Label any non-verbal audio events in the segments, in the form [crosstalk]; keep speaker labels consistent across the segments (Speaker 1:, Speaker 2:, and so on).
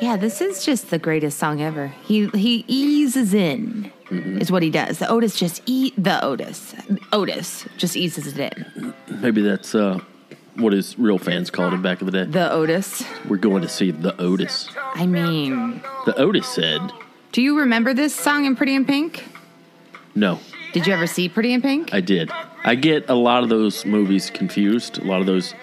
Speaker 1: Yeah, this is just the greatest song ever. He he eases in,
Speaker 2: Mm-hmm.
Speaker 1: is what he does. The Otis just eat the Otis. Otis just eases it in.
Speaker 2: Maybe that's uh, what his real fans called him back in the day.
Speaker 1: The Otis.
Speaker 2: We're going to see the Otis.
Speaker 1: I mean,
Speaker 2: The Otis said,
Speaker 1: do you remember this song in Pretty in Pink?
Speaker 2: "No,
Speaker 1: Did you ever see Pretty in Pink?
Speaker 2: I did." I get a lot of those movies confused. A lot of those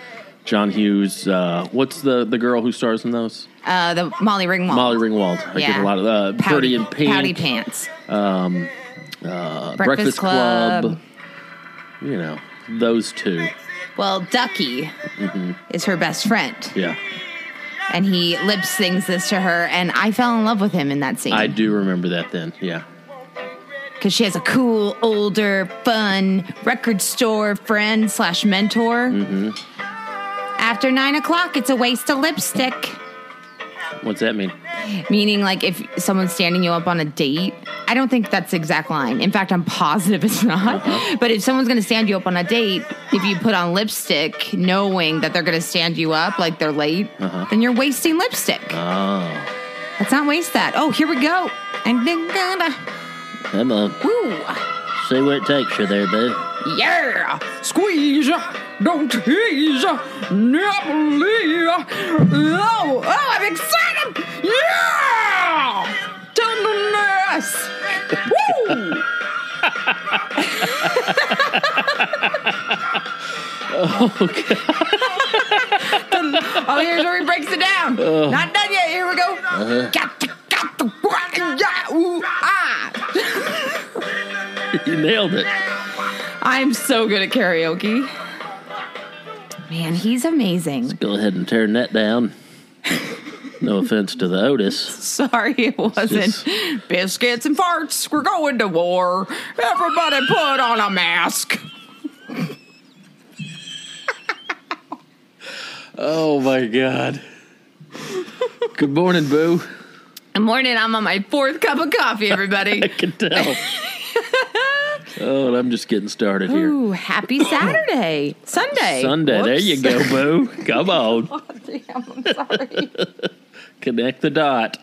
Speaker 2: John Hughes. Uh, what's the the girl who stars in those?
Speaker 1: Uh, the Molly Ringwald.
Speaker 2: Molly Ringwald. I get a lot of uh, Pretty and Pink, Um,
Speaker 1: Pouty Pants.
Speaker 2: uh,
Speaker 1: Breakfast Club.
Speaker 2: You know those two.
Speaker 1: Well, Ducky
Speaker 2: Mm-hmm.
Speaker 1: is her best friend,
Speaker 2: Yeah,
Speaker 1: and he lip sings this to her, and I fell in love with him in that scene.
Speaker 2: I do remember that. Then, yeah,
Speaker 1: because she has a cool, older, fun record store friend slash mentor. After nine o'clock, it's a waste of lipstick.
Speaker 2: what's that mean?
Speaker 1: Meaning, like, if someone's standing you up on a date, I don't think that's the exact line. In fact, I'm positive it's not. But if someone's gonna stand you up on a date, if you put on lipstick knowing that they're gonna stand you up, like they're late, then you're wasting lipstick.
Speaker 2: Oh,
Speaker 1: Let's not waste that. Oh, here we go. And then gonna,
Speaker 2: come on,
Speaker 1: woo,
Speaker 2: see where it takes you there, boo.
Speaker 1: yeah.
Speaker 3: Squeeze, don't tease, never leave.
Speaker 1: Oh, oh, I'm excited! Yeah! Tenderness! Woo! oh, God. oh, here's where he breaks it down. Not done yet. Here we go. Got the, got the, yeah, ooh, ah.
Speaker 2: [laughs]
Speaker 1: [laughs]
Speaker 2: You nailed it.
Speaker 1: I'm so good at karaoke. Man, he's amazing.
Speaker 2: Go ahead and turn that down. No offense to the Otis.
Speaker 1: Sorry, it wasn't. Biscuits and farts, we're going to war. Everybody put on a mask.
Speaker 2: Oh my God. Good morning, Boo.
Speaker 1: Good morning, I'm on my fourth cup of coffee,
Speaker 2: I
Speaker 1: everybody.
Speaker 2: can tell. oh, and I'm just getting started [laughs] here.
Speaker 1: Ooh, happy Saturday. Sunday.
Speaker 2: Sunday, there you
Speaker 1: Whoops. Oh,
Speaker 2: go, Boo.
Speaker 1: [laughs]
Speaker 2: Come on,
Speaker 1: Damn, I'm sorry.
Speaker 2: [laughs] connect the dot.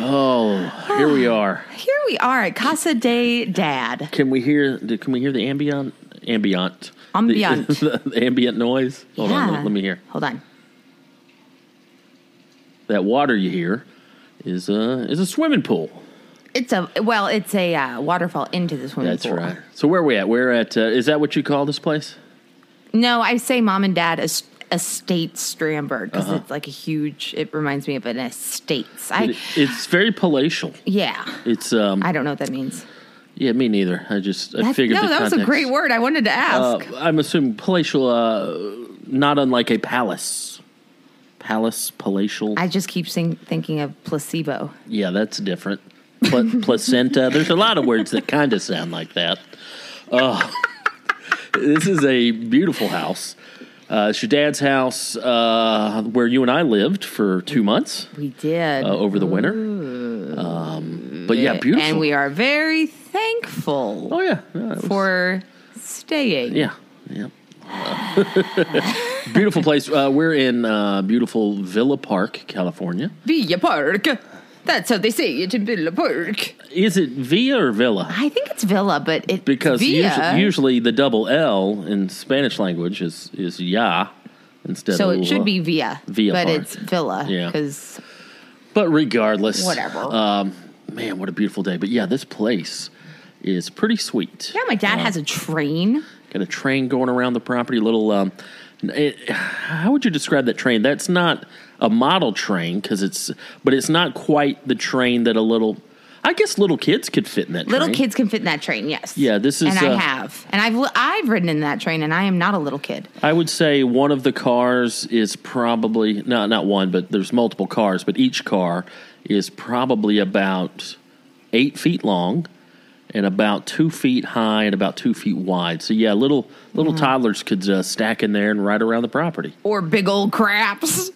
Speaker 2: Oh, here we are.
Speaker 1: Here we are at Casa de Dad.
Speaker 2: Can we hear? Can we hear the ambient? Ambient.
Speaker 1: Ambient.
Speaker 2: The, [laughs] the ambient noise. Hold on,
Speaker 1: Yeah.
Speaker 2: let, let me hear.
Speaker 1: Hold on.
Speaker 2: That water you hear is a is a swimming pool.
Speaker 1: It's a, well, it's a uh, waterfall into the swimming
Speaker 2: That's
Speaker 1: pool.
Speaker 2: right. So where are we at? We're at. Uh, is that what you call this place?
Speaker 1: No, I say mom and dad es- estate Strandberg
Speaker 2: Uh-huh.
Speaker 1: because it's like a huge, it reminds me of an estates. I,
Speaker 2: It- it's very palatial.
Speaker 1: yeah.
Speaker 2: It's um.
Speaker 1: I don't know what that means.
Speaker 2: yeah, me neither. I just I
Speaker 1: That-
Speaker 2: figured.
Speaker 1: no,
Speaker 2: the
Speaker 1: that was a
Speaker 2: context.
Speaker 1: great word. I wanted to
Speaker 2: Uh,
Speaker 1: ask.
Speaker 2: I'm assuming palatial, uh, not unlike a palace. Palace palatial.
Speaker 1: I just keep sing- thinking of placebo.
Speaker 2: yeah, that's different. Pla- [laughs] placenta. There's a lot of words that kind of sound like that. Uh, this is a beautiful house. Uh, it's your dad's house uh, where you and I lived for two months.
Speaker 1: We did.
Speaker 2: uh, over the winter. Um, but yeah, beautiful.
Speaker 1: And we are very thankful
Speaker 2: oh yeah, yeah, it was-
Speaker 1: for staying.
Speaker 2: yeah, yeah. beautiful place. Uh, we're in uh, beautiful Villa Park, California.
Speaker 1: Villa Park. That's how they say it in Villa Park.
Speaker 2: Is it Villa or Villa?
Speaker 1: I think it's Villa, but it
Speaker 2: Because usu-
Speaker 1: Villa,
Speaker 2: usually, the double L in Spanish language is is ya instead
Speaker 1: so
Speaker 2: of
Speaker 1: it should
Speaker 2: la.
Speaker 1: be Villa.
Speaker 2: Villa
Speaker 1: but
Speaker 2: Park.
Speaker 1: it's Villa.
Speaker 2: Yeah.
Speaker 1: Because
Speaker 2: But regardless,
Speaker 1: Whatever.
Speaker 2: Um, man, what a beautiful day. But yeah, this place is pretty sweet. uh,
Speaker 1: yeah, my dad has a train.
Speaker 2: Got a train going around the property, little um, It, how would you describe that train? That's not a model train because it's, but it's not quite the train that a little. I guess little kids could fit in that.
Speaker 1: Little
Speaker 2: train.
Speaker 1: kids can fit in that train, yes.
Speaker 2: Yeah, this is,
Speaker 1: and I
Speaker 2: uh,
Speaker 1: have, and I've li- I've ridden in that train, and I am not a little kid.
Speaker 2: I would say one of the cars is probably not not one, but there's multiple cars, but each car is probably about eight feet long and about two feet high and about two feet wide. So yeah, little little toddlers could uh, stack in there and ride around the property.
Speaker 1: Or big old craps.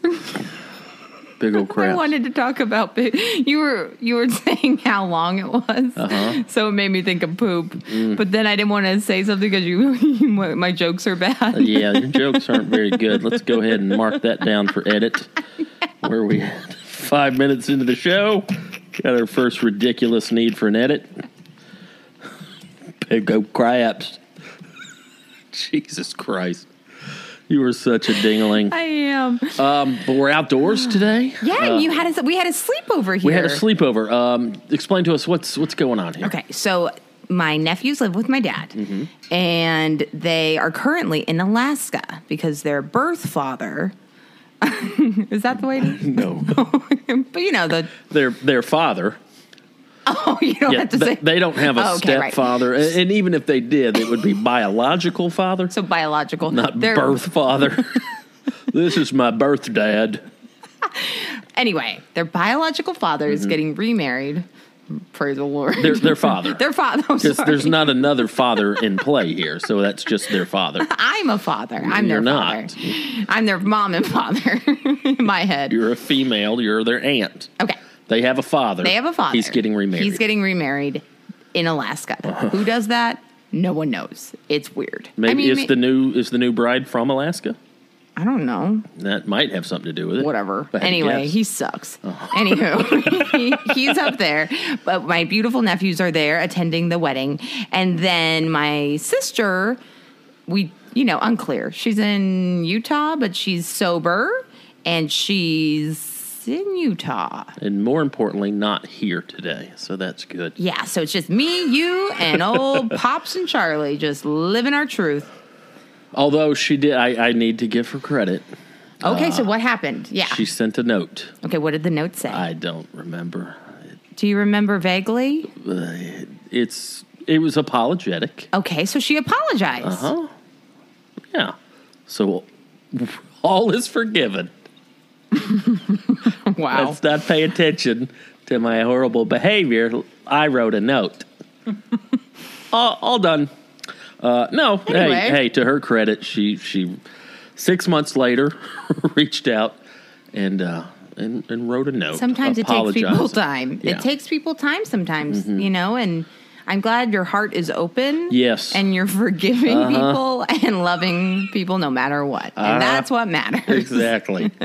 Speaker 2: Big old crap.
Speaker 1: I wanted to talk about big. You were you were [laughs] saying how long it was,
Speaker 2: Uh-huh.
Speaker 1: so it made me think of poop.
Speaker 2: Mm.
Speaker 1: But then I didn't want to say something because you, [laughs] you my my jokes are bad.
Speaker 2: yeah, your jokes aren't very good. Let's go ahead and mark that down for edit. Where we at? five minutes into the show, got our first ridiculous need for an edit. Big old craps. Jesus Christ, you were such a
Speaker 1: [laughs]
Speaker 2: dingling.
Speaker 1: I am.
Speaker 2: Um, but we're outdoors today.
Speaker 1: Yeah,
Speaker 2: Uh,
Speaker 1: and you had a, we had a sleepover here.
Speaker 2: we had a sleepover. Um, explain to us what's what's going on here.
Speaker 1: Okay, so my nephews live with my dad,
Speaker 2: Mm-hmm.
Speaker 1: and they are currently in Alaska because their birth father. [laughs] Is that the way? To,
Speaker 2: [laughs] No,
Speaker 1: but you know the. [laughs]
Speaker 2: their their father.
Speaker 1: Oh, you don't
Speaker 2: Yeah,
Speaker 1: have to
Speaker 2: they,
Speaker 1: say.
Speaker 2: they don't have a
Speaker 1: Oh, okay, right.
Speaker 2: stepfather, and and even if they did, it would be biological father.
Speaker 1: So biological,
Speaker 2: not
Speaker 1: They're-
Speaker 2: birth
Speaker 1: [laughs]
Speaker 2: father. this is my birth dad.
Speaker 1: Anyway, their biological father
Speaker 2: Mm-hmm.
Speaker 1: is getting remarried. Praise the Lord.
Speaker 2: Their, their father.
Speaker 1: [laughs] Their father. I'm
Speaker 2: Because
Speaker 1: sorry.
Speaker 2: there's not another father in play here, so that's just their father.
Speaker 1: I'm a father. I'm their
Speaker 2: You're not.
Speaker 1: father. I'm their mom and father [laughs] in my head.
Speaker 2: You're a female. You're their aunt.
Speaker 1: okay.
Speaker 2: They have a father.
Speaker 1: They have a father.
Speaker 2: He's getting remarried. Uh-huh.
Speaker 1: He's getting remarried in Alaska. Who does that? No one knows. It's weird.
Speaker 2: Maybe
Speaker 1: I mean,
Speaker 2: is
Speaker 1: ma-
Speaker 2: the new is the new bride from Alaska?
Speaker 1: I don't know.
Speaker 2: That might have something to do with it.
Speaker 1: Whatever.
Speaker 2: If I had to
Speaker 1: Anyway,
Speaker 2: guess. Oh.
Speaker 1: he sucks.
Speaker 2: [laughs]
Speaker 1: Anywho, he, he's up there. But my beautiful nephews are there attending the wedding, and then my sister, we you know unclear. She's in Utah, but she's sober, and she's in Utah.
Speaker 2: and more importantly, not here today. So that's good.
Speaker 1: Yeah, so it's just me, you, and
Speaker 2: [laughs]
Speaker 1: old Pops and Charlie just living our truth.
Speaker 2: Although she did, I, I need to give her credit.
Speaker 1: Okay,
Speaker 2: Uh,
Speaker 1: so what happened? Yeah.
Speaker 2: She sent a note.
Speaker 1: Okay, what did the note say?
Speaker 2: I don't remember.
Speaker 1: Do you remember vaguely?
Speaker 2: Uh, It's it was apologetic.
Speaker 1: Okay, so she apologized.
Speaker 2: Huh? Yeah. So all is forgiven.
Speaker 1: [laughs] Wow.
Speaker 2: Let's not pay attention to my horrible behavior. I wrote
Speaker 1: [laughs]
Speaker 2: a note. all, all done. Uh, no,
Speaker 1: Anyway.
Speaker 2: hey, hey. To her credit, she she six months later [laughs] reached out and uh, and and wrote a note.
Speaker 1: sometimes it takes people
Speaker 2: apologizing.
Speaker 1: time.
Speaker 2: Yeah. Mm-hmm.
Speaker 1: It takes people time sometimes, you know, and I'm glad your heart is open.
Speaker 2: Yes. Uh-huh.
Speaker 1: And you're forgiving people and loving people no matter what.
Speaker 2: Ah.
Speaker 1: And that's what matters. [laughs]
Speaker 2: exactly. [laughs]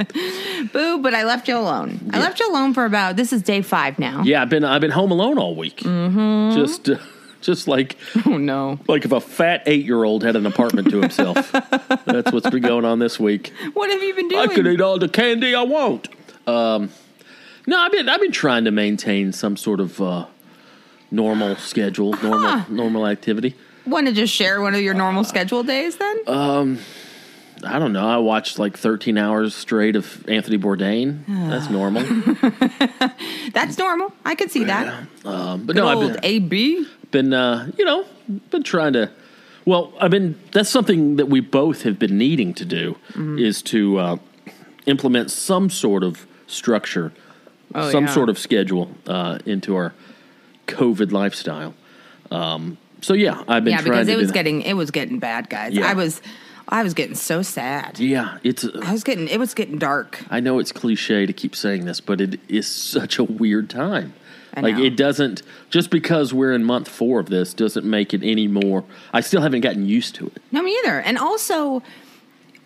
Speaker 1: Boo, but I left you alone. I left you alone for about, this is day five now.
Speaker 2: yeah, I've been I've been home alone all week. Mm-hmm. Just uh, just like
Speaker 1: [laughs] Oh, no.
Speaker 2: Like if a fat eight year old had an apartment to himself. That's what's been going on this
Speaker 1: [laughs]
Speaker 2: week.
Speaker 1: What have you been
Speaker 2: I
Speaker 1: doing?
Speaker 2: could eat all the candy I want. Um, no, I've been I've been trying to maintain some sort of uh, normal schedule,
Speaker 1: Ah.
Speaker 2: normal normal activity.
Speaker 1: Want to just share one of your normal
Speaker 2: Ah.
Speaker 1: schedule days then?
Speaker 2: Uh, I don't know. I watched like thirteen hours straight of Anthony Bourdain.
Speaker 1: Ah.
Speaker 2: That's normal.
Speaker 1: That's normal. I could see that.
Speaker 2: Um,
Speaker 1: Good
Speaker 2: but no, I've
Speaker 1: old
Speaker 2: been,
Speaker 1: AB.
Speaker 2: been uh, you know been trying to. Well, I've been. That's something that we both have been needing to do
Speaker 1: Mm-hmm.
Speaker 2: is to uh, implement some sort of structure
Speaker 1: Oh,
Speaker 2: some
Speaker 1: yeah.
Speaker 2: sort of schedule uh, into our COVID lifestyle. Um, so yeah, I've been
Speaker 1: Yeah,
Speaker 2: trying
Speaker 1: because
Speaker 2: to
Speaker 1: it
Speaker 2: do
Speaker 1: was
Speaker 2: that.
Speaker 1: getting it was getting bad, guys.
Speaker 2: Yeah.
Speaker 1: I was I was getting so sad.
Speaker 2: yeah, it's.
Speaker 1: I was getting it was getting dark.
Speaker 2: I know it's cliche to keep saying this, but it is such a weird time.
Speaker 1: I
Speaker 2: like
Speaker 1: know.
Speaker 2: it doesn't just because we're in month four of this doesn't make it any more. I still haven't gotten used to it.
Speaker 1: No, me either. And also,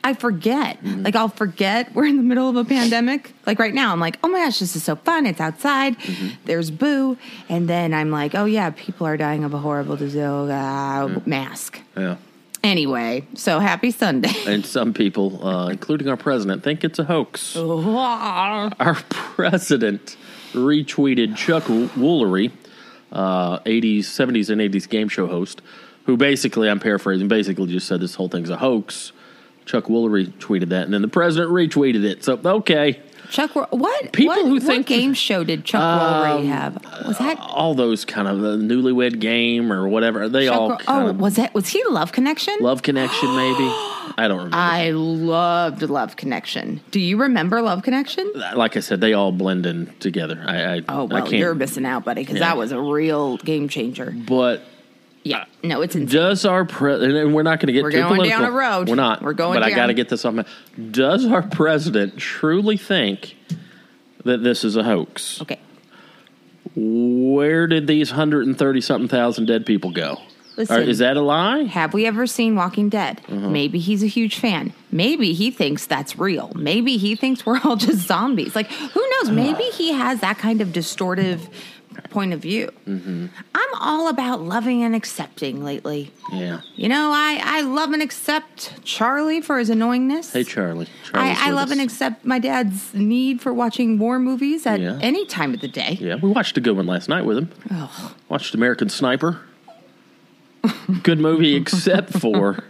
Speaker 1: I forget. Like, I'll forget we're in the middle of a pandemic. Like, right now, I'm like, oh my gosh, this is so fun. It's outside.
Speaker 2: Mm-hmm.
Speaker 1: There's boo. And then I'm like, oh yeah, people are dying of a horrible disease. Uh,
Speaker 2: Mm.
Speaker 1: Mask.
Speaker 2: Yeah,
Speaker 1: Anyway, so happy Sunday.
Speaker 2: [laughs] and some people, uh, including our president, think it's a hoax.
Speaker 1: Oh.
Speaker 2: our president retweeted Chuck Woolery, uh, 80s, 70s, and 80s game show host, who basically, I'm paraphrasing, basically just said this whole thing's a hoax Chuck Woolery tweeted that, and then the president retweeted it. So okay,
Speaker 1: Chuck, Wo- what
Speaker 2: People
Speaker 1: what,
Speaker 2: who
Speaker 1: what
Speaker 2: think- Um,
Speaker 1: game show did Chuck Woolery have? Was that
Speaker 2: all those kind of the Newlywed Game or whatever they
Speaker 1: Chuck?
Speaker 2: all
Speaker 1: Wo-
Speaker 2: kind
Speaker 1: oh,
Speaker 2: of
Speaker 1: was that was he Love Connection?
Speaker 2: Love Connection
Speaker 1: [gasps]
Speaker 2: maybe. I don't remember.
Speaker 1: I loved Love Connection. Do you remember Love Connection?
Speaker 2: like I said, they all blend in together. I, I
Speaker 1: Oh
Speaker 2: I
Speaker 1: well,
Speaker 2: can't,
Speaker 1: you're missing out, buddy, because
Speaker 2: Yeah.
Speaker 1: that was a real game changer.
Speaker 2: but
Speaker 1: Yeah, no, it's insane.
Speaker 2: Does our president, and we're not going to get
Speaker 1: We're
Speaker 2: too
Speaker 1: going
Speaker 2: political.
Speaker 1: down a road.
Speaker 2: We're not.
Speaker 1: We're going
Speaker 2: But I
Speaker 1: down.
Speaker 2: got to get this off my. Does our president truly think that this is a hoax?
Speaker 1: Okay,
Speaker 2: Where did these hundred and thirty something thousand dead people go?
Speaker 1: Listen.
Speaker 2: Or is that a lie?
Speaker 1: have we ever seen Walking Dead?
Speaker 2: Mm-hmm.
Speaker 1: Maybe he's a huge fan. Maybe he thinks that's real. Maybe he thinks we're all [laughs] just zombies. Like who knows? Maybe he has that kind of distortive point of view.
Speaker 2: Mm-hmm.
Speaker 1: I'm all about loving and accepting lately.
Speaker 2: Yeah.
Speaker 1: You know, I, I love and accept Charlie for his annoyingness.
Speaker 2: Hey, Charlie. Charlie's
Speaker 1: I, I
Speaker 2: with
Speaker 1: love
Speaker 2: us.
Speaker 1: and accept my dad's need for watching war movies at
Speaker 2: Yeah.
Speaker 1: any time of the day.
Speaker 2: Yeah, we watched a good one last night with him.
Speaker 1: Oh.
Speaker 2: Watched American Sniper.
Speaker 1: [laughs]
Speaker 2: Good movie, except for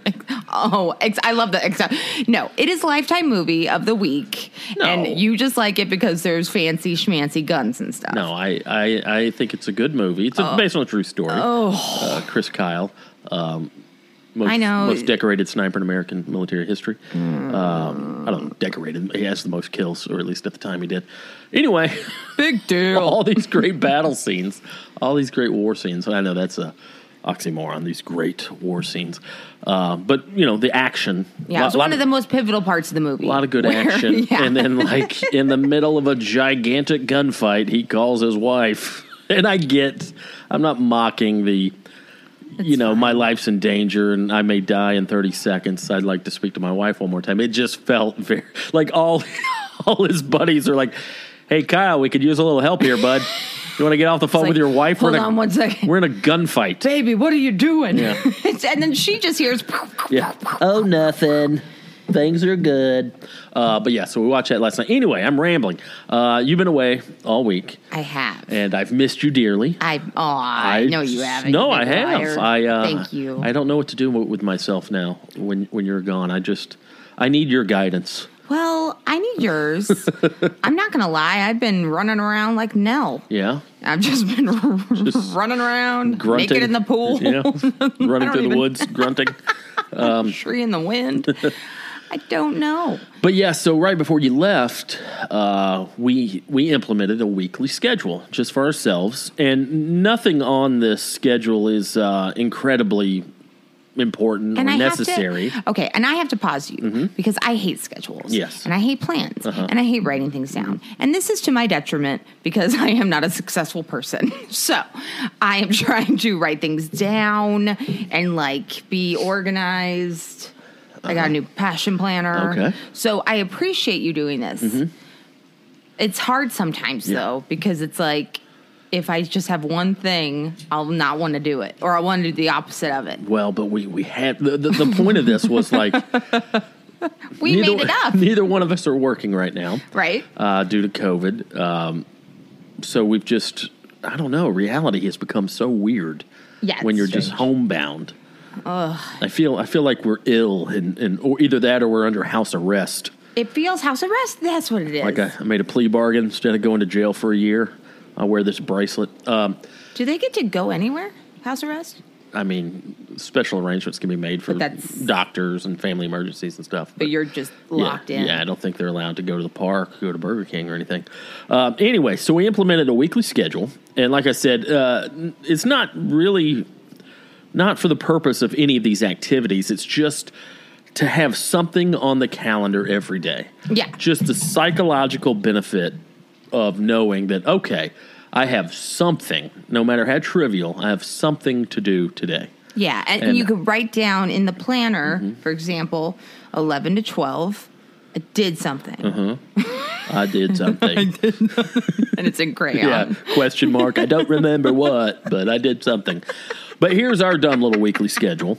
Speaker 1: Oh, ex- I love that. Except, no, it is Lifetime movie of the week,
Speaker 2: No.
Speaker 1: and you just like it because there's fancy schmancy guns and stuff.
Speaker 2: no. I, I I think it's a good movie. It's a, based on a true story.
Speaker 1: Oh,
Speaker 2: uh, Chris Kyle. Um, most,
Speaker 1: I know.
Speaker 2: most decorated sniper in American military history. Um, I don't know, decorated. He has the most kills, or at least at the time he did. Anyway, [laughs]
Speaker 1: big deal.
Speaker 2: all these great battle scenes, all these great war scenes. I know that's a oxymoron. These great war scenes, uh, but you know the action.
Speaker 1: Yeah, it was one of the most pivotal parts of the movie.
Speaker 2: A lot of good action,
Speaker 1: [laughs] yeah.
Speaker 2: and then like in the middle of a gigantic gunfight, he calls his wife, [laughs] and I get. I'm not mocking the you know, my life's in danger and I may die in 30 seconds. I'd like to speak to my wife one more time. It just felt [laughs] very like all [laughs] all his buddies are like, "Hey Kyle, we could use a little help here, bud. You want to get off the phone
Speaker 1: like,
Speaker 2: with your wife?
Speaker 1: "Hold
Speaker 2: we're in a,
Speaker 1: on one second."
Speaker 2: We're in a gunfight."
Speaker 1: baby, what are you doing? [laughs]
Speaker 2: Yeah.
Speaker 1: and then she just hears.
Speaker 2: Yeah. Oh, nothing. Things are good. Uh, but yeah, so we watched that last night. Anyway, I'm rambling. Uh, you've been away all week
Speaker 1: I have.
Speaker 2: and I've missed you dearly.
Speaker 1: I oh I know you haven't.
Speaker 2: No,
Speaker 1: you
Speaker 2: I
Speaker 1: big
Speaker 2: have.
Speaker 1: liar.
Speaker 2: I uh,
Speaker 1: thank you.
Speaker 2: I don't know what to do with myself now when when you're gone. I just I need your guidance.
Speaker 1: well, I need
Speaker 2: [laughs]
Speaker 1: yours. I'm not gonna lie. I've been running around like Nell.
Speaker 2: Yeah,
Speaker 1: I've just been [laughs] running around,
Speaker 2: grunting
Speaker 1: naked in the pool,
Speaker 2: Yeah, running through the
Speaker 1: even-
Speaker 2: woods, grunting.
Speaker 1: [laughs] tree in the
Speaker 2: [laughs]
Speaker 1: wind. I don't know.
Speaker 2: But yeah, so right before you left, uh, we we implemented a weekly schedule just for ourselves, and nothing on this schedule is uh, incredibly important
Speaker 1: And
Speaker 2: or
Speaker 1: I
Speaker 2: necessary. Mm-hmm.
Speaker 1: Have to, okay, and I have to pause you because I hate schedules.
Speaker 2: Yes. Uh-huh.
Speaker 1: and I hate plans, and I hate writing things down. And this is to my detriment because [laughs] I am not a successful person. [laughs] So I am trying to write things down and like be organized. I got a new passion planner.
Speaker 2: Uh-huh. Okay. Mm-hmm.
Speaker 1: So I appreciate you doing this. It's hard sometimes
Speaker 2: Yeah.
Speaker 1: though because it's like if I just have one thing, I'll not want to do it, or I want to do the opposite of it.
Speaker 2: well, but we we had the, the, the point of this
Speaker 1: [laughs]
Speaker 2: was like
Speaker 1: We
Speaker 2: neither,
Speaker 1: made it
Speaker 2: [laughs]
Speaker 1: up,
Speaker 2: neither one of us are working right now.
Speaker 1: right?
Speaker 2: uh, due to COVID. Um, so we've just, I don't know, reality has become so weird.
Speaker 1: Yeah,
Speaker 2: when
Speaker 1: it's
Speaker 2: you're just
Speaker 1: strange.
Speaker 2: homebound. I feel I feel like we're ill, and, and or either that or we're under house arrest.
Speaker 1: It feels house arrest. That's what it is.
Speaker 2: Like I, I made a plea bargain instead of going to jail for a year. I wear this bracelet. Um,
Speaker 1: Do they get to go anywhere? House arrest?
Speaker 2: I mean, special arrangements can be made for
Speaker 1: But that's-
Speaker 2: doctors and family emergencies and stuff.
Speaker 1: But you're just
Speaker 2: Yeah,
Speaker 1: locked in.
Speaker 2: Yeah, I don't think they're allowed to go to the park, go to Burger King, or anything. Um, anyway, so we implemented a weekly schedule, and like I said, uh, n- it's not really not for the purpose of any of these activities. It's just to have something on the calendar every day.
Speaker 1: Yeah.
Speaker 2: just the psychological benefit of knowing that okay, I have something, no matter how trivial, I have something to do today.
Speaker 1: Yeah, and,
Speaker 2: And- Mm-hmm.
Speaker 1: you could write down in the planner, for example, eleven to twelve. I did something,
Speaker 2: Mm-hmm. I
Speaker 1: [laughs]
Speaker 2: did something.
Speaker 1: and it's in crayon. [laughs]
Speaker 2: [laughs] yeah question mark i don't remember what but i did something But here's our dumb little weekly schedule.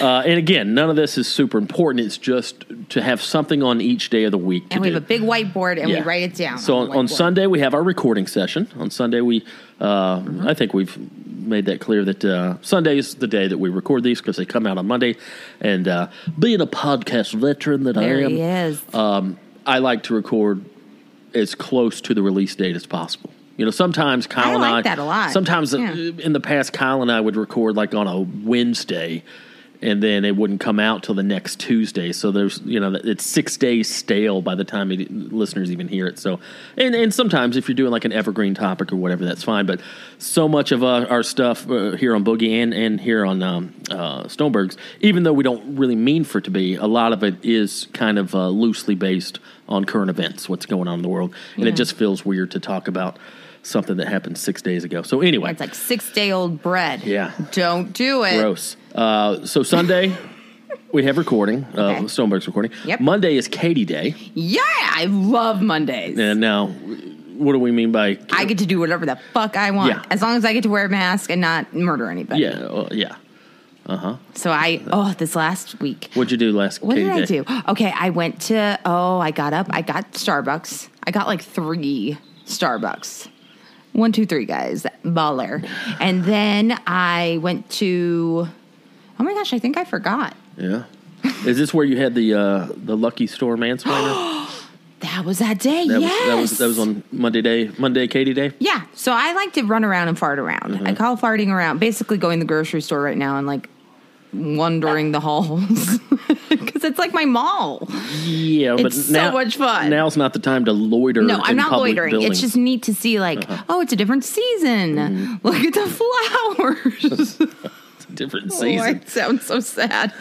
Speaker 2: Uh, and again, none of this is super important. It's just to have something on each day of the week. To
Speaker 1: And we
Speaker 2: do.
Speaker 1: have a big whiteboard and
Speaker 2: Yeah.
Speaker 1: we write it down.
Speaker 2: So
Speaker 1: the
Speaker 2: on, on
Speaker 1: whiteboard.
Speaker 2: Sunday we have our recording session. On Sunday we, uh,
Speaker 1: Mm-hmm.
Speaker 2: I think we've made that clear that uh, Sunday is the day that we record these because they come out on Monday. And uh, being a podcast veteran that
Speaker 1: there
Speaker 2: I am,
Speaker 1: he is.
Speaker 2: um, I like to record as close to the release date as possible. You know, sometimes
Speaker 1: I
Speaker 2: Kyle and
Speaker 1: like
Speaker 2: I
Speaker 1: that a lot.
Speaker 2: Sometimes uh,
Speaker 1: Yeah.
Speaker 2: in the past, Kyle and I would record like on a Wednesday, and then it wouldn't come out till the next Tuesday. So there's you know it's six days stale by the time it, listeners even hear it. So and and sometimes if you're doing like an evergreen topic or whatever, that's fine. But so much of uh, our stuff uh, here on Boogie and and here on um, uh, Stoneberg's, even though we don't really mean for it to be, a lot of it is kind of uh, loosely based on current events, what's going on in the world, and it
Speaker 1: Yeah.
Speaker 2: just feels weird to talk about something that happened six days ago. So anyway,
Speaker 1: It's like six day old bread.
Speaker 2: Yeah.
Speaker 1: Don't do it.
Speaker 2: gross. Uh, so Sunday we have recording, uh,
Speaker 1: Okay.
Speaker 2: Stoneberg's recording.
Speaker 1: Yep.
Speaker 2: Monday is Katie Day,
Speaker 1: Yeah, I love Mondays.
Speaker 2: and now what do we mean by?
Speaker 1: I get to do whatever the fuck I want.
Speaker 2: Yeah.
Speaker 1: As long as I get to wear a mask and not murder anybody.
Speaker 2: yeah, uh, yeah.
Speaker 1: So I, oh, this last week.
Speaker 2: What'd you do last?
Speaker 1: What
Speaker 2: Katie
Speaker 1: did I
Speaker 2: Day?
Speaker 1: do? Okay, I went to, oh, I got up, I got Starbucks. I got like three Starbucks. One, two, three, guys. Baller. And then I went to, oh my gosh, I think I forgot.
Speaker 2: Yeah. Is this where you had the uh, the Lucky Store
Speaker 1: [gasps]
Speaker 2: mansplainer?
Speaker 1: That was that day.
Speaker 2: That
Speaker 1: yes.
Speaker 2: was that was that was on Monday day Monday Katie Day.
Speaker 1: Yeah. So I like to run around and fart around.
Speaker 2: Mm-hmm.
Speaker 1: I call farting around basically going to the grocery store right now and like wandering the halls [laughs] because it's like my mall.
Speaker 2: Yeah, but
Speaker 1: It's so
Speaker 2: now,
Speaker 1: much fun.
Speaker 2: Now's not the time to loiter.
Speaker 1: No, I'm
Speaker 2: in
Speaker 1: not
Speaker 2: public
Speaker 1: loitering.
Speaker 2: Buildings. Uh-huh.
Speaker 1: It's just neat to see like, oh, it's a different season.
Speaker 2: Mm-hmm.
Speaker 1: Look at the flowers. [laughs]
Speaker 2: different
Speaker 1: Oh,
Speaker 2: [laughs] season.
Speaker 1: it sounds so sad.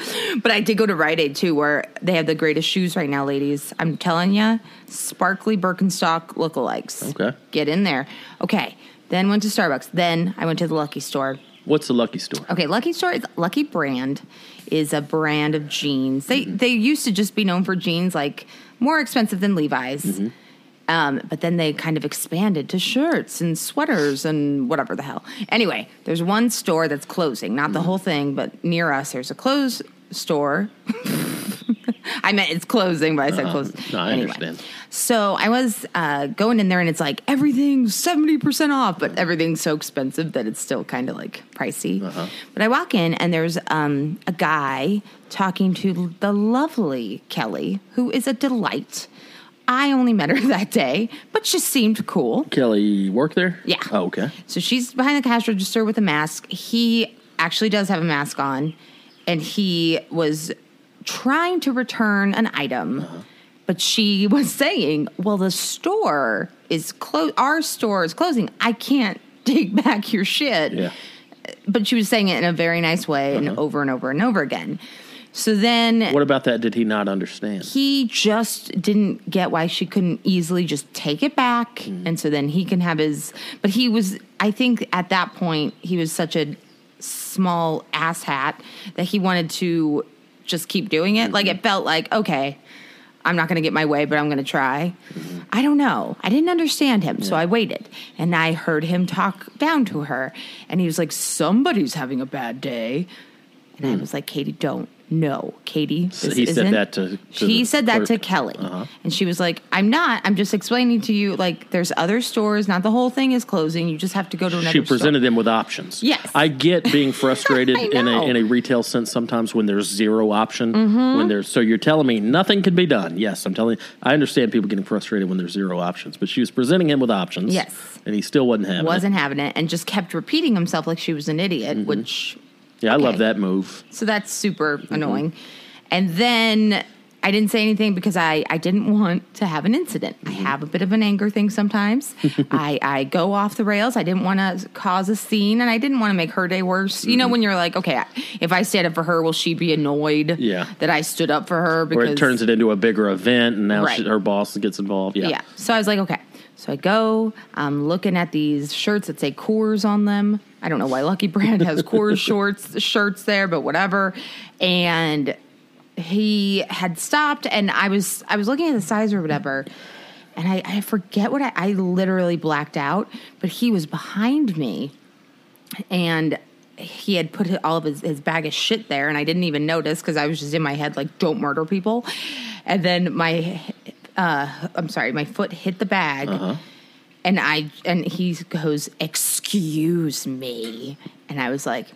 Speaker 1: But I did go to Rite Aid too, where they have the greatest shoes right now, ladies. I'm telling you, sparkly Birkenstock lookalikes.
Speaker 2: Okay.
Speaker 1: Get in there. Okay. Then went to Starbucks. Then I went to the Lucky Store.
Speaker 2: What's the Lucky Store?
Speaker 1: Okay, Lucky Store is Lucky Brand is a brand of jeans. They they used to just be known for jeans like more expensive than Levi's. Um, but then they kind of expanded to shirts and sweaters and whatever the hell. Anyway, there's one store that's closing, not the whole thing, but near us there's a closed store. I meant it's closing, but I said closed.
Speaker 2: Uh-huh. no, I understand.
Speaker 1: So I was uh, going in there, and it's like everything's seventy percent off, but everything's so expensive that it's still kind of like pricey.
Speaker 2: Uh-huh.
Speaker 1: But I walk in, and there's um, a guy talking to the lovely Kelly, who is a delight. I only met her [laughs] that day, but she seemed cool.
Speaker 2: Kelly work there?
Speaker 1: Yeah.
Speaker 2: Oh, okay.
Speaker 1: So she's behind the cash register with a mask. He actually does have a mask on, and he was trying to return an item,
Speaker 2: Uh-huh.
Speaker 1: but she was saying, "Well, the store is closed. Our store is closing. I can't [laughs] take back your shit."
Speaker 2: Yeah. Uh-huh.
Speaker 1: But she was saying it in a very nice way, and over and over and over again. So then
Speaker 2: What about that? Did he not understand?
Speaker 1: he just didn't get why she couldn't easily just take it back and so then he can have his but he was i think at that point he was such a small ass hat that he wanted to just keep doing it like it felt like okay i'm not going to get my way but i'm going to try
Speaker 2: Mm-hmm.
Speaker 1: i don't know i didn't understand him so i waited and i heard him talk down to her and he was like somebody's having a bad day and I was like, Katie, don't. No, Katie. this
Speaker 2: Hmm. he said
Speaker 1: isn't-
Speaker 2: that to- to
Speaker 1: She
Speaker 2: the
Speaker 1: said that to
Speaker 2: clerk. Uh-huh.
Speaker 1: Kelly. And she was like, I'm not. I'm just explaining to you, like, there's other stores. Not the whole thing is closing. You just have to go to another
Speaker 2: She presented
Speaker 1: store.
Speaker 2: them with options.
Speaker 1: Yes.
Speaker 2: I
Speaker 1: [laughs]
Speaker 2: get being frustrated
Speaker 1: I
Speaker 2: in a
Speaker 1: know. Mm-hmm.
Speaker 2: in a retail sense sometimes when there's zero option. When there's so you're telling me nothing can be done. Yes, I'm telling you I understand people getting frustrated when there's zero options, but she was presenting him with options.
Speaker 1: Yes.
Speaker 2: And he still wasn't having it.
Speaker 1: Wasn't having it and just kept repeating himself like she was an idiot,
Speaker 2: Mm-hmm.
Speaker 1: which,
Speaker 2: Yeah, I love
Speaker 1: okay.
Speaker 2: that move.
Speaker 1: so that's super
Speaker 2: Mm-hmm.
Speaker 1: annoying. And then I didn't say anything because I, I didn't want to have an incident. I
Speaker 2: Mm-hmm.
Speaker 1: have a bit of an anger thing
Speaker 2: [laughs]
Speaker 1: sometimes. I, I go off the rails. I didn't want to cause a scene and I didn't want to make her day worse. You know,
Speaker 2: Mm-hmm.
Speaker 1: when you're like, okay, I- if I stand up for her, will she be annoyed
Speaker 2: Yeah.
Speaker 1: that I stood up for her?
Speaker 2: Where it turns it into a bigger event and now she,
Speaker 1: Right.
Speaker 2: her boss gets involved. Yeah.
Speaker 1: yeah. So I was like, okay. So I go, I'm looking at these shirts that say Coors on them. I don't know why Lucky Brand has Coors shorts shirts there, but whatever. And he had stopped and I was I was looking at the size or whatever. And I, I forget what I, I literally blacked out, but he was behind me and he had put all of his, his bag of shit there, and I didn't even notice because I was just in my head like, "Don't murder people." And then my, uh, I'm sorry, my foot hit the bag, and I and he goes, "Excuse me," and I was like.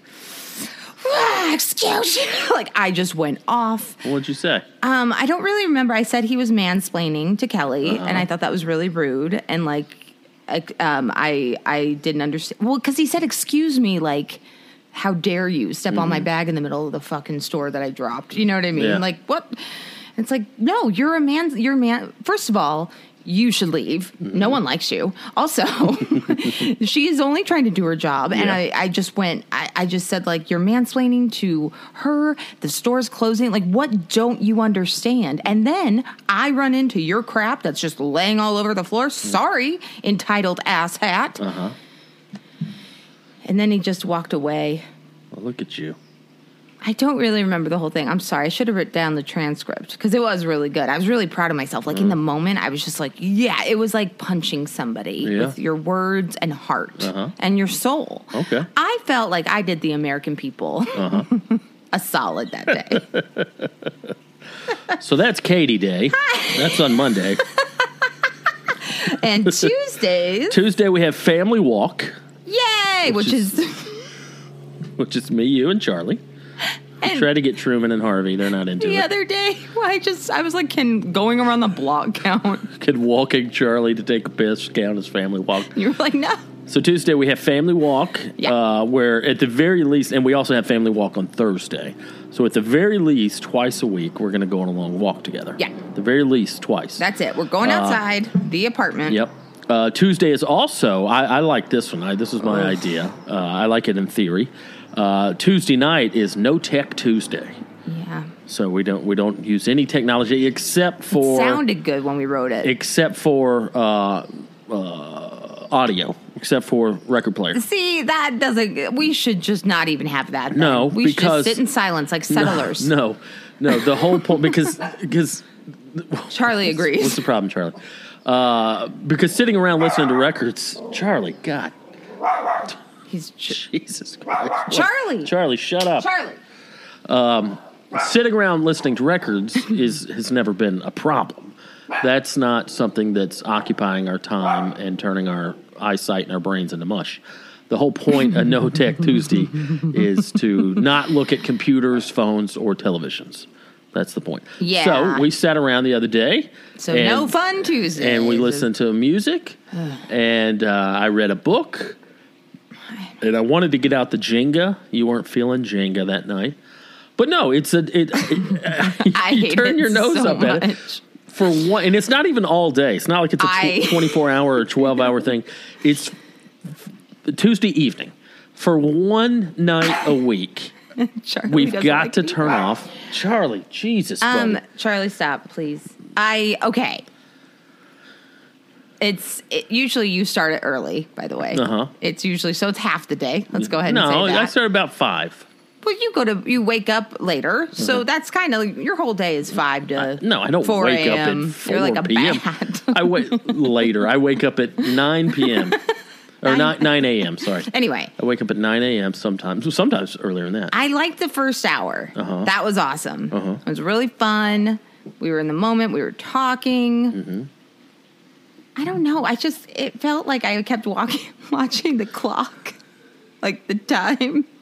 Speaker 1: "Ah, Excuse you. [laughs] Like, I just went off.
Speaker 2: What'd you say?
Speaker 1: Um, I don't really remember. I said he was mansplaining to Kelly, and I thought that was really rude. And like, I- um, I I didn't understand. Well, because he said, "Excuse me," like, "How dare you step on my bag in the middle of the fucking store that I dropped?" You know what I mean?
Speaker 2: Yeah.
Speaker 1: Like, what? It's like, no, you're a man. You're a man. First of all. You should leave. No one likes you. Also, [laughs] she is only trying to do her job. And
Speaker 2: Yeah.
Speaker 1: I, I just went, I, I just said, like, you're mansplaining to her. The store's closing. Like, what don't you understand? And then I run into your crap that's just laying all over the floor. Sorry, entitled ass hat. And then he just walked away.
Speaker 2: Well, Oh, look at you.
Speaker 1: I don't really remember the whole thing. I'm sorry. I should have written down the transcript because it was really good. I was really proud of myself. Like in
Speaker 2: Mm.
Speaker 1: the moment, I was just like, yeah, it was like punching somebody
Speaker 2: Yeah. Uh-huh. Oh.
Speaker 1: with your words and heart and your soul.
Speaker 2: Okay.
Speaker 1: I felt like I did the American people
Speaker 2: Uh-huh.
Speaker 1: [laughs] a solid that day. [laughs]
Speaker 2: So that's Katie Day. That's
Speaker 1: [laughs]
Speaker 2: on Monday.
Speaker 1: and Tuesdays,
Speaker 2: Tuesday we have family walk,
Speaker 1: yay, which,
Speaker 2: [laughs] Which is-
Speaker 1: is, [laughs]
Speaker 2: which is me, you, and Charlie.
Speaker 1: and
Speaker 2: Try to get Truman and Harvey. They're not into
Speaker 1: the
Speaker 2: it.
Speaker 1: other day, [laughs] I just, I was like, can going around the block count? [laughs]
Speaker 2: Could walking Charlie to take a piss count as family walk?
Speaker 1: You were like, no.
Speaker 2: So Tuesday we have family walk,
Speaker 1: Yeah.
Speaker 2: uh, where at the very least, and we also have family walk on Thursday. So at the very least, twice a week, we're going to go on a long walk together.
Speaker 1: Yeah.
Speaker 2: the very least twice.
Speaker 1: That's it. We're going outside the apartment.
Speaker 2: Uh, Yep. Uh, Tuesday is also. I, I like this one. I, this is my idea. Uh, I like it in theory. Uh, Tuesday night is No Tech Tuesday,
Speaker 1: Yeah.
Speaker 2: so we don't we don't use any technology except for
Speaker 1: Sounded good when we wrote it.
Speaker 2: except for uh, uh, audio, except for record player.
Speaker 1: See, that doesn't. We should just not even have that. then.
Speaker 2: No,
Speaker 1: we should
Speaker 2: because-
Speaker 1: just sit in silence like settlers.
Speaker 2: [laughs] No, no. The whole point because because
Speaker 1: Charlie
Speaker 2: what's
Speaker 1: agrees.
Speaker 2: the problem, Charlie? Uh, because sitting around listening to records, Charlie, God,
Speaker 1: [laughs] He's ch-
Speaker 2: Jesus Christ,
Speaker 1: Charlie!
Speaker 2: Charlie, shut up.
Speaker 1: Charlie.
Speaker 2: sitting around listening to records is has never been a problem. That's not something that's occupying our time and turning our eyesight and our brains into mush. The whole point of No Tech Tuesday is to not look at computers, phones, or televisions. That's the point.
Speaker 1: Yeah.
Speaker 2: So we sat around the other day.
Speaker 1: So
Speaker 2: and-
Speaker 1: no fun Tuesday.
Speaker 2: And we listened to
Speaker 1: [sighs]
Speaker 2: music, and uh, I read a book, and I wanted to get out the Jenga. You weren't feeling Jenga that night, but no, it's a it. [laughs] it
Speaker 1: [laughs] I
Speaker 2: you
Speaker 1: hate
Speaker 2: turn
Speaker 1: it
Speaker 2: your nose
Speaker 1: so
Speaker 2: up at it
Speaker 1: much.
Speaker 2: for one, and it's not even all day. It's not like it's a
Speaker 1: I- [laughs]
Speaker 2: twenty-four hour or twelve-hour thing. It's Tuesday evening for one night a
Speaker 1: [laughs]
Speaker 2: week.
Speaker 1: Charlie
Speaker 2: We've
Speaker 1: doesn't
Speaker 2: got
Speaker 1: like
Speaker 2: to
Speaker 1: me.
Speaker 2: turn off Charlie. Jesus,
Speaker 1: Um,
Speaker 2: buddy.
Speaker 1: Charlie, stop, please. I okay. It's it, usually you start it early. By the way,
Speaker 2: Uh-huh.
Speaker 1: It's usually so it's half the day. Let's go ahead
Speaker 2: no,
Speaker 1: and say that.
Speaker 2: I started about five.
Speaker 1: Well, you go to you wake up later, so that's kind of your whole day is five to
Speaker 2: No, Hmm. I don't
Speaker 1: 4
Speaker 2: wake up
Speaker 1: a.m..
Speaker 2: at 4
Speaker 1: You're like a
Speaker 2: p.m.
Speaker 1: bat. [laughs]
Speaker 2: I wait later. I wake up at 9 p.m. or 9 9 a.m. Sorry.
Speaker 1: Anyway,
Speaker 2: I wake up at 9 a.m. sometimes. Sometimes earlier than that.
Speaker 1: I liked the first hour. That was awesome. It was really fun. We were in the moment. We were talking. I don't know. I just it felt like I kept walking, [laughs] watching the clock, like the time. [laughs]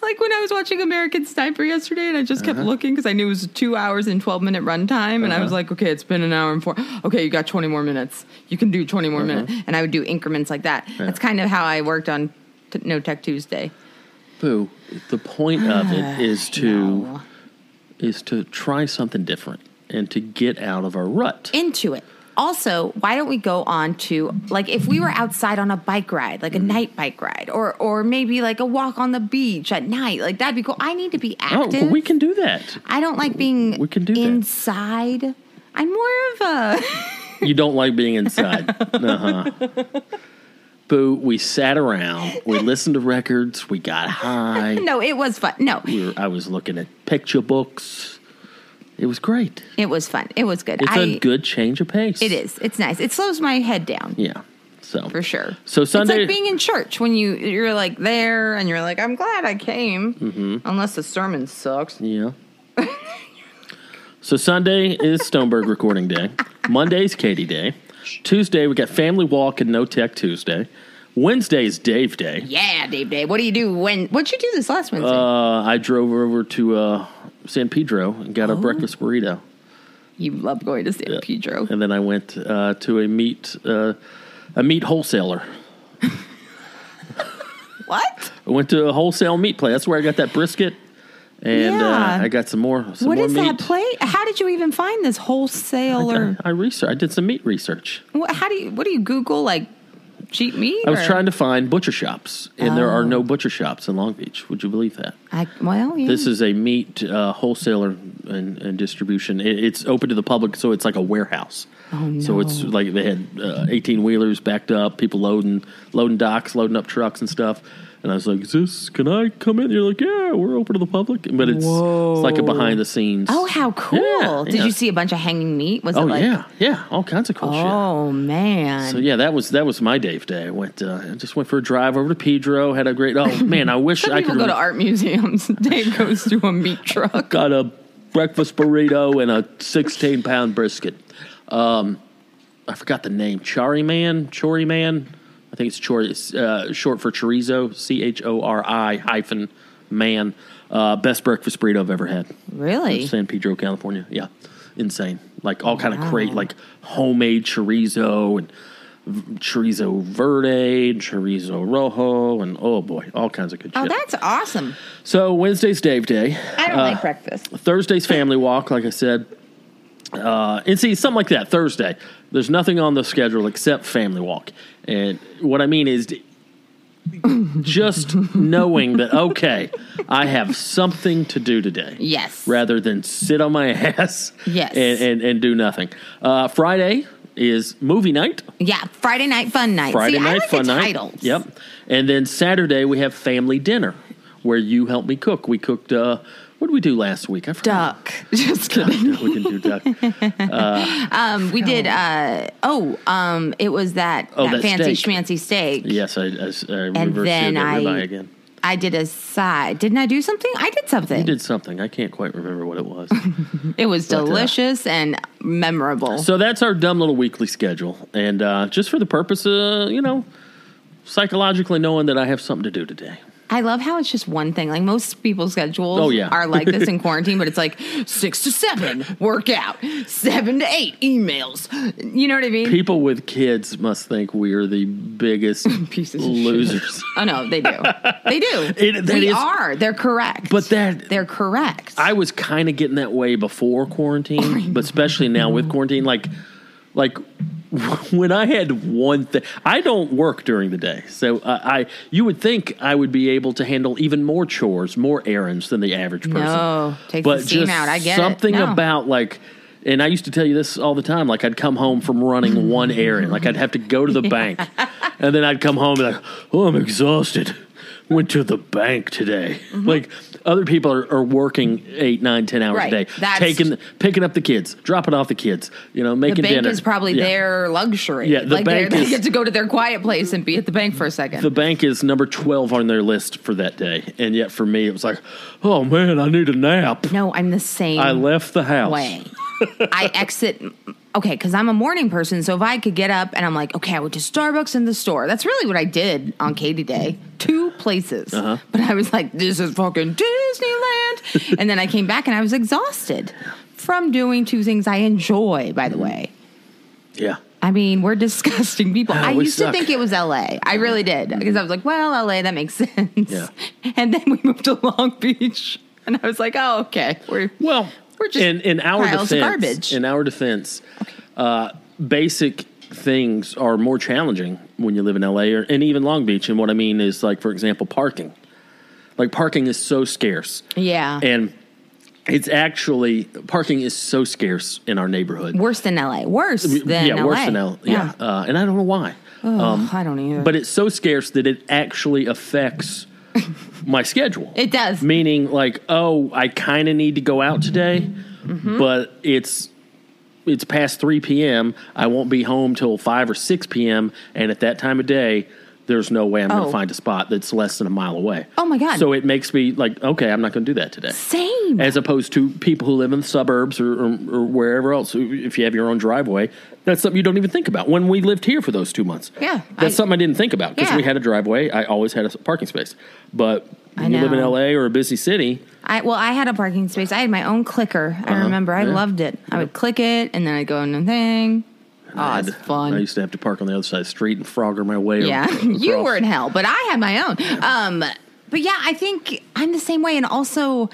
Speaker 1: Like when I was watching American Sniper yesterday, and I just kept looking because I knew it was a two hours and twelve minute runtime, and I was like, okay, it's been an hour and four. Okay, you got twenty more minutes. You can do twenty more minutes, and I would do increments like that. That's kind of how I worked on t- No Tech Tuesday.
Speaker 2: Boo. The point
Speaker 1: [sighs]
Speaker 2: of it is to
Speaker 1: No.
Speaker 2: is to try something different and to get out of our rut.
Speaker 1: into it. Also, why don't we go on to like if we were outside on a bike ride, like a
Speaker 2: Mm-hmm.
Speaker 1: night bike ride, or or maybe like a walk on the beach at night, like that'd be cool. I need to be
Speaker 2: oh,
Speaker 1: active.
Speaker 2: but we can do that.
Speaker 1: I don't like being
Speaker 2: we can do that.
Speaker 1: inside. I'm more of a [laughs]
Speaker 2: You don't like being inside. Uh huh. Boo. We sat around. We listened to records. We got
Speaker 1: [laughs]
Speaker 2: high.
Speaker 1: no. It was fun. No,
Speaker 2: we were, I was looking at picture books. It was great.
Speaker 1: it was fun. It was good.
Speaker 2: It's
Speaker 1: I
Speaker 2: a good change of pace.
Speaker 1: It is. It's nice. It slows my head down.
Speaker 2: Yeah. So
Speaker 1: for sure.
Speaker 2: So Sunday,
Speaker 1: it's like being in church when you you're like there and you're like, I'm glad I came,
Speaker 2: Mm-hmm.
Speaker 1: unless the sermon sucks.
Speaker 2: yeah. so Sunday is Stoneberg recording day. Monday's Katie day. Tuesday we got family walk and no tech Tuesday. Wednesday is Dave day.
Speaker 1: Yeah, Dave. Dave, what do you do when? What'd you do this last Wednesday?
Speaker 2: Uh, I drove over to uh, San Pedro and
Speaker 1: Oh.
Speaker 2: got a breakfast burrito.
Speaker 1: you love going to San Pedro.
Speaker 2: and then I went uh, to a meat uh, a meat wholesaler.
Speaker 1: What?
Speaker 2: I went to a wholesale meat place. That's where I got that brisket, and
Speaker 1: Yeah.
Speaker 2: uh, I got some more. Some
Speaker 1: what
Speaker 2: more
Speaker 1: is
Speaker 2: meat.
Speaker 1: that plate? How did you even find this wholesaler?
Speaker 2: I, I research. I did some meat research.
Speaker 1: What, how do you? What do you Google like cheap meat?
Speaker 2: I was
Speaker 1: or-
Speaker 2: trying to find butcher shops, and there are
Speaker 1: Oh.
Speaker 2: no butcher shops in Long Beach. Would you believe that?
Speaker 1: I, well, yeah.
Speaker 2: This is a meat uh, wholesaler and, and distribution. It, it's open to the public, so it's like a warehouse.
Speaker 1: Oh,
Speaker 2: So it's
Speaker 1: no.
Speaker 2: like they had uh, eighteen wheelers backed up, people loading, loading docks, loading up trucks and stuff. And I was like, "Is this? Can I come in?" You're like, "Yeah, we're open to the public." But it's, it's like a
Speaker 1: Whoa.
Speaker 2: behind the scenes.
Speaker 1: Oh, how cool!
Speaker 2: Yeah,
Speaker 1: Did
Speaker 2: yeah.
Speaker 1: you see a bunch of hanging meat? Was
Speaker 2: Oh
Speaker 1: it like?
Speaker 2: yeah, yeah, all kinds of cool shit.
Speaker 1: Oh man!
Speaker 2: So yeah, that was that was my Dave day. I went, uh, I just went for a drive over to Pedro. Had a great. Oh man, I wish
Speaker 1: Some
Speaker 2: I
Speaker 1: people
Speaker 2: could
Speaker 1: go to
Speaker 2: re-
Speaker 1: art museums. [laughs] Dave goes to a
Speaker 2: [laughs]
Speaker 1: meat truck.
Speaker 2: got a breakfast burrito and a 16 pound brisket. Um, I forgot the name. Chari Man? Chori Man? I think it's Chori. It's uh, short for chorizo. C H O R I hyphen man. Uh, best breakfast burrito I've ever had.
Speaker 1: Really?
Speaker 2: San Pedro, California. Yeah. Insane. Like all kind of great, like homemade chorizo and v- chorizo verde, chorizo rojo, and oh boy, all kinds of good
Speaker 1: Oh,
Speaker 2: shit.
Speaker 1: that's awesome.
Speaker 2: so Wednesday's Dave Day.
Speaker 1: I don't like breakfast.
Speaker 2: Thursday's family walk, like I said. Uh, and see, something like that, Thursday. There's nothing on the schedule except family walk. And what I mean is just knowing that, okay, I have something to do today.
Speaker 1: Yes.
Speaker 2: Rather than sit on my [laughs] ass
Speaker 1: Yes.
Speaker 2: and, and, and do nothing. Uh, Friday is movie night.
Speaker 1: Yeah, Friday night fun night.
Speaker 2: Friday
Speaker 1: See,
Speaker 2: night,
Speaker 1: I like
Speaker 2: fun
Speaker 1: the
Speaker 2: night.
Speaker 1: titles.
Speaker 2: Yep. And then Saturday we have family dinner where you help me cook. We cooked uh what did we do last week? I forgot.
Speaker 1: Duck. [laughs] Just kidding.
Speaker 2: [laughs] we can do duck. [laughs]
Speaker 1: Um, we did. Uh, oh, um, it was that,
Speaker 2: Oh,
Speaker 1: that
Speaker 2: that
Speaker 1: fancy
Speaker 2: steak.
Speaker 1: schmancy steak.
Speaker 2: Yes, I, I, I
Speaker 1: And
Speaker 2: reversed
Speaker 1: then
Speaker 2: the
Speaker 1: I-
Speaker 2: ribeye again.
Speaker 1: I did a side. Didn't I do something? I did something.
Speaker 2: I did something. I can't quite remember what
Speaker 1: [laughs]
Speaker 2: it was.
Speaker 1: It was
Speaker 2: uh,
Speaker 1: delicious and memorable.
Speaker 2: so that's our dumb little weekly schedule, and uh, just for the purpose of you know psychologically knowing that I have something to do today.
Speaker 1: I love how it's just one thing. Like most people's schedules
Speaker 2: Oh, yeah.
Speaker 1: are like
Speaker 2: [laughs]
Speaker 1: this in quarantine, but it's like six to seven workout, seven to eight emails. You know what I mean?
Speaker 2: People with kids must think we are the biggest
Speaker 1: [laughs] Pieces of shit.
Speaker 2: losers.
Speaker 1: Oh no, they do. They do.
Speaker 2: [laughs] It- that
Speaker 1: we
Speaker 2: is-
Speaker 1: are. They're correct.
Speaker 2: But that-
Speaker 1: they're correct.
Speaker 2: I was kind of getting that way before
Speaker 1: Oh,
Speaker 2: quarantine, but especially now with quarantine, like, like [laughs] when I had one thing, I don't work during the day, so I, I you would think I would be able to handle even more chores, more errands than the average person.
Speaker 1: No, takes the steam out. I get it.
Speaker 2: something
Speaker 1: No.
Speaker 2: about like. And I used to tell you this all the time. Like I'd come home from running one errand, like I'd have to
Speaker 1: [laughs]
Speaker 2: go to the bank, and then I'd come home and like, oh, I'm exhausted. Went to the bank today.
Speaker 1: Mm-hmm.
Speaker 2: Like other people are, are working eight, nine, ten hours
Speaker 1: Right.
Speaker 2: a day,
Speaker 1: That's-
Speaker 2: taking, picking up the kids, dropping off the kids. You know,
Speaker 1: the
Speaker 2: making
Speaker 1: bank
Speaker 2: dinner.
Speaker 1: is probably
Speaker 2: Yeah.
Speaker 1: their luxury.
Speaker 2: Yeah, the
Speaker 1: like they're-
Speaker 2: bank
Speaker 1: they
Speaker 2: is-
Speaker 1: get to go to their quiet place and be at the bank for a second.
Speaker 2: The bank is number twelve on their list for that day, and yet for me, it was like, oh man, I need a nap.
Speaker 1: no, I'm the same.
Speaker 2: I left the house.
Speaker 1: way. I exit. Okay, because I'm a morning person, so if I could get up and I'm like, okay, I went to Starbucks and the store. That's really what I did on Katie Day, two places.
Speaker 2: Uh-huh.
Speaker 1: But I was like, this is fucking Disneyland, and then I came back and I was exhausted from doing two things I enjoy. By the way,
Speaker 2: Yeah.
Speaker 1: I mean we're disgusting people. I
Speaker 2: we
Speaker 1: used
Speaker 2: suck. Mm-hmm.
Speaker 1: to think it was L.A. I really did because I was like, well, L.A. that makes sense.
Speaker 2: Yeah.
Speaker 1: [laughs] And then we moved to Long Beach, and I was like, oh, okay, we're
Speaker 2: Well,
Speaker 1: We're just
Speaker 2: in, in our
Speaker 1: piles of
Speaker 2: defense,
Speaker 1: garbage.
Speaker 2: In our defense, uh, basic things are more challenging when you live in LA or, and even Long Beach. And what I mean is, like for example, parking. Like parking is so scarce,
Speaker 1: yeah.
Speaker 2: and it's actually parking is so scarce in our neighborhood.
Speaker 1: Worse than LA. Worse than
Speaker 2: yeah,
Speaker 1: LA.
Speaker 2: worse than LA. Yeah, Uh, and I don't know why.
Speaker 1: Ugh, I don't either.
Speaker 2: but it's so scarce that it actually
Speaker 1: [laughs]
Speaker 2: affects my schedule.
Speaker 1: It does. Mm-hmm.
Speaker 2: Meaning, like, oh, I kind of need to go out today, but it's it's past 3 p.m. I won't be home till 5 or 6 p.m. And at that time of day, there's no way I'm going
Speaker 1: Oh.
Speaker 2: to find a spot that's less than a mile away.
Speaker 1: Oh, my God.
Speaker 2: So it makes me like, okay, I'm not going to do that today.
Speaker 1: Same.
Speaker 2: As opposed to people who live in the suburbs or, or, or wherever else, who- if you have your own driveway, that's something you don't even think about. When we lived here for those two months,
Speaker 1: Yeah,
Speaker 2: that's
Speaker 1: I-
Speaker 2: something I didn't think about because
Speaker 1: Yeah.
Speaker 2: we had a driveway. I always had a s- parking space, but
Speaker 1: I
Speaker 2: when you live in
Speaker 1: know.
Speaker 2: LA or a busy city,
Speaker 1: I well, I had a parking space. I had my own clicker. I remember. I
Speaker 2: Uh-huh. Yeah.
Speaker 1: loved it. I would click it, and then I'd go in the thing. Oh,
Speaker 2: I'd-
Speaker 1: it's fun.
Speaker 2: I used to have to park on the other side of the street and frogger my way.
Speaker 1: [laughs] yeah,
Speaker 2: [laughs]
Speaker 1: you were in hell, but I had my own. Um, but yeah, I think I'm the same way, and also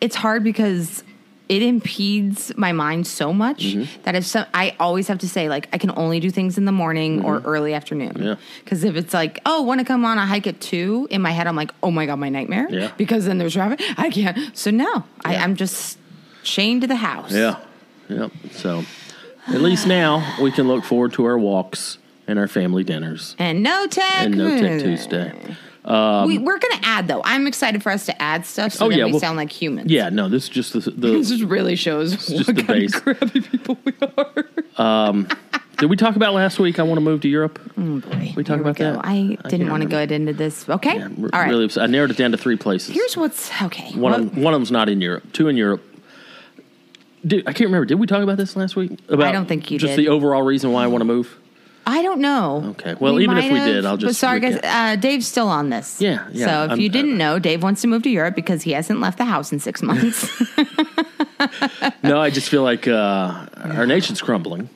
Speaker 1: it's hard because it impedes my mind so much
Speaker 2: Mm-hmm.
Speaker 1: that if some, I always have to say like I can only do things in the morning or early afternoon.
Speaker 2: Mm-hmm. Yeah.
Speaker 1: Because if it's like oh, want to come on a hike at two, in my head I'm like oh my god, my nightmare.
Speaker 2: Yeah.
Speaker 1: Because then there's traffic. I can't. So no, I,
Speaker 2: Yeah.
Speaker 1: I'm just chained to the house.
Speaker 2: Yeah. Yep. So at least now we can look forward to our walks and our family dinners
Speaker 1: And no tech.
Speaker 2: and No Tech Tuesday. Um,
Speaker 1: we, we're gonna add though. I'm excited for us to add stuff so
Speaker 2: Oh,
Speaker 1: that
Speaker 2: yeah,
Speaker 1: we
Speaker 2: well-
Speaker 1: sound like humans.
Speaker 2: Yeah, no, this is just the,
Speaker 1: [laughs] This
Speaker 2: the
Speaker 1: just really shows
Speaker 2: just
Speaker 1: what
Speaker 2: the
Speaker 1: kind
Speaker 2: base. Um,
Speaker 1: of crappy people we are. Mm.
Speaker 2: Did we talk about last week I want to move to Europe?
Speaker 1: We
Speaker 2: talked about
Speaker 1: go.
Speaker 2: that?
Speaker 1: I
Speaker 2: I can't
Speaker 1: didn't want to
Speaker 2: remember.
Speaker 1: go into this. Okay,
Speaker 2: Yeah, I'm
Speaker 1: all right.
Speaker 2: really upset. I narrowed it down to three places.
Speaker 1: Here's what's okay.
Speaker 2: one
Speaker 1: What-
Speaker 2: of them, one of them's not in Europe. Two in Europe. Dude, I can't remember. Did we talk about this last week? About
Speaker 1: don't think you
Speaker 2: just
Speaker 1: did.
Speaker 2: the overall reason why I want
Speaker 1: [laughs]
Speaker 2: to move.
Speaker 1: I don't know.
Speaker 2: Okay, well, even if
Speaker 1: might
Speaker 2: we did, I'll
Speaker 1: But
Speaker 2: just
Speaker 1: sorry, guys.
Speaker 2: recap.
Speaker 1: Uh, Dave's still on this.
Speaker 2: Yeah, yeah,
Speaker 1: So if
Speaker 2: I'm- uh,
Speaker 1: you didn't know, Dave wants to move to Europe because he hasn't left the house in
Speaker 2: [laughs]
Speaker 1: six months. [laughs]
Speaker 2: no, I just feel like uh, our nation's crumbling.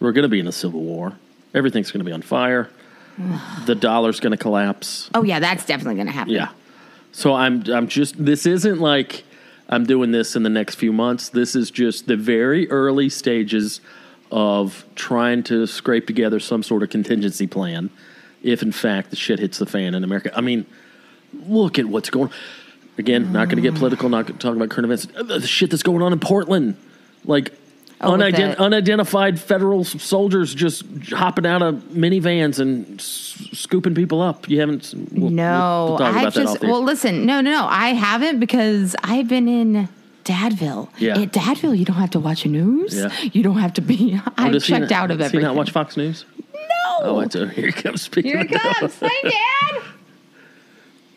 Speaker 2: We're going to be in a civil war. Everything's going to be
Speaker 1: [sighs]
Speaker 2: on fire. the dollar's going to collapse.
Speaker 1: oh yeah, that's definitely going to happen.
Speaker 2: Yeah. So I'm I'm just this isn't like I'm doing this in the next few months. This is just the very early stages of trying to scrape together some sort of contingency plan if in fact the shit hits the fan in America. I mean, look at what's going Again, not going to get political, not going to talk about current events. Uh, The shit that's going on in Portland. Like
Speaker 1: Oh, with
Speaker 2: unident-
Speaker 1: the-
Speaker 2: unidentified federal s- soldiers just hopping out of minivans and s- scooping people up. You haven't. we'll-
Speaker 1: No,
Speaker 2: we'll talk
Speaker 1: I
Speaker 2: about that
Speaker 1: just
Speaker 2: off the air.
Speaker 1: well, listen, no, no, no, I haven't because I've been in Dadville.
Speaker 2: Yeah.
Speaker 1: At Dadville, you don't have to watch the news.
Speaker 2: Yeah. Oh,
Speaker 1: You don't have to be. [laughs] I
Speaker 2: Does he
Speaker 1: checked
Speaker 2: not-
Speaker 1: out of
Speaker 2: does he
Speaker 1: everything.
Speaker 2: not watch Fox News?
Speaker 1: no.
Speaker 2: Oh, it's, oh [laughs] here it comes. Speaking
Speaker 1: Here it
Speaker 2: of-
Speaker 1: [laughs] comes. Hi, Dad.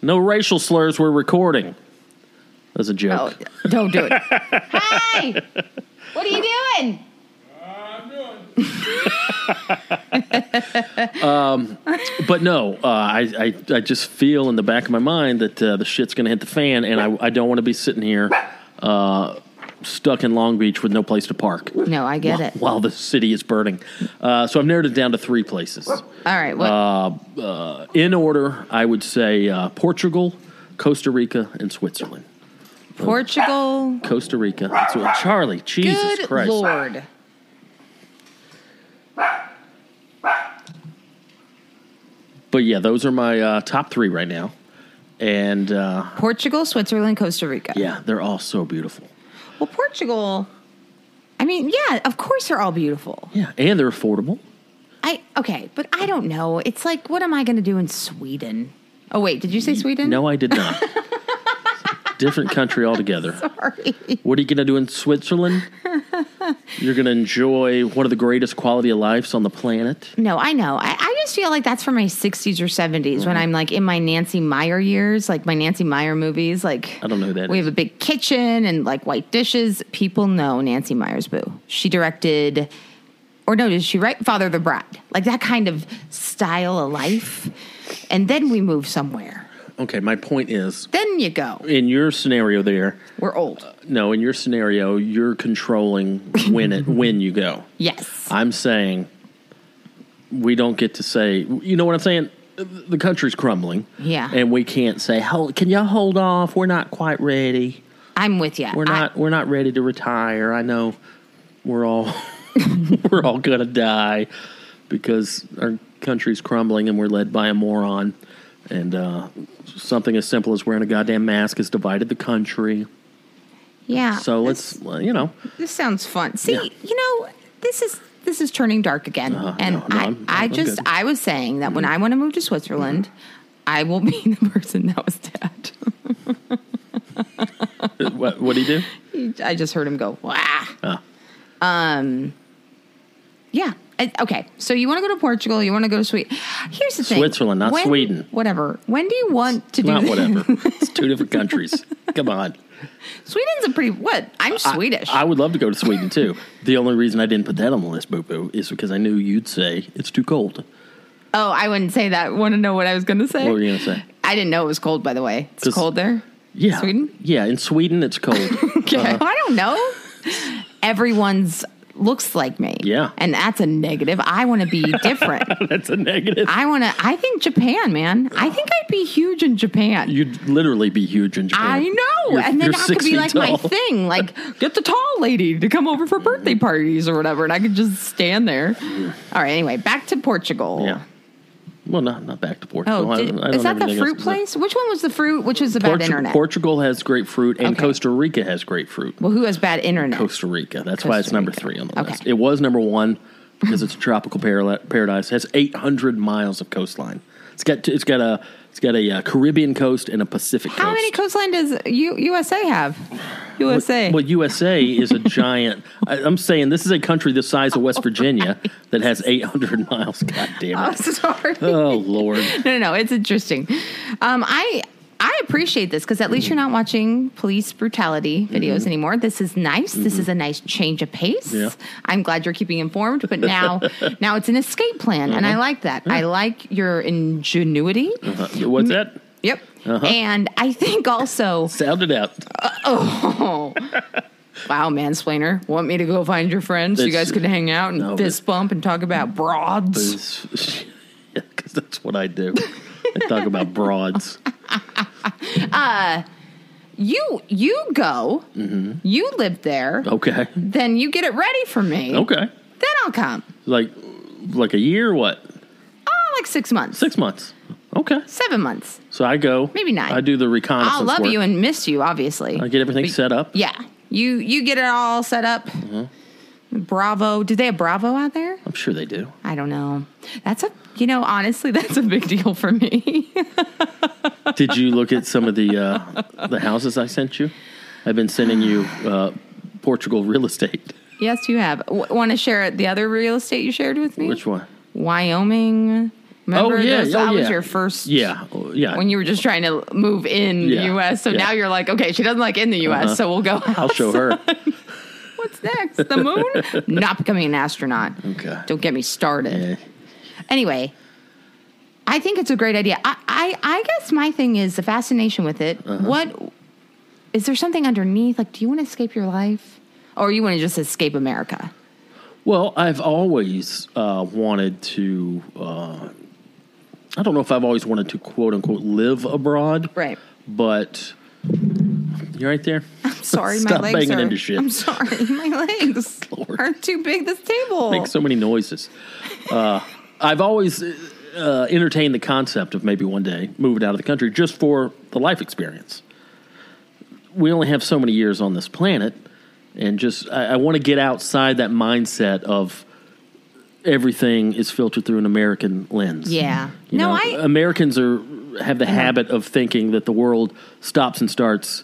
Speaker 2: No racial slurs. We're recording. That's a
Speaker 1: Oh,
Speaker 2: joke.
Speaker 1: don't do it. Hi. What are you doing?
Speaker 2: But no, uh, I, I I just feel in the back of my mind that uh, the shit's going to hit the fan, and I, I don't want to be sitting here uh, stuck in Long Beach with no place to park
Speaker 1: No, I get it. All
Speaker 2: while the city is burning. Uh, so I've narrowed it down to three places.
Speaker 1: right. What?
Speaker 2: Uh, In order, I would say uh, Portugal, Costa Rica, and Switzerland.
Speaker 1: Portugal.
Speaker 2: Costa Rica. So, Charlie, Jesus
Speaker 1: Good
Speaker 2: Christ.
Speaker 1: Lord.
Speaker 2: But yeah, those are my uh, top three right now. And uh,
Speaker 1: Portugal, Switzerland, Costa Rica.
Speaker 2: yeah, they're all so beautiful.
Speaker 1: Well, Portugal. I mean, yeah, of course they're all beautiful.
Speaker 2: Yeah, and they're affordable.
Speaker 1: I okay, but I don't know. It's like, what am I going to do in Sweden? Oh wait, did you say Sweden? [laughs]
Speaker 2: No, I did not. [laughs] Different
Speaker 1: [laughs]
Speaker 2: country altogether.
Speaker 1: Sorry.
Speaker 2: What are you going to do
Speaker 1: [laughs]
Speaker 2: in Switzerland? You're going to enjoy one of the greatest quality of lives on the planet.
Speaker 1: No, I know. I, I just feel like that's for my 60s or 70s when
Speaker 2: Mm-hmm.
Speaker 1: I'm like in my Nancy Meyer years, like my Nancy Meyer movies. Like
Speaker 2: I don't know who that
Speaker 1: we
Speaker 2: is.
Speaker 1: have a big kitchen and like white dishes. People know Nancy Meyer's boo. She directed, or no, did she write Father of the Bride? Like that kind of style of life. And then we move somewhere.
Speaker 2: Okay, my point is
Speaker 1: Then you go.
Speaker 2: in your scenario there,
Speaker 1: We're old.
Speaker 2: no, in your scenario, you're controlling when it when you go.
Speaker 1: Yes.
Speaker 2: I'm saying we don't get to say, you know what I'm saying? The country's crumbling.
Speaker 1: Yeah.
Speaker 2: And we can't say, hold, can y'all hold off? We're not quite ready.
Speaker 1: I'm with you.
Speaker 2: We're not, we're not ready to retire. I know we're all, [laughs] we're all going to die because our country's crumbling and we're led by a moron. And uh, something as simple as wearing a goddamn mask has divided the country.
Speaker 1: yeah.
Speaker 2: So let's, well, you know,
Speaker 1: This sounds fun. See,
Speaker 2: Yeah.
Speaker 1: you know, this is this is turning dark again.
Speaker 2: Uh-huh.
Speaker 1: and
Speaker 2: No, no,
Speaker 1: I,
Speaker 2: I'm-
Speaker 1: I
Speaker 2: I'm
Speaker 1: just
Speaker 2: good. Mm-hmm.
Speaker 1: I was saying that when I want to move to Switzerland, I will be [laughs] the person that was dad.
Speaker 2: what, what do you do?
Speaker 1: I just heard him go, "Wah."
Speaker 2: Ah.
Speaker 1: Um Yeah. I- Okay. So you want to go to Portugal? You want to go to Sweden? Here's the thing:
Speaker 2: Switzerland, not
Speaker 1: When-
Speaker 2: Sweden.
Speaker 1: Whatever. When do you want to do?
Speaker 2: Not
Speaker 1: this?
Speaker 2: whatever. it's two different countries. Come on.
Speaker 1: [laughs] Sweden's a pretty. What? I'm Swedish.
Speaker 2: I would love to go to
Speaker 1: [laughs]
Speaker 2: Sweden too. the only reason I didn't put that on the list, Boo Boo, is because I knew you'd say it's too cold.
Speaker 1: oh, I wouldn't say that. Want to know what I was going to say?
Speaker 2: What were you gonna say?
Speaker 1: I didn't know it was cold. By the way, it's
Speaker 2: 'Cause-
Speaker 1: cold there.
Speaker 2: Yeah.
Speaker 1: Sweden?
Speaker 2: Yeah, in Sweden it's
Speaker 1: [laughs]
Speaker 2: cold. [laughs]
Speaker 1: Okay. I don't know. Everyone's looks like me.
Speaker 2: Yeah.
Speaker 1: And that's a negative. I want to be
Speaker 2: [laughs]
Speaker 1: different.
Speaker 2: That's a negative.
Speaker 1: I want to. I think Japan, man. I think I'd be huge in Japan.
Speaker 2: You'd literally be huge in Japan.
Speaker 1: I know.
Speaker 2: You're-
Speaker 1: and then
Speaker 2: you're
Speaker 1: that could
Speaker 2: six
Speaker 1: be
Speaker 2: feet
Speaker 1: like my
Speaker 2: tall. Mm-hmm.
Speaker 1: thing.
Speaker 2: [laughs]
Speaker 1: Like, get the tall lady to come over for birthday parties or whatever. And I could just stand there. All right. Anyway, back to Portugal.
Speaker 2: Yeah. Well, not not back to Portugal.
Speaker 1: Oh,
Speaker 2: I-
Speaker 1: did,
Speaker 2: I
Speaker 1: is that
Speaker 2: don't have
Speaker 1: the
Speaker 2: anything else
Speaker 1: fruit
Speaker 2: to say.
Speaker 1: place? Which one was the fruit? Which was the bad
Speaker 2: Portu-
Speaker 1: internet?
Speaker 2: Portugal has grapefruit, and
Speaker 1: Okay.
Speaker 2: Costa Rica has grapefruit.
Speaker 1: well, who has bad internet?
Speaker 2: Costa Rica. That's why it's
Speaker 1: Costa
Speaker 2: number
Speaker 1: Rica.
Speaker 2: three on the
Speaker 1: Okay.
Speaker 2: list. It was number one because it's a tropical parala- paradise. Has eight hundred miles of coastline. It's got it's got a it's got a uh, Caribbean coast and a Pacific coast.
Speaker 1: How many coastline does U- USA have? USA.
Speaker 2: Well, USA
Speaker 1: [laughs]
Speaker 2: is a giant. I, I'm saying this is a country the size of West Virginia that has 800 miles. God
Speaker 1: [laughs]
Speaker 2: damn
Speaker 1: oh,
Speaker 2: it!
Speaker 1: sorry.
Speaker 2: Oh Lord,
Speaker 1: no, no, no. It's interesting. Um, I I appreciate this because at least you're not watching police brutality videos anymore. This is nice. This is a nice change of pace.
Speaker 2: Mm-hmm. Yeah.
Speaker 1: I'm glad you're keeping informed, but
Speaker 2: [laughs]
Speaker 1: now now it's an escape plan, and
Speaker 2: Uh-huh.
Speaker 1: I like that. I like your ingenuity.
Speaker 2: Uh, what's that?
Speaker 1: Yep.
Speaker 2: Uh-huh.
Speaker 1: And I think
Speaker 2: [laughs]
Speaker 1: also,
Speaker 2: Sound
Speaker 1: [laughs]
Speaker 2: it out.
Speaker 1: oh. [laughs] Wow, mansplainer! Want me to go find your friends? so you
Speaker 2: That's-
Speaker 1: guys could hang out and
Speaker 2: No, but-
Speaker 1: fist bump and talk about broads.
Speaker 2: [laughs] Because that's what I do. I talk
Speaker 1: [laughs]
Speaker 2: about broads.
Speaker 1: You you go.
Speaker 2: Mm-hmm.
Speaker 1: You live there.
Speaker 2: Okay.
Speaker 1: Then you get it ready for me.
Speaker 2: Okay.
Speaker 1: Then I'll come.
Speaker 2: Like like a year? or What?
Speaker 1: Oh, like six months,
Speaker 2: Six months? Okay.
Speaker 1: seven months.
Speaker 2: So I go.
Speaker 1: Maybe nine.
Speaker 2: I do the reconnaissance.
Speaker 1: I'll love
Speaker 2: work.
Speaker 1: you and miss you, obviously.
Speaker 2: I get everything set up.
Speaker 1: yeah, you you get it all set up.
Speaker 2: Uh-huh.
Speaker 1: Bravo. Do they have Bravo out there?
Speaker 2: I'm sure they do.
Speaker 1: I don't know. That's a you know honestly [laughs] that's a big deal for me. [laughs]
Speaker 2: Did you look at some of the uh, [laughs] the houses I sent you? I've been sending you uh, Portugal real estate.
Speaker 1: yes, you have. W- Want to share the other real estate you shared with me?
Speaker 2: Which one? Oh,
Speaker 1: Wyoming. Remember those? that was
Speaker 2: yeah.
Speaker 1: your first.
Speaker 2: Yeah, oh, yeah.
Speaker 1: when you were just trying to move in the
Speaker 2: Yeah,
Speaker 1: U.S. So
Speaker 2: yeah. Uh-huh.
Speaker 1: now you're like, okay, she doesn't like in the U.S. So we'll go.
Speaker 2: I'll show
Speaker 1: [laughs]
Speaker 2: her.
Speaker 1: What's next? The moon? Not becoming an astronaut.
Speaker 2: Okay.
Speaker 1: Don't get me started.
Speaker 2: Eh,
Speaker 1: Anyway, I think it's a great idea. I, I, I guess my thing is the fascination with it.
Speaker 2: Uh-huh.
Speaker 1: What is there something underneath? Like, do you want to escape your life, or you want to just escape America?
Speaker 2: Well, I've always uh, wanted to. Uh, I don't know if I've always wanted to quote unquote live abroad,
Speaker 1: Right.
Speaker 2: but you right there.
Speaker 1: I'm sorry,
Speaker 2: Stop
Speaker 1: my legs
Speaker 2: banging
Speaker 1: are.
Speaker 2: into shit.
Speaker 1: I'm sorry,
Speaker 2: [laughs]
Speaker 1: my legs
Speaker 2: Lord.
Speaker 1: are too big. This table.
Speaker 2: Make so many
Speaker 1: [laughs]
Speaker 2: noises. Uh, I've always uh, entertained the concept of maybe one day moving out of the country just for the life experience. We only have so many years on this planet, and just I, I want to get outside that mindset of everything is filtered through an American lens.
Speaker 1: Yeah.
Speaker 2: You
Speaker 1: no,
Speaker 2: know, uh,
Speaker 1: I. Uh-huh.
Speaker 2: Americans are have the habit of thinking that the world stops and starts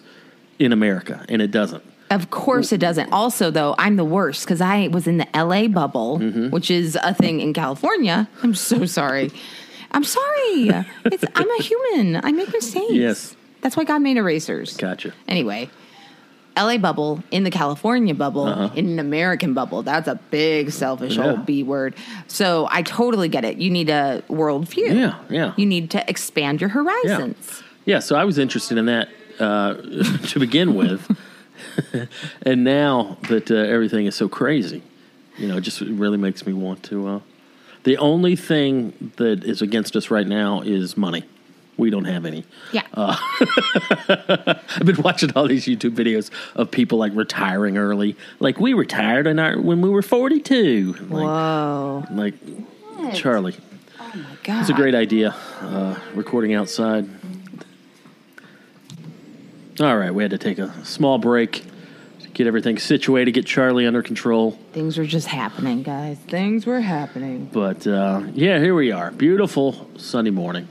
Speaker 2: in America, and it doesn't.
Speaker 1: Of course it doesn't. Also, though, I'm the worst because I was in the LA bubble,
Speaker 2: Mm-hmm.
Speaker 1: which is a thing in California. I'm so sorry. I'm sorry. It's, I'm a human. I make mistakes.
Speaker 2: Yes.
Speaker 1: That's why God made erasers.
Speaker 2: Gotcha.
Speaker 1: Anyway, LA bubble in the California bubble in an American bubble. That's a big selfish
Speaker 2: Uh-huh. Yeah.
Speaker 1: old B word. So I totally get it. You need a world view.
Speaker 2: Yeah, yeah.
Speaker 1: You need to expand your horizons.
Speaker 2: Yeah, so I was interested in that uh, [laughs] to begin with, [laughs] and now that uh, everything is so crazy, you know, it just really makes me want to. Uh, the only thing that is against us right now is money. We don't have any. [laughs]
Speaker 1: Yeah.
Speaker 2: Uh, I've been watching all these YouTube videos of people like retiring early. Like we retired in our, when we were forty-two. Like,
Speaker 1: Whoa.
Speaker 2: like Charlie,
Speaker 1: God.
Speaker 2: it's a great idea. Uh, recording outside. All right, we had to take a small break to get everything situated, get Charlie under control.
Speaker 1: Things were just happening, guys. Things were happening.
Speaker 2: But uh, yeah, here we are. Beautiful Sunday morning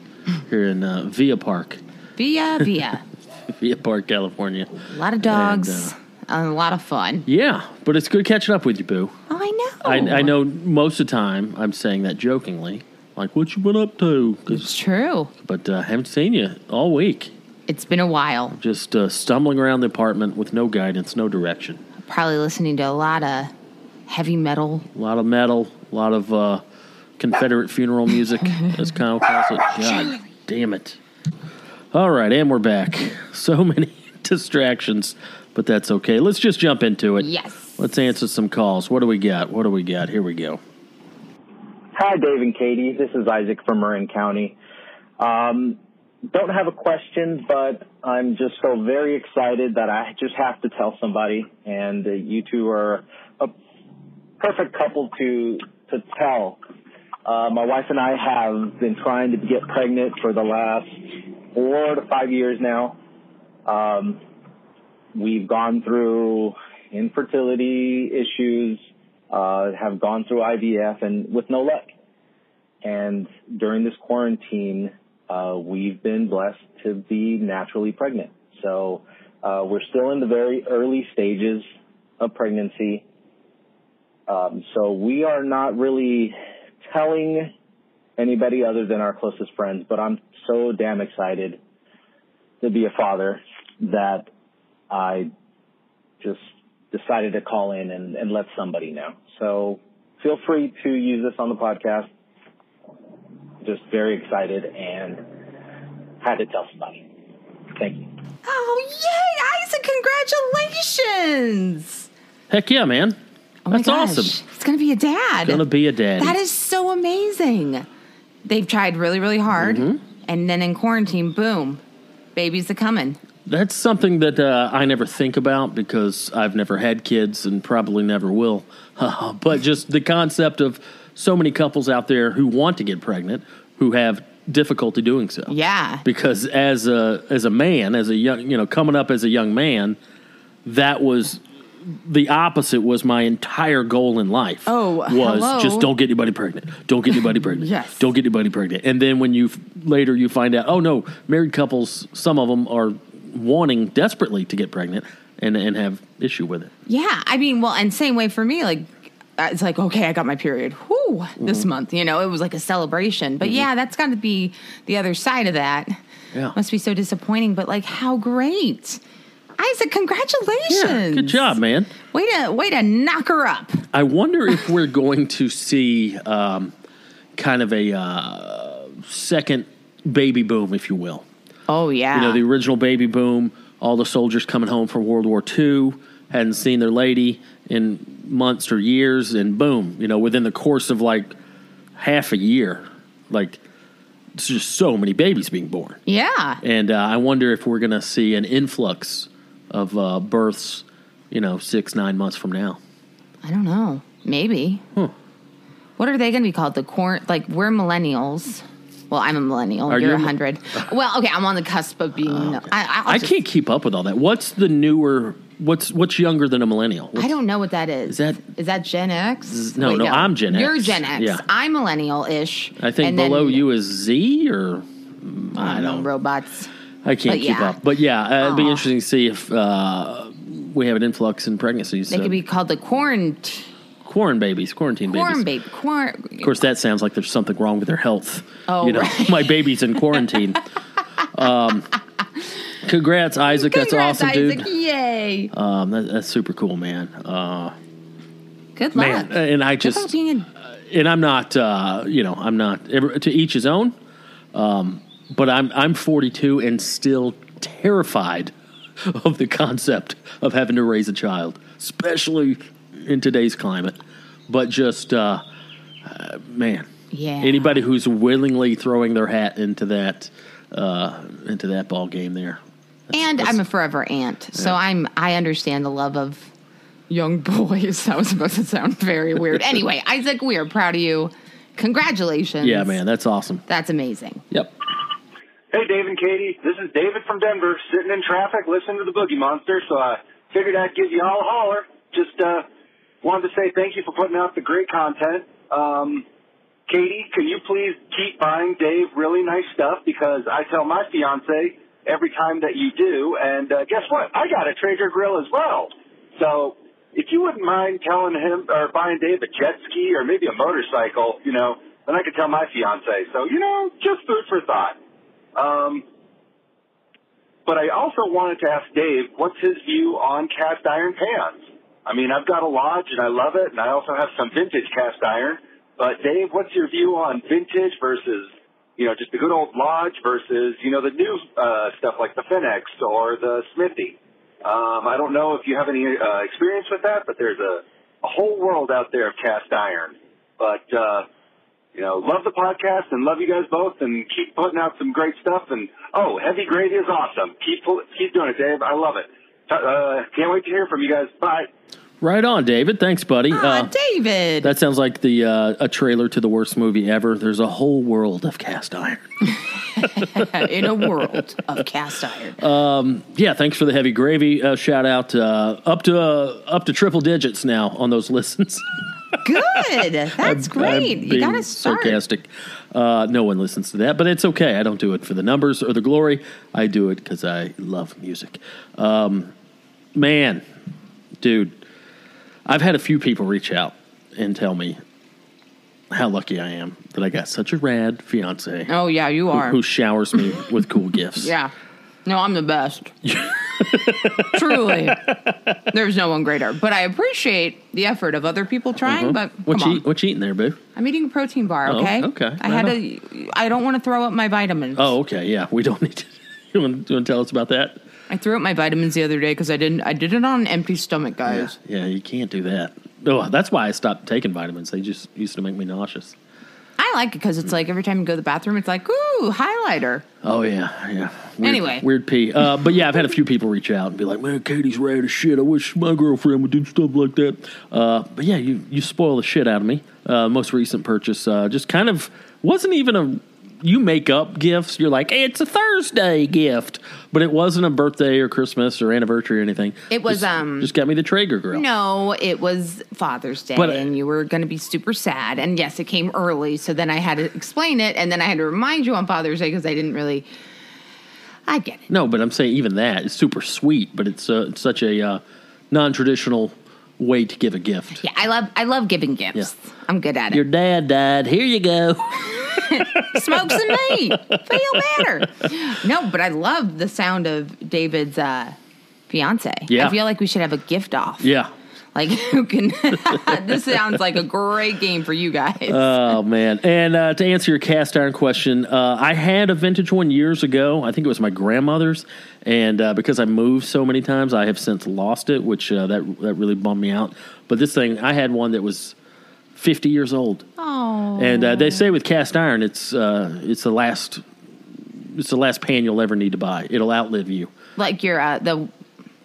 Speaker 2: here in uh, Via Park, [laughs]
Speaker 1: Via, [laughs] via.
Speaker 2: Via Park, California. uh,
Speaker 1: A lot of dogs, and, a lot of fun.
Speaker 2: Yeah, but it's good catching up with you, Boo.
Speaker 1: Oh, I know.
Speaker 2: I, I know most of the time I'm saying that jokingly, like what you been up to? 'Cause-
Speaker 1: It's true.
Speaker 2: but uh, haven't seen you all week.
Speaker 1: It's been a while.
Speaker 2: Just uh, stumbling around the apartment with no guidance, no direction.
Speaker 1: Probably listening to a lot of heavy metal.
Speaker 2: A lot of metal, a lot of uh, Confederate
Speaker 1: [laughs]
Speaker 2: funeral music, as Kyle calls it. God damn it. All right, and we're back. [laughs] So many distractions, but that's okay. Let's just jump into it.
Speaker 1: Yes.
Speaker 2: Let's answer some calls. What do we got? What do we got? Here we go.
Speaker 4: Hi, Dave and Katie. This is Isaac from Marin County. Um, don't have a question, but I'm just so very excited that I just have to tell somebody, and uh, you two are a perfect couple to to tell. Uh, my wife and I have been trying to get pregnant for the last four to five years now. Um, we've gone through infertility issues, uh, have gone through IVF and with no luck. And during this quarantine, uh, we've been blessed to be naturally pregnant. So, uh, we're still in the very early stages of pregnancy. Um, so we are not really telling anybody other than our closest friends, but I'm so damn excited to be a father that I just decided to call in and, and let somebody know. So feel free to use this on the podcast. Just very excited and had to tell somebody. Thank you.
Speaker 1: Oh yay, Isaac! Congratulations.
Speaker 2: Heck yeah, man.
Speaker 1: Oh
Speaker 2: that's
Speaker 1: my gosh.
Speaker 2: awesome.
Speaker 1: It's gonna be a dad.
Speaker 2: Gonna be a daddy.
Speaker 1: That is so amazing. They've tried really, really hard,
Speaker 2: Mm-hmm.
Speaker 1: and then in quarantine, boom, babies are coming.
Speaker 2: That's something that uh, I never think about because I've never had kids and probably never will. [laughs] but just the concept of so many couples out there who want to get pregnant who have difficulty doing so.
Speaker 1: Yeah,
Speaker 2: Because as a as a man, as a young you know coming up as a young man, that was the opposite was my entire goal in life.
Speaker 1: Oh,
Speaker 2: was
Speaker 1: hello.
Speaker 2: just don't get anybody pregnant. Don't get anybody
Speaker 1: [laughs]
Speaker 2: pregnant.
Speaker 1: Yes.
Speaker 2: Don't get anybody pregnant. And then when you f- later you find out, oh no, married couples, some of them are wanting desperately to get pregnant and and have issue with it.
Speaker 1: yeah. I mean, well, and same way for me. Like, it's like okay, I got my period. Whoo, this
Speaker 2: Mm-hmm.
Speaker 1: month. You know, it was like a celebration. But yeah, that's got to be the other side of that.
Speaker 2: Yeah.
Speaker 1: must be so disappointing. But like, how great, Isaac! Congratulations.
Speaker 2: Yeah, good job, man.
Speaker 1: Way to way to knock her up.
Speaker 2: I wonder if we're going to see um, kind of a uh, second baby boom, if you will.
Speaker 1: Oh yeah.
Speaker 2: You know, the original baby boom, all the soldiers coming home from World War II, hadn't seen their lady in months or years, and boom, you know, within the course of like half a year, like, it's just so many babies being born.
Speaker 1: yeah.
Speaker 2: And uh, I wonder if we're going to see an influx of uh, births, you know, six, nine months from now.
Speaker 1: I don't know. Maybe. What are they going to be called? The corn? Like we're millennials. Well, I'm a millennial.
Speaker 2: Are
Speaker 1: You're
Speaker 2: you
Speaker 1: a
Speaker 2: a mil-
Speaker 1: hundred. well, okay, I'm on the cusp of being. I, I, I'll
Speaker 2: I
Speaker 1: just-
Speaker 2: can't keep up with all that. What's the newer? What's what's younger than a millennial?
Speaker 1: I don't know what that is. Is
Speaker 2: that-
Speaker 1: is that Gen X?
Speaker 2: no, no, I'm Gen X.
Speaker 1: You're Gen X.
Speaker 2: Yeah.
Speaker 1: I'm millennial-ish.
Speaker 2: I think
Speaker 1: and then-
Speaker 2: below you is Z or mm, I
Speaker 1: No,
Speaker 2: don't.
Speaker 1: robots.
Speaker 2: I can't
Speaker 1: but
Speaker 2: keep
Speaker 1: yeah.
Speaker 2: up. But yeah, uh, it'd be
Speaker 1: Aw.
Speaker 2: interesting to see if uh, we have an influx in pregnancies.
Speaker 1: They
Speaker 2: so-
Speaker 1: could be called the quarantine
Speaker 2: corn babies, quarantine
Speaker 1: corn
Speaker 2: babies.
Speaker 1: baby corn.
Speaker 2: Of course, that sounds like there's something wrong with their health.
Speaker 1: Oh,
Speaker 2: you know,
Speaker 1: right.
Speaker 2: [laughs] my baby's in
Speaker 1: [laughs]
Speaker 2: quarantine. um, congrats, Isaac.
Speaker 1: Congrats,
Speaker 2: that's awesome,
Speaker 1: Isaac!
Speaker 2: dude.
Speaker 1: Yay!
Speaker 2: Um, that, that's super cool, man. Uh,
Speaker 1: Good luck.
Speaker 2: man, and I
Speaker 1: Good
Speaker 2: just
Speaker 1: luck being a
Speaker 2: and I'm not, uh, you know, I'm not every, to each his own. Um, but I'm I'm 42 and still terrified [laughs] of the concept of having to raise a child, especially in today's climate. But just uh, uh, man,
Speaker 1: Yeah.
Speaker 2: Anybody who's willingly throwing their hat into that uh, into that ball game there,
Speaker 1: and I'm a forever aunt, so I'm I understand the love of young [laughs] boys. That was supposed to sound very weird.
Speaker 2: [laughs]
Speaker 1: anyway, Isaac, we are proud of you. Congratulations.
Speaker 2: yeah, man, that's awesome.
Speaker 1: That's amazing.
Speaker 2: Yep.
Speaker 5: Hey, Dave and Katie. This is David from Denver, sitting in traffic listening to the Boogie Monster, so I figured I'd give you all a holler. Just uh, wanted to say thank you for putting out the great content. Um, Katie, can you please keep buying Dave really nice stuff because I tell my fiance every time that you do, and uh, guess what? I got a Traeger grill as well. So if you wouldn't mind telling him or buying Dave a jet ski or maybe a motorcycle, you know, then I could tell my fiance. So, you know, just food for thought. Um, but I also wanted to ask Dave, what's his view on cast iron pans? I mean, I've got a lodge and I love it, and I also have some vintage cast iron. But Dave, what's your view on vintage versus, you know, just the good old lodge versus, you know, the new uh, stuff like the Finex or the Smithy? Um, I don't know if you have any uh, experience with that, but there's a, a whole world out there of cast iron. But uh, you know, love the podcast and love you guys both, and keep putting out some great stuff. And oh, heavy grade is awesome. Keep pull- keep doing it, Dave. I love it. Uh, can't wait to hear from you guys. Bye.
Speaker 2: Right on, David. Thanks, buddy.
Speaker 1: Ah,
Speaker 2: Uh,
Speaker 1: David.
Speaker 2: that sounds like the uh, a trailer to the worst movie ever. There's a whole world of cast iron.
Speaker 1: in
Speaker 2: [laughs]
Speaker 1: a world of cast iron.
Speaker 2: Yeah, thanks for the heavy gravy uh, shout out. Uh, up to uh, up to triple digits now on those [laughs] listens. [laughs]
Speaker 1: Good. That's great.
Speaker 2: I'm
Speaker 1: you got to
Speaker 2: being
Speaker 1: start.
Speaker 2: Sarcastic. Uh, no one listens to that, but it's okay. I don't do it for the numbers or the glory. I do it because I love music. Um, man, dude, I've had a few people reach out and tell me how lucky I am that I got such a rad fiance
Speaker 1: Oh, yeah, you are.
Speaker 2: who
Speaker 1: [laughs]
Speaker 2: showers me with cool gifts.
Speaker 1: yeah. No, I'm the
Speaker 2: [laughs]
Speaker 1: best. Truly. There's no one greater. But I appreciate the effort of other people trying, but come
Speaker 2: Mm-hmm. What you,
Speaker 1: on.
Speaker 2: eat, what you eating there, boo?
Speaker 1: I'm eating a protein bar,
Speaker 2: Oh,
Speaker 1: okay?
Speaker 2: okay.
Speaker 1: I had
Speaker 2: Right
Speaker 1: to I don't want to throw up my vitamins.
Speaker 2: Oh, okay. Yeah, we don't [laughs] need to. You want to tell us about that?
Speaker 1: I threw up my vitamins the other day cuz I didn't I did it on an empty stomach,
Speaker 2: Yeah,
Speaker 1: guys.
Speaker 2: yeah, you can't do that. Oh, that's why I stopped taking vitamins. They just used to make me nauseous.
Speaker 1: I like it cuz it's like every time you go to the bathroom it's like, "Ooh, highlighter."
Speaker 2: Oh yeah, yeah. Weird,
Speaker 1: Anyway.
Speaker 2: weird pee. Uh, but yeah, I've had a few people reach out and be like, "Man, Katie's rad as shit. I wish my girlfriend would do stuff like that." Uh, but yeah, you you spoil the shit out of me. Uh, most recent purchase, uh, just kind of wasn't even a. You make up gifts. You're like, hey, it's a Thursday gift, but it wasn't a birthday or Christmas or anniversary or anything.
Speaker 1: It was,
Speaker 2: Just-
Speaker 1: um,
Speaker 2: just got me the Traeger grill.
Speaker 1: No, it was Father's Day,
Speaker 2: But- uh,
Speaker 1: and you were going to be super sad. And yes, it came early, so then I had to explain it, and then I had to remind you on Father's Day because I didn't really. I get it.
Speaker 2: No, but I'm saying even that is super sweet, but it's, uh, it's such a uh, non traditional way to give a gift.
Speaker 1: Yeah, I love I love giving gifts.
Speaker 2: Yeah.
Speaker 1: I'm good at it.
Speaker 2: Your dad died. Here you go. [laughs]
Speaker 1: Smoke some meat. Feel better. No, but I love the sound of David's uh, fiance.
Speaker 2: Yeah.
Speaker 1: I feel like we should have a gift off.
Speaker 2: yeah.
Speaker 1: Like who can? [laughs] this sounds like a great game for you guys.
Speaker 2: Oh man! And uh, to answer your cast iron question, uh, I had a vintage one years ago. I think it was my grandmother's, and uh, because I moved so many times, I have since lost it, which uh, that that really bummed me out. But this thing, I had one that was fifty years old.
Speaker 1: oh,
Speaker 2: And uh, they say with cast iron, it's uh, it's the last it's the last pan you'll ever need to buy. It'll outlive you.
Speaker 1: like your uh, the.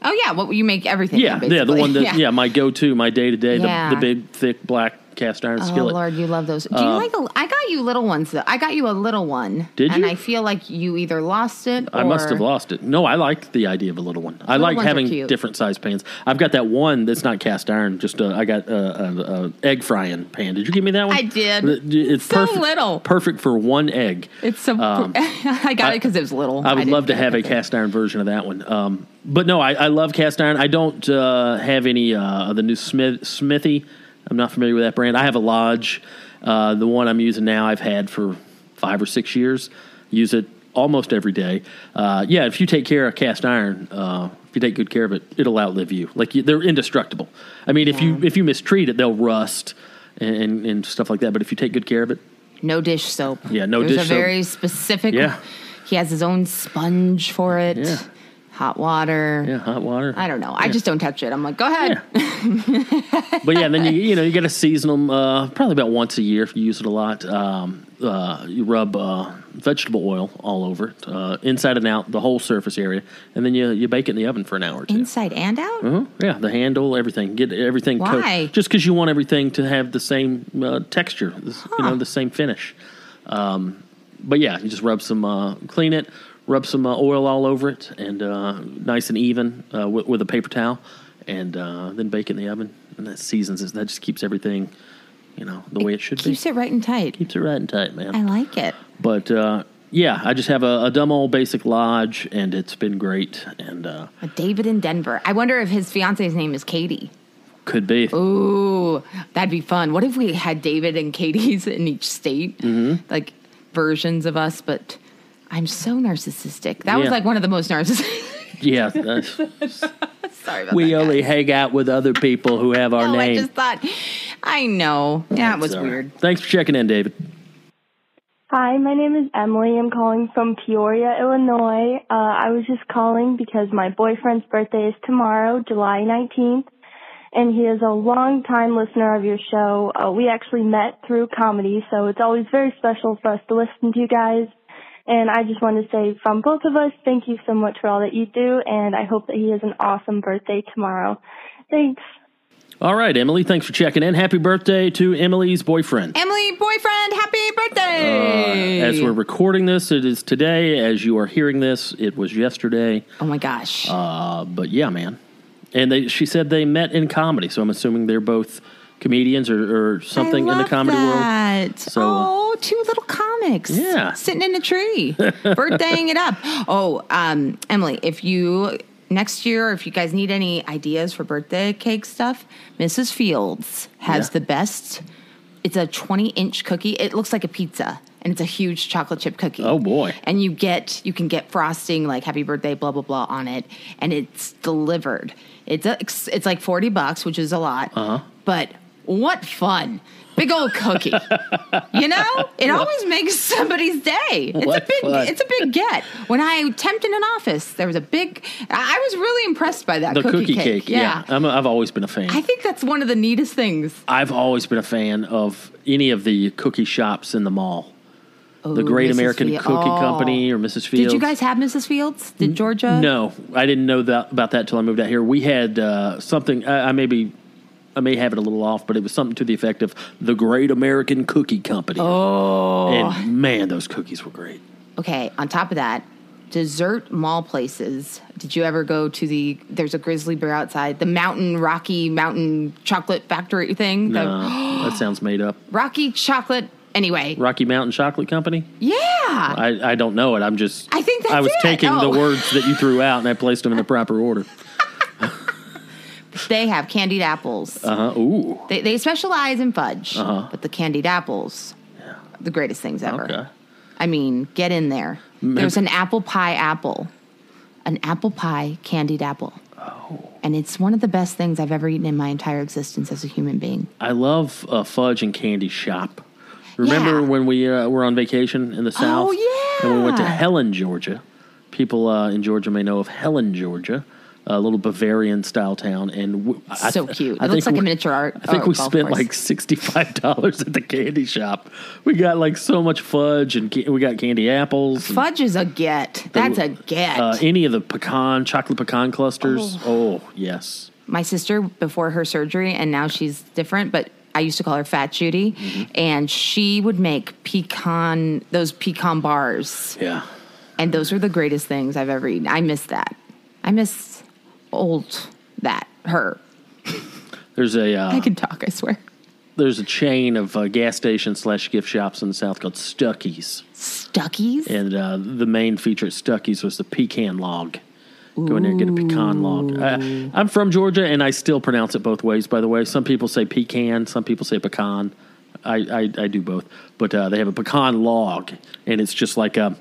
Speaker 1: Oh yeah, what you make everything?
Speaker 2: Yeah,
Speaker 1: in,
Speaker 2: yeah, the
Speaker 1: basically. [laughs]
Speaker 2: one that yeah, my go to, my day to day,
Speaker 1: Yeah.
Speaker 2: the the big thick black cast iron
Speaker 1: Oh
Speaker 2: skillet. Um,
Speaker 1: Lord, you love those. Do you like? A, I got you little ones though. I got you a little one.
Speaker 2: Did
Speaker 1: And
Speaker 2: you?
Speaker 1: I feel like you either lost it. Or
Speaker 2: I must have lost it. No, I like the idea of a little one. I like
Speaker 1: ones are
Speaker 2: having
Speaker 1: cute.
Speaker 2: different size pans. I've got that one that's not cast iron. Just uh, I got a, a, a egg frying pan. Did you give me that one?
Speaker 1: I did.
Speaker 2: It's
Speaker 1: So
Speaker 2: perfect,
Speaker 1: little.
Speaker 2: perfect for one egg.
Speaker 1: It's so.
Speaker 2: Um,
Speaker 1: [laughs] I got
Speaker 2: I-
Speaker 1: it because it was little.
Speaker 2: I would
Speaker 1: didn't
Speaker 2: love to
Speaker 1: get it
Speaker 2: have a
Speaker 1: because-
Speaker 2: cast iron version of that one. Um, but no, I, I love cast iron. I don't uh, have any uh, of the new Smith, Smithy. I'm not familiar with that brand. I have a Lodge. Uh, the one I'm using now, I've had for five or six years. Use it almost every day. Uh, yeah, if you take care of cast iron, uh, if you take good care of it, it'll outlive you. Like you, they're indestructible. I mean, if you if you mistreat it, they'll rust and, and, and stuff like that. But if you take good care of it,
Speaker 1: No dish soap.
Speaker 2: Yeah, no
Speaker 1: There's
Speaker 2: dish
Speaker 1: a
Speaker 2: soap.
Speaker 1: very specific.
Speaker 2: Yeah.
Speaker 1: He has his own sponge for it.
Speaker 2: Yeah.
Speaker 1: Hot water.
Speaker 2: yeah, hot water.
Speaker 1: I don't know. I just don't touch it. I'm like, go ahead.
Speaker 2: Yeah. [laughs] but yeah, then you you know you got to season them uh, probably about once a year if you use it a lot. Um, uh, you rub uh, vegetable oil all over it, uh, inside and out, the whole surface area, and then you you bake it in the oven for an hour or two.
Speaker 1: Inside and out.
Speaker 2: Mhm. Yeah, the handle, everything, get everything. coat-
Speaker 1: Why?
Speaker 2: just because you want everything to have the same uh, texture, this- you know,
Speaker 1: Huh.
Speaker 2: the same finish. Um, but yeah, you just rub some, uh, clean it, rub some uh, oil all over it, and uh, nice and even uh, with, with a paper towel, and uh, then bake it in the oven, and that seasons it. That just keeps everything, you know, the way it should
Speaker 1: Keeps
Speaker 2: be.
Speaker 1: it Oh. right and tight.
Speaker 2: keeps it right and tight, man.
Speaker 1: I like it.
Speaker 2: but uh, yeah, I just have a, a dumb old basic lodge, and it's been great. And uh,
Speaker 1: David in Denver. I wonder if his fiance's name is Katie.
Speaker 2: Could be.
Speaker 1: Ooh, that'd be fun. What if we had David and Katie's in each state,
Speaker 2: Mm-hmm.
Speaker 1: like versions of us? But I'm so narcissistic. That was
Speaker 2: Yeah.
Speaker 1: like one of the most narcissistic. [laughs]
Speaker 2: Yeah. that's-
Speaker 1: Sorry about
Speaker 2: we
Speaker 1: that.
Speaker 2: only hang out with other people who
Speaker 1: [laughs]
Speaker 2: have our
Speaker 1: No, I
Speaker 2: name.
Speaker 1: just thought. I know that was
Speaker 2: It's all right.
Speaker 1: weird.
Speaker 2: Thanks for checking in, David.
Speaker 6: Hi, my name is Emily. I'm calling from Peoria, Illinois. Uh, I was just calling because my boyfriend's birthday is tomorrow, July 19th, and he is a long time listener of your show. Uh, we actually met through comedy, so it's always very special for us to listen to you guys. And I just wanted to say from both of us, thank you so much for all that you do, and I hope that he has an awesome birthday tomorrow. Thanks.
Speaker 2: All right, Emily. Thanks for checking in. Happy birthday to Emily's boyfriend.
Speaker 1: Emily, boyfriend, happy birthday!
Speaker 2: Uh, As we're recording this, it is today. As you are hearing this, it was yesterday.
Speaker 1: oh my gosh,
Speaker 2: Uh, but yeah, man. And they, she said they met in comedy, so I'm assuming they're both comedians or, or something in the comedy world.
Speaker 1: world.
Speaker 2: So, uh,
Speaker 1: oh, two little comics.
Speaker 2: Yeah.
Speaker 1: sitting in a
Speaker 2: [laughs]
Speaker 1: tree, birthdaying it up. Oh, um, Emily, if you next year, if you guys need any ideas for birthday cake stuff, Mrs. Fields has
Speaker 2: Yeah.
Speaker 1: the best. It's a 20 inch cookie. It looks like a pizza. And it's a huge chocolate chip cookie.
Speaker 2: Oh, boy.
Speaker 1: And you get you can get frosting like happy birthday blah blah blah on it, and it's delivered. It's a, it's like forty bucks, which is a lot. Uh-huh. But what fun! Big old
Speaker 2: [laughs]
Speaker 1: cookie. You know, it always makes somebody's day. It's
Speaker 2: What
Speaker 1: a big,
Speaker 2: fun.
Speaker 1: it's a big get. When I temped in an office, there was a big. I I was really impressed by that
Speaker 2: The
Speaker 1: cookie,
Speaker 2: cookie cake. Yeah. I'm a, I've always been a fan.
Speaker 1: I think that's one of the neatest things.
Speaker 2: I've always been a fan of any of the cookie shops in the mall. the
Speaker 1: Ooh,
Speaker 2: Great
Speaker 1: Mrs.
Speaker 2: American
Speaker 1: Field-
Speaker 2: Cookie
Speaker 1: Oh.
Speaker 2: Company or Mrs.
Speaker 1: Did
Speaker 2: Fields.
Speaker 1: you guys have Mrs. Fields? Did Georgia?
Speaker 2: No, I didn't know that about that till I moved out here. We had uh, something. I, I maybe I may have it a little off, but it was something to the effect of the Great American Cookie Company. Oh, and man, those cookies were great.
Speaker 1: Okay. On top of that, dessert mall places. Did you ever go to the? There's a grizzly bear outside the Mountain Rocky Mountain Chocolate Factory thing. The [gasps]
Speaker 2: No, Uh, that sounds made up.
Speaker 1: Rocky Chocolate. Anyway,
Speaker 2: Rocky Mountain Chocolate Company.
Speaker 1: yeah.
Speaker 2: I, I don't know it. I'm just.
Speaker 1: I think
Speaker 2: I
Speaker 1: that's
Speaker 2: was
Speaker 1: it.
Speaker 2: taking the
Speaker 1: Oh.
Speaker 2: words that you threw out and I placed them in the proper order.
Speaker 1: They have candied apples.
Speaker 2: Uh huh. Ooh.
Speaker 1: They, they specialize in fudge, but the candied apples, the greatest things ever.
Speaker 2: Okay.
Speaker 1: I mean, get in there. There's an apple pie apple, an apple pie candied apple. Oh. And it's one of the best things I've ever eaten in my entire existence as a human being.
Speaker 2: I love a fudge and candy shop. Remember
Speaker 1: Yeah. Oh,
Speaker 2: when we uh, were on vacation in the South?
Speaker 1: yeah.
Speaker 2: And we went to Helen, Georgia. People uh, in Georgia may know of Helen, Georgia, a little Bavarian style town. And w I
Speaker 1: So cute. It looks like a miniature art-
Speaker 2: I think
Speaker 1: or
Speaker 2: we
Speaker 1: golf
Speaker 2: spent
Speaker 1: course.
Speaker 2: like $65 at the candy shop. We got like so much fudge and ca- we got candy apples. and,
Speaker 1: Fudge is a get. That's a get.
Speaker 2: Uh, any of the pecan, chocolate pecan clusters. Oh, yes.
Speaker 1: my sister before her surgery and now she's different but i used to call her fat judy
Speaker 2: Mm-hmm.
Speaker 1: and she would make pecan those pecan bars
Speaker 2: Yeah.
Speaker 1: and those were the greatest things i've ever eaten i miss that i miss old that her
Speaker 2: There's a. Uh,
Speaker 1: i can talk i swear
Speaker 2: there's a chain of uh, gas station slash gift shops in the south called Stuckies,
Speaker 1: stuckies
Speaker 2: and uh, the main feature at Stuckies was the pecan log. Go in there and get a pecan log. Uh, I'm from Georgia, and I still pronounce it both ways. By the way, some people say pecan, some people say pecan. I I, I do both, but uh, they have a pecan log, and it's just like a.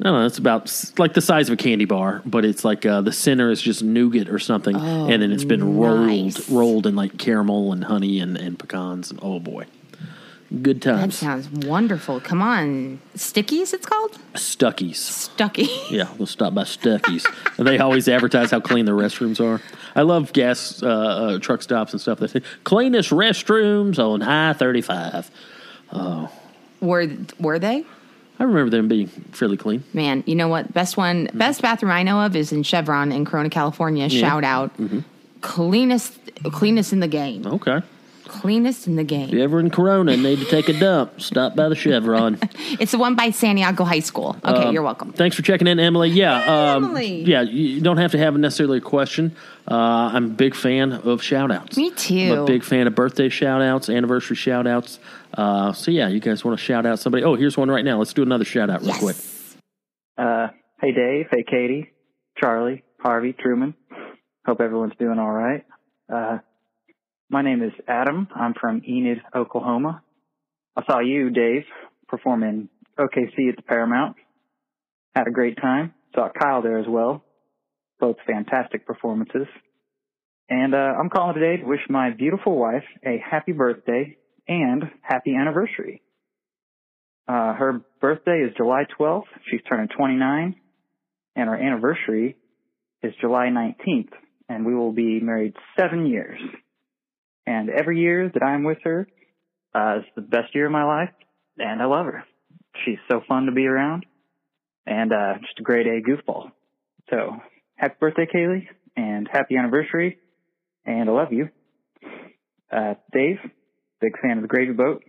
Speaker 2: I don't know. It's about s- like the size of a candy bar, but it's like uh, the center is just nougat or something, and then it's been
Speaker 1: nice.
Speaker 2: rolled, rolled in like caramel and honey and, and pecans. And, oh boy, good
Speaker 1: that
Speaker 2: times.
Speaker 1: sounds wonderful come on stickies it's called
Speaker 2: Stuckies.
Speaker 1: stucky
Speaker 2: Yeah, we'll stop by Stuckies. [laughs] they always advertise how clean the restrooms are. I love gas uh, uh, truck stops and stuff. They say cleanest restrooms on High Thirty Five.
Speaker 1: [laughs] were were they
Speaker 2: I remember them being fairly clean.
Speaker 1: Man, you know what? Best one, best bathroom I know of is in Chevron in Corona, California. Shout out,
Speaker 2: Mm-hmm.
Speaker 1: cleanest, cleanest in the game,
Speaker 2: Okay.
Speaker 1: cleanest in the game.
Speaker 2: If you ever in Corona and need to take a dump, stop by the Chevron.
Speaker 1: It's the one by Santiago High School. Okay,
Speaker 2: Um,
Speaker 1: you're welcome.
Speaker 2: Thanks for checking in, Emily. Yeah,
Speaker 1: Hi,
Speaker 2: um,
Speaker 1: Emily.
Speaker 2: yeah. You you don't have to have necessarily a question. Uh, I'm a big fan of shout outs.
Speaker 1: Me too.
Speaker 2: I'm a big fan of birthday shout outs, anniversary shout outs. Uh, so yeah, you guys want to shout out somebody? Oh, here's one right now. Let's do another shout out real
Speaker 1: Yes.
Speaker 2: quick.
Speaker 7: Uh, hey Dave, hey Katie, Charlie, Harvey, Truman. Hope everyone's doing all right. Uh, My name is Adam. I'm from Enid, Oklahoma. I saw you, Dave, perform in OKC at the Paramount. Had a great time. Saw Kyle there as well. Both fantastic performances. And uh, I'm calling today to wish my beautiful wife a happy birthday and happy anniversary. Uh, her birthday is July 12th. She's turning 29. And her anniversary is July 19th. And we will be married seven years. And every year that I'm with her uh, is the best year of my life. And I love her. She's so fun to be around and uh, just a grade A goofball. So happy birthday, Kaylee, and happy anniversary. And I love you. Uh, Dave, big fan of the gravy boat.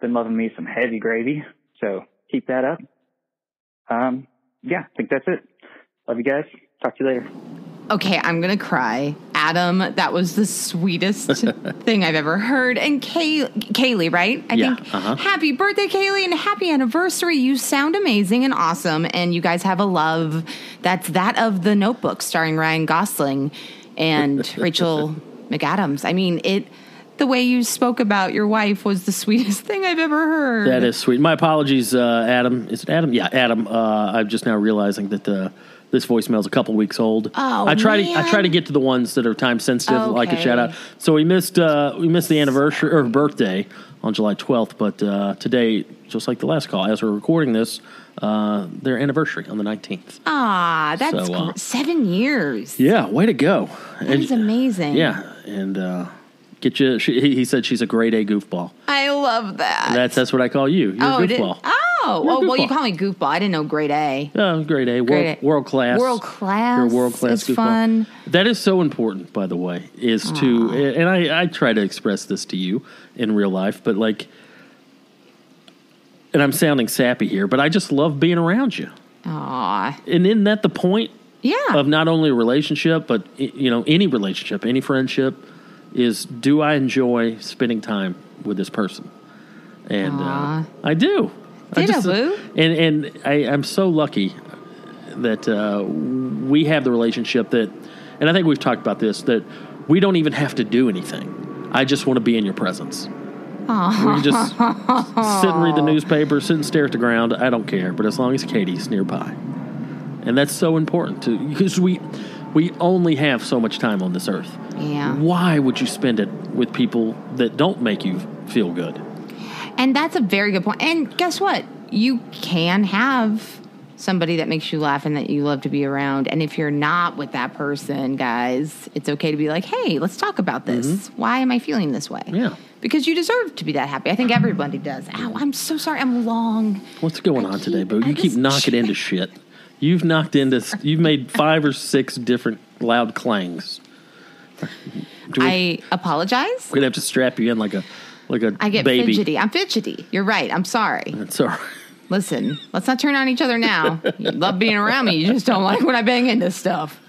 Speaker 7: Been loving me some heavy gravy. So keep that up. Um, yeah, I think that's it. Love you guys. Talk to you later.
Speaker 1: Okay, I'm gonna cry. Adam, that was the sweetest
Speaker 2: [laughs]
Speaker 1: thing I've ever heard. And Kay- Kaylee, right? I
Speaker 2: Yeah,
Speaker 1: think.
Speaker 2: uh-huh.
Speaker 1: Happy birthday, Kaylee, and happy anniversary. You sound amazing and awesome, and you guys have a love that's that of the Notebook, starring Ryan Gosling
Speaker 2: [laughs]
Speaker 1: and Rachel McAdams. I mean, it. The way you spoke about your wife was the sweetest [laughs] thing I've ever heard.
Speaker 2: That is sweet. My apologies, uh, Adam. Is it Adam? Yeah, Adam. Uh, I'm just now realizing that uh, this voicemail is a couple weeks old.
Speaker 1: Oh,
Speaker 2: I try to I
Speaker 1: man.
Speaker 2: try to get to the ones that are time sensitive, like a
Speaker 1: Okay.
Speaker 2: shout out. So we missed uh, we missed the anniversary or birthday on July 12th, but uh, today, just like the last call, as we're recording this, uh, their anniversary on the 19th.
Speaker 1: Ah, that's
Speaker 2: So, uh,
Speaker 1: gr- seven years.
Speaker 2: Yeah, way to go.
Speaker 1: that is amazing.
Speaker 2: Yeah, and uh, get you. She, he he said she's a grade A goofball.
Speaker 1: I love that.
Speaker 2: That's that's what I call you. You're
Speaker 1: oh,
Speaker 2: a
Speaker 1: it is-
Speaker 2: goofball.
Speaker 1: oh,
Speaker 2: You're a
Speaker 1: oh well, you
Speaker 2: goofball.
Speaker 1: call me goofball. I didn't know grade A.
Speaker 2: Oh, grade A,
Speaker 1: Grade
Speaker 2: world,
Speaker 1: A.
Speaker 2: world class,
Speaker 1: World class
Speaker 2: You're world class.
Speaker 1: is
Speaker 2: goofball.
Speaker 1: fun.
Speaker 2: That is so important, by the way, is to and I I try to express this to you in real life, but like, and I'm sounding sappy here, but I just love being around you,
Speaker 1: Aw,
Speaker 2: and isn't that the point
Speaker 1: yeah.
Speaker 2: of not only a relationship, but y- you know, any relationship, any friendship, is do I enjoy spending time with this person? And uh,
Speaker 1: Aw.
Speaker 2: I do. I uh,
Speaker 1: Ditto, boo.
Speaker 2: And and I, I'm so lucky that uh, we have the relationship that, and I think we've talked about this that we don't even have to do anything. I just want to be in your presence. We can
Speaker 1: [laughs]
Speaker 2: just sit and read the newspaper, sit and stare at the ground. I don't care, but as long as Katie's nearby, and that's so important to because we we only have so much time on this earth.
Speaker 1: Yeah.
Speaker 2: Why would you spend it with people that don't make you feel good?
Speaker 1: and that's a very good point. And guess what? You can have somebody that makes you laugh and that you love to be around. And if you're not with that person, guys, it's okay to be like, hey, let's talk about this. Why am I feeling this way?
Speaker 2: Mm-hmm. Yeah.
Speaker 1: Because you deserve to be that happy. I think everybody does. Ow, I'm so sorry. I'm long.
Speaker 2: What's going
Speaker 1: I
Speaker 2: on
Speaker 1: keep-
Speaker 2: today, boo?
Speaker 1: I
Speaker 2: You keep
Speaker 1: just-
Speaker 2: knocking
Speaker 1: [laughs]
Speaker 2: into shit. You've knocked into. You've made five or six different loud clangs. Do we,
Speaker 1: I apologize.
Speaker 2: we'd have to strap you in like a like a
Speaker 1: I get
Speaker 2: baby.
Speaker 1: fidgety. I'm fidgety. You're right. I'm sorry.
Speaker 2: [laughs] Sorry.
Speaker 1: Listen, let's not turn on each other now. You love being around me. You just don't like when I bang into stuff.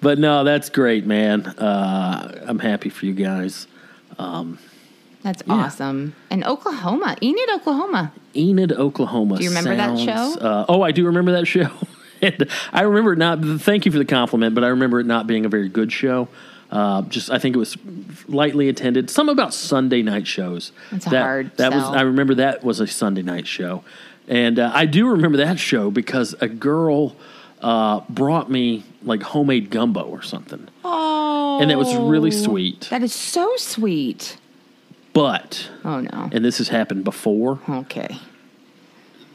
Speaker 2: But no, that's great, man. Uh, I'm happy for you guys.
Speaker 1: That's awesome. And Oklahoma, Enid, Oklahoma.
Speaker 2: Enid, Oklahoma. Do
Speaker 1: you remember that show?
Speaker 2: Uh, oh, I do remember that show. [laughs] and I remember it not. Thank you for the compliment, but I remember it not being a very good show. Uh, just I think it was lightly attended. Some about Sunday night shows.
Speaker 1: That's a
Speaker 2: that,
Speaker 1: hard
Speaker 2: That was
Speaker 1: sell.
Speaker 2: I remember that was a Sunday night show, and uh, I do remember that show because a girl uh, brought me like homemade gumbo or something,
Speaker 1: Oh.
Speaker 2: and that was really sweet.
Speaker 1: That is so sweet.
Speaker 2: But
Speaker 1: Oh, no.
Speaker 2: and this has happened before.
Speaker 1: Okay.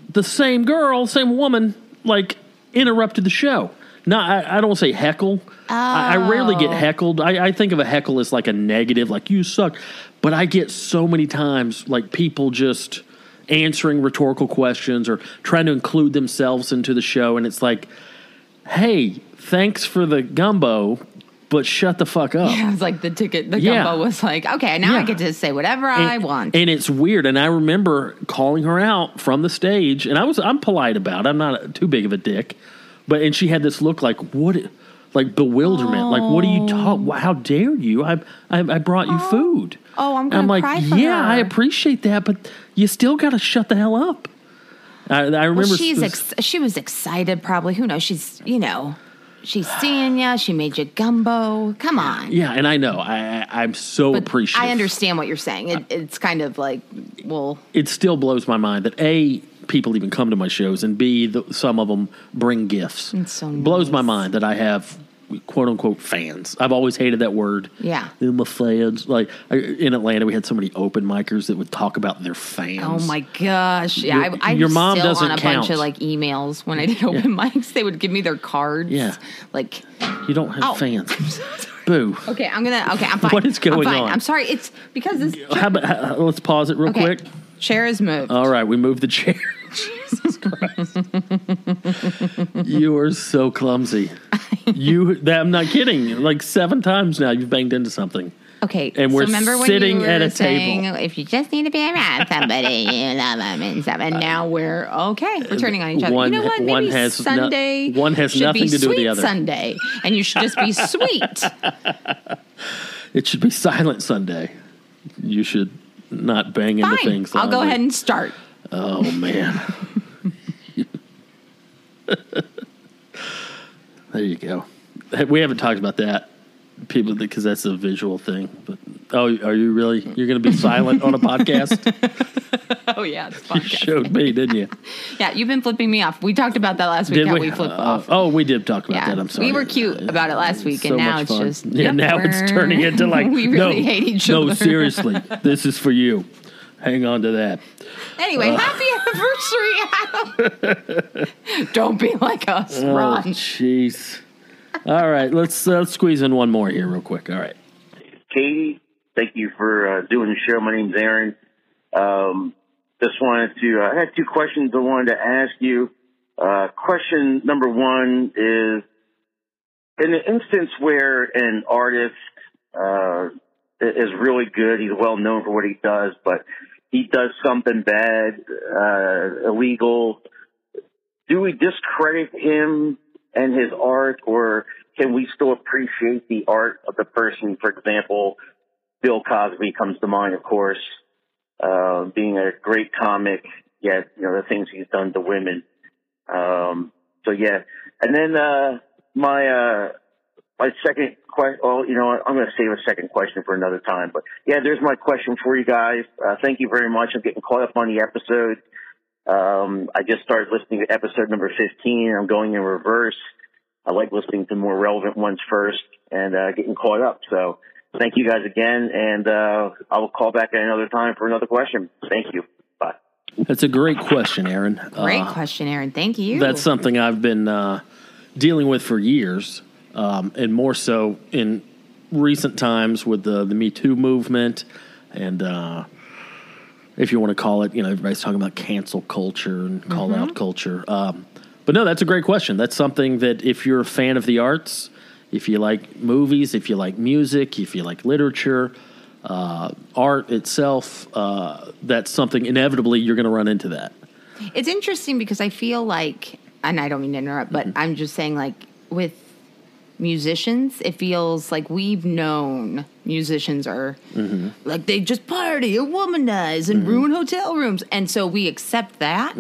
Speaker 2: the same girl, same woman, like interrupted the show. No, I, I don't say heckle. I, I rarely get
Speaker 1: Oh.
Speaker 2: heckled. I, I think of a heckle as like a negative, like you suck. But I get so many times like people just answering rhetorical questions or trying to include themselves into the show, and it's like, hey, thanks for the gumbo, but shut the fuck up.
Speaker 1: It was like the ticket, the
Speaker 2: Yeah.
Speaker 1: gumbo was like, okay, now
Speaker 2: Yeah.
Speaker 1: I get to say whatever I want.
Speaker 2: And it's weird. And I remember calling her out from the stage, and I was I'm polite about. It. I'm not too big of a dick, but and she had this look like what, like bewilderment. Like what are you talk? How dare you? I I, I brought you food.
Speaker 1: Oh, I'm gonna
Speaker 2: I'm like
Speaker 1: cry for
Speaker 2: yeah,
Speaker 1: her."
Speaker 2: I appreciate that, but you still got to shut the hell up. I, I remember
Speaker 1: well, she's
Speaker 2: s-
Speaker 1: ex- she was excited, probably. Who knows? She's, you know, She's seeing ya. She made you gumbo. Come on.
Speaker 2: Yeah, and I know. I, I I'm so
Speaker 1: But
Speaker 2: appreciative.
Speaker 1: I understand what you're saying. It, it's kind of like, well,
Speaker 2: It still blows my mind that a people even come to my shows, and b the, some of them bring gifts.
Speaker 1: It's so
Speaker 2: blows my
Speaker 1: nice.
Speaker 2: mind that I have quote unquote fans. I've always hated that word.
Speaker 1: Yeah.
Speaker 2: They're my fans. Like I- in Atlanta, we had so many open micers that would talk about their fans.
Speaker 1: oh my gosh. Yeah,
Speaker 2: Your-
Speaker 1: I, I'm
Speaker 2: your mom
Speaker 1: still
Speaker 2: doesn't
Speaker 1: on a
Speaker 2: count.
Speaker 1: bunch of like emails when I did open mics. They would give me their cards.
Speaker 2: Yeah.
Speaker 1: Like,
Speaker 2: You don't have
Speaker 1: Oh.
Speaker 2: fans. Boo.
Speaker 1: [laughs] okay, I'm gonna. Okay, I'm fine.
Speaker 2: What is going
Speaker 1: I'm fine.
Speaker 2: on?
Speaker 1: I'm sorry. It's because this.
Speaker 2: How about, how, let's pause it real
Speaker 1: Okay.
Speaker 2: quick.
Speaker 1: Chair is moved.
Speaker 2: All right, we moved the chair. [laughs] Jesus Christ. you are
Speaker 1: [laughs]
Speaker 2: so clumsy. You that, I'm not kidding. Like seven times now you've banged into something.
Speaker 1: [laughs] Okay,
Speaker 2: And we're
Speaker 1: so remember when
Speaker 2: sitting
Speaker 1: you were
Speaker 2: at a
Speaker 1: saying,
Speaker 2: table.
Speaker 1: If you just need to be around somebody, you love them and stuff. And now we're okay. We're turning on each other.
Speaker 2: Uh, One-
Speaker 1: you know what? Maybe
Speaker 2: one has no-
Speaker 1: Sunday.
Speaker 2: one has
Speaker 1: should
Speaker 2: nothing
Speaker 1: be
Speaker 2: to do with the
Speaker 1: sweet
Speaker 2: other.
Speaker 1: Sunday, and you should just
Speaker 2: [laughs]
Speaker 1: be sweet.
Speaker 2: It should be silent Sunday. You should not bang into
Speaker 1: Fine,
Speaker 2: things.
Speaker 1: I'll go
Speaker 2: loudly.
Speaker 1: ahead and start.
Speaker 2: Oh man. [laughs] there you go. We haven't talked about that, people, because that's a visual thing. But oh, are you really?
Speaker 1: [laughs]
Speaker 2: You're going to be silent on a podcast?
Speaker 1: Oh yeah,
Speaker 2: [laughs]
Speaker 1: it's
Speaker 2: You
Speaker 1: podcast.
Speaker 2: showed me, didn't you?
Speaker 1: Yeah, you've been flipping me off. We talked about that last week.
Speaker 2: Did
Speaker 1: how we, flip
Speaker 2: Uh,
Speaker 1: off.
Speaker 2: Oh, we did talk about
Speaker 1: Yeah,
Speaker 2: that. I'm sorry.
Speaker 1: we were cute about it last week, and
Speaker 2: So
Speaker 1: now
Speaker 2: much
Speaker 1: it's
Speaker 2: fun.
Speaker 1: just
Speaker 2: yeah.
Speaker 1: yep,
Speaker 2: now it's
Speaker 1: we're-
Speaker 2: turning into like
Speaker 1: [laughs] we
Speaker 2: no,
Speaker 1: really hate each
Speaker 2: no,
Speaker 1: other. [laughs]
Speaker 2: seriously, this is for you. Hang on to that.
Speaker 1: Anyway, happy anniversary,
Speaker 2: [laughs]
Speaker 1: Adam. Don't be like us,
Speaker 2: Oh,
Speaker 1: Ron.
Speaker 2: jeez. All right, let's uh, let's squeeze in one more here, real quick. All right.
Speaker 5: Katie, thank you for uh, doing the show. My name's Aaron. Um, just wanted to, uh, I had two questions I wanted to ask you. Uh, question number one is, in the instance where an artist uh, is really good, he's well known for what he does, but he does something bad, uh, illegal, do we discredit him and his art, or can we still appreciate the art of the person? For example, Bill Cosby comes to mind, of course, uh, being a great comic, yet, you know, the things he's done to women. Um, so yeah. And then, uh, my, uh, my second question, well, you know, what, I'm going to save a second question for another time, but yeah, there's my question for you guys. Uh, thank you very much. I'm getting caught up on the episode. Um, I just started listening to episode number 15. I'm going in reverse. I like listening to more relevant ones first and uh, getting caught up. So thank you guys again. And uh, I will call back at another time for another question. Thank you. Bye.
Speaker 2: That's a great question, Aaron.
Speaker 1: Great
Speaker 2: Uh,
Speaker 1: question, Aaron. Thank you.
Speaker 2: That's something I've been uh, dealing with for years, um, and more so in recent times with the, the Me Too movement, and uh, if you want to call it, you know, everybody's talking about cancel culture and call out culture. Um, but no, that's a great question. That's something that if you're a fan of the arts, if you like movies, if you like music, if you like literature, uh, art itself, uh, that's something inevitably you're going to run into that.
Speaker 1: it's interesting because I feel like, and I don't mean to interrupt, but I'm just saying, like, with musicians, it feels like we've known musicians are like they just party and womanize and ruin hotel rooms. And so we accept that.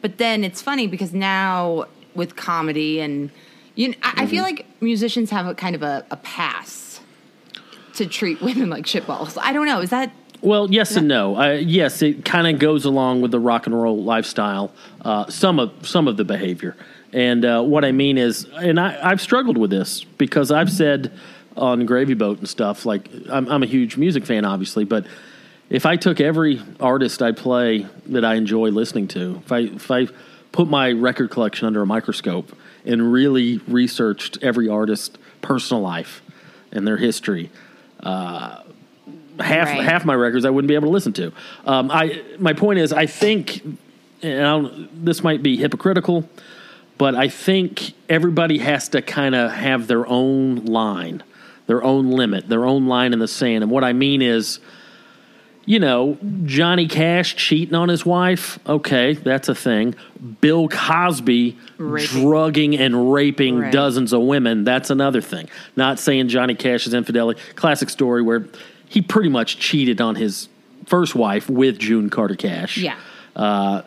Speaker 1: But then it's funny because now with comedy and, you know, I, I feel like musicians have a kind of a, a pass to treat women like shitballs. I don't know. Is that.
Speaker 2: Well, yes and no. Uh, yes, it kind of goes along with the rock and roll lifestyle. Uh, some of some of the behavior, and uh, what I mean is, and I, I've struggled with this because I've said on Gravy Boat and stuff. Like, I'm, I'm a huge music fan, obviously, but if I took every artist I play that I enjoy listening to, if I if I put my record collection under a microscope and really researched every artist's personal life and their history, half
Speaker 1: Right.
Speaker 2: half my records I wouldn't be able to listen to. Um, I my point is I think, and I don't, this might be hypocritical, but I think everybody has to kind of have their own line, their own limit, their own line in the sand. And what I mean is, you know, Johnny Cash cheating on his wife. Okay, that's a thing. Bill Cosby
Speaker 1: Raping.
Speaker 2: drugging and raping
Speaker 1: Right.
Speaker 2: dozens of women. That's another thing. Not saying Johnny Cash is infidelity. Classic story where he pretty much cheated on his first wife with June Carter Cash. Uh,
Speaker 1: Yeah.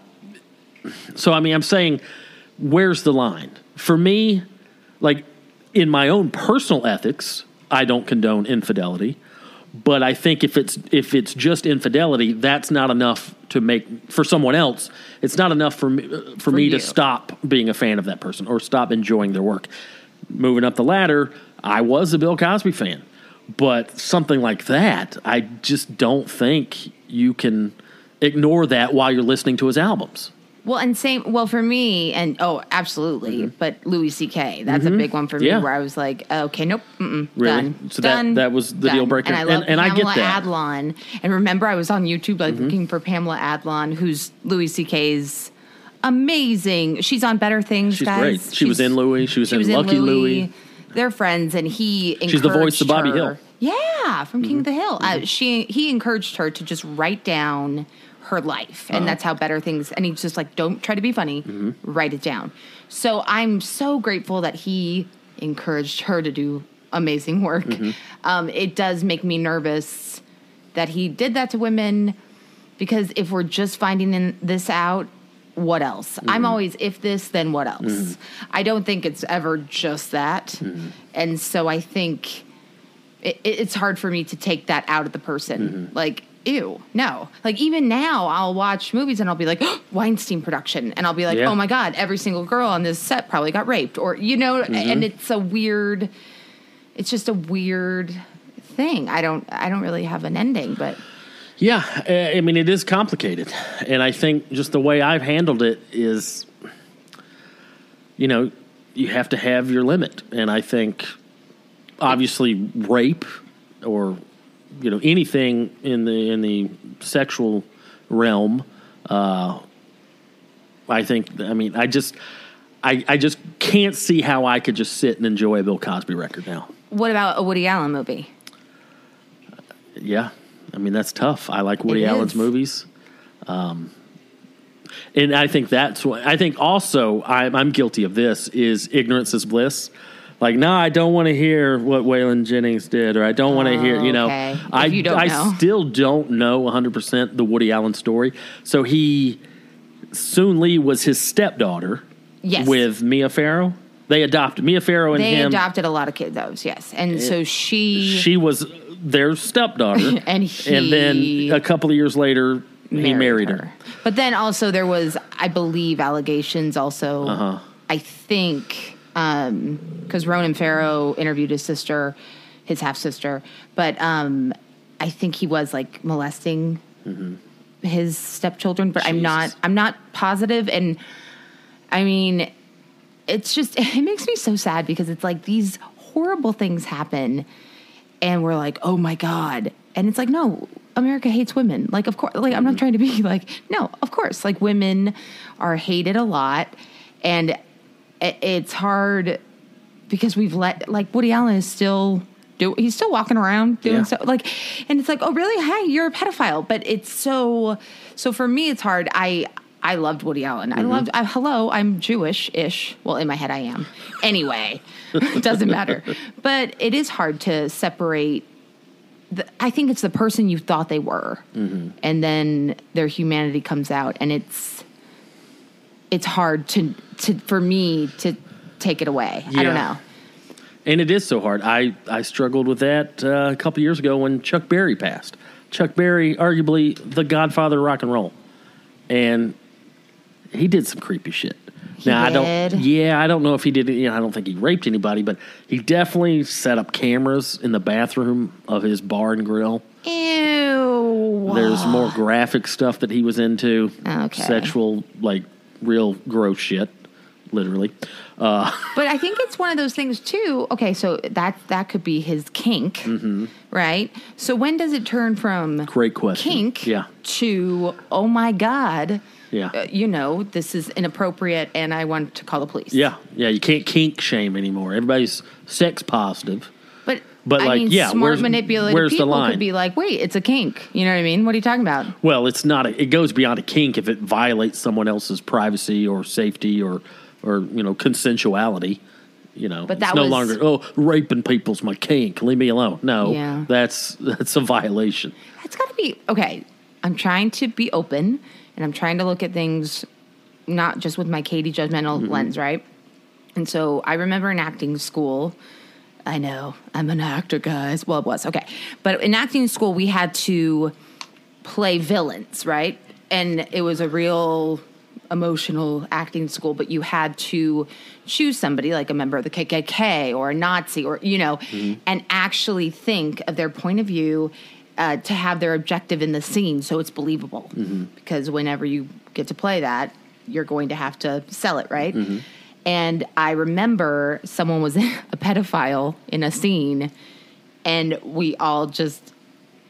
Speaker 2: So I mean, I'm saying, where's the line for me? Like in my own personal ethics, I don't condone infidelity. But I think if it's if it's just infidelity, that's not enough to make for someone else. It's not enough for me, uh, for, me
Speaker 1: you.
Speaker 2: to stop being a fan of that person or stop enjoying their work. Moving up the ladder, I was a Bill Cosby fan, but something like that, I just don't think you can ignore that while you're listening to his albums.
Speaker 1: Well, and same. Well, for me, and oh, absolutely. But Louis C.K. That's a big one for me,
Speaker 2: Mm-hmm. Yeah.
Speaker 1: where I was like, okay, nope, mm-mm,
Speaker 2: Really?
Speaker 1: done.
Speaker 2: So that-
Speaker 1: done,
Speaker 2: that was the
Speaker 1: done.
Speaker 2: deal breaker?
Speaker 1: And I love
Speaker 2: And- and I get
Speaker 1: Pamela
Speaker 2: that. Mm-hmm.
Speaker 1: Adlon. And remember, I was on YouTube like looking for Pamela Adlon, who's Louis C.K.'s amazing. She's on Better Things.
Speaker 2: She's
Speaker 1: guys.
Speaker 2: great. She was in Louis. She was in Lucky Louis.
Speaker 1: They're friends, and he encouraged
Speaker 2: She's the voice of Bobby
Speaker 1: her-
Speaker 2: Hill. Mm-hmm.
Speaker 1: Yeah, from King of the Hill. Uh, she he encouraged her to just write down her life,
Speaker 2: Uh-huh.
Speaker 1: and that's how better things. And he's just like, don't try to be funny,
Speaker 2: Mm-hmm.
Speaker 1: write it down. So I'm so grateful that he encouraged her to do amazing work.
Speaker 2: Mm-hmm.
Speaker 1: Um, it does make me nervous that he did that to women because if we're just finding in this out what else i'm always if this then what else i don't think it's ever just that and so i think it, it- it's hard for me to take that out of the person like ew no like even now i'll watch movies and i'll be like [gasps] weinstein production and i'll be like
Speaker 2: Yeah.
Speaker 1: oh my god every single girl on this set probably got raped or you know and it's a weird it's just a weird thing i don't i don't really have an ending but
Speaker 2: Yeah, uh, I mean it is complicated, and I think just the way I've handled it is, you know, you have to have your limit, and I think obviously rape or you know anything in the in the sexual realm, uh, I think I mean I just I I just can't see how I could just sit and enjoy a Bill Cosby record now.
Speaker 1: What about a Woody Allen movie?
Speaker 2: Yeah, I mean that's tough. I like Woody
Speaker 1: It
Speaker 2: Allen's
Speaker 1: is.
Speaker 2: movies, um, and I think that's what I think. Also, I'm, I'm guilty of this: is ignorance is bliss. Like, no, I don't want to hear what Waylon Jennings did, or I don't want to hear. You know,
Speaker 1: Oh, okay. If
Speaker 2: I
Speaker 1: you don't
Speaker 2: I
Speaker 1: know.
Speaker 2: still don't know 100 percent the Woody Allen story. So he Soon Lee was his stepdaughter.
Speaker 1: Yes.
Speaker 2: with Mia Farrow, they adopted Mia Farrow and
Speaker 1: They
Speaker 2: him.
Speaker 1: adopted a lot of kids, those, yes. And so she,
Speaker 2: she was their stepdaughter,
Speaker 1: [laughs] And he-
Speaker 2: then a couple of years later, he married her.
Speaker 1: But then also there was, I believe, allegations also,
Speaker 2: Uh-huh.
Speaker 1: I think, because Ronan Farrow interviewed his sister, his half sister, but um, I think he was like molesting
Speaker 2: Mm-hmm.
Speaker 1: his stepchildren, but I'm not, I'm not positive And I mean, it's just [laughs] it makes me so sad because it's like these horrible things happen and we're like oh my god and it's like no america hates women like of course like i'm not trying to be [laughs] like no of course like women are hated a lot and i- it's hard because we've let like woody allen is still do he's still walking around doing
Speaker 2: Yeah.
Speaker 1: so like and it's like oh really hey you're a pedophile but it's so so for me it's hard i i loved woody allen
Speaker 2: Mm-hmm.
Speaker 1: i loved I, hello i'm jewish-ish well in my head i am anyway [laughs] it doesn't matter but it is hard to separate the, i think it's the person you thought they were
Speaker 2: Mm-hmm.
Speaker 1: and then their humanity comes out and it's it's hard to to for me to take it away i
Speaker 2: Yeah.
Speaker 1: don't know
Speaker 2: And it is so hard. I, I struggled with that uh, a couple years ago when Chuck Berry passed. Chuck Berry, arguably the godfather of rock and roll. And he did some creepy shit. now I
Speaker 1: did.
Speaker 2: don't yeah, I don't know if he did you know, I don't think he raped anybody, but he definitely set up cameras in the bathroom of his bar and grill.
Speaker 1: ew
Speaker 2: There's more graphic stuff that he was into.
Speaker 1: Okay.
Speaker 2: Sexual, like real gross shit, literally. Uh,
Speaker 1: But I think it's one of those things too. Okay, so that that could be his kink,
Speaker 2: Mm-hmm.
Speaker 1: right? So when does it turn from
Speaker 2: Great question.
Speaker 1: kink
Speaker 2: Yeah.
Speaker 1: to oh my god,
Speaker 2: Yeah.
Speaker 1: uh, you know this is inappropriate and I want to call the police?
Speaker 2: Yeah, yeah. You can't kink shame anymore. Everybody's sex positive.
Speaker 1: but
Speaker 2: But,
Speaker 1: I
Speaker 2: like,
Speaker 1: mean,
Speaker 2: yeah,
Speaker 1: smart
Speaker 2: where's-
Speaker 1: manipulative
Speaker 2: where's the
Speaker 1: people
Speaker 2: line?
Speaker 1: could be like, wait, it's a kink. You know what I mean? What are you talking about?
Speaker 2: Well, it's not. A, it goes beyond a kink if it violates someone else's privacy or safety or or you know consensuality. You know,
Speaker 1: But
Speaker 2: it's
Speaker 1: that
Speaker 2: no
Speaker 1: was-
Speaker 2: longer oh raping people's my kink. Leave me alone. No,
Speaker 1: Yeah.
Speaker 2: that's [laughs] that's a violation.
Speaker 1: That's got to be okay. I'm trying to be open and I'm trying to look at things not just with my Katie judgmental lens, right? And so I remember in acting school, I know I'm an actor, guys. Well, it was okay, but in acting school we had to play villains, right? And it was a real emotional acting school, but you had to choose somebody like a member of the KKK or a Nazi or, you know, and actually think of their point of view uh, to have their objective in the scene so it's believable. Because whenever you get to play that, you're going to have to sell it, right? And I remember someone was [laughs] a pedophile in a scene, and we all just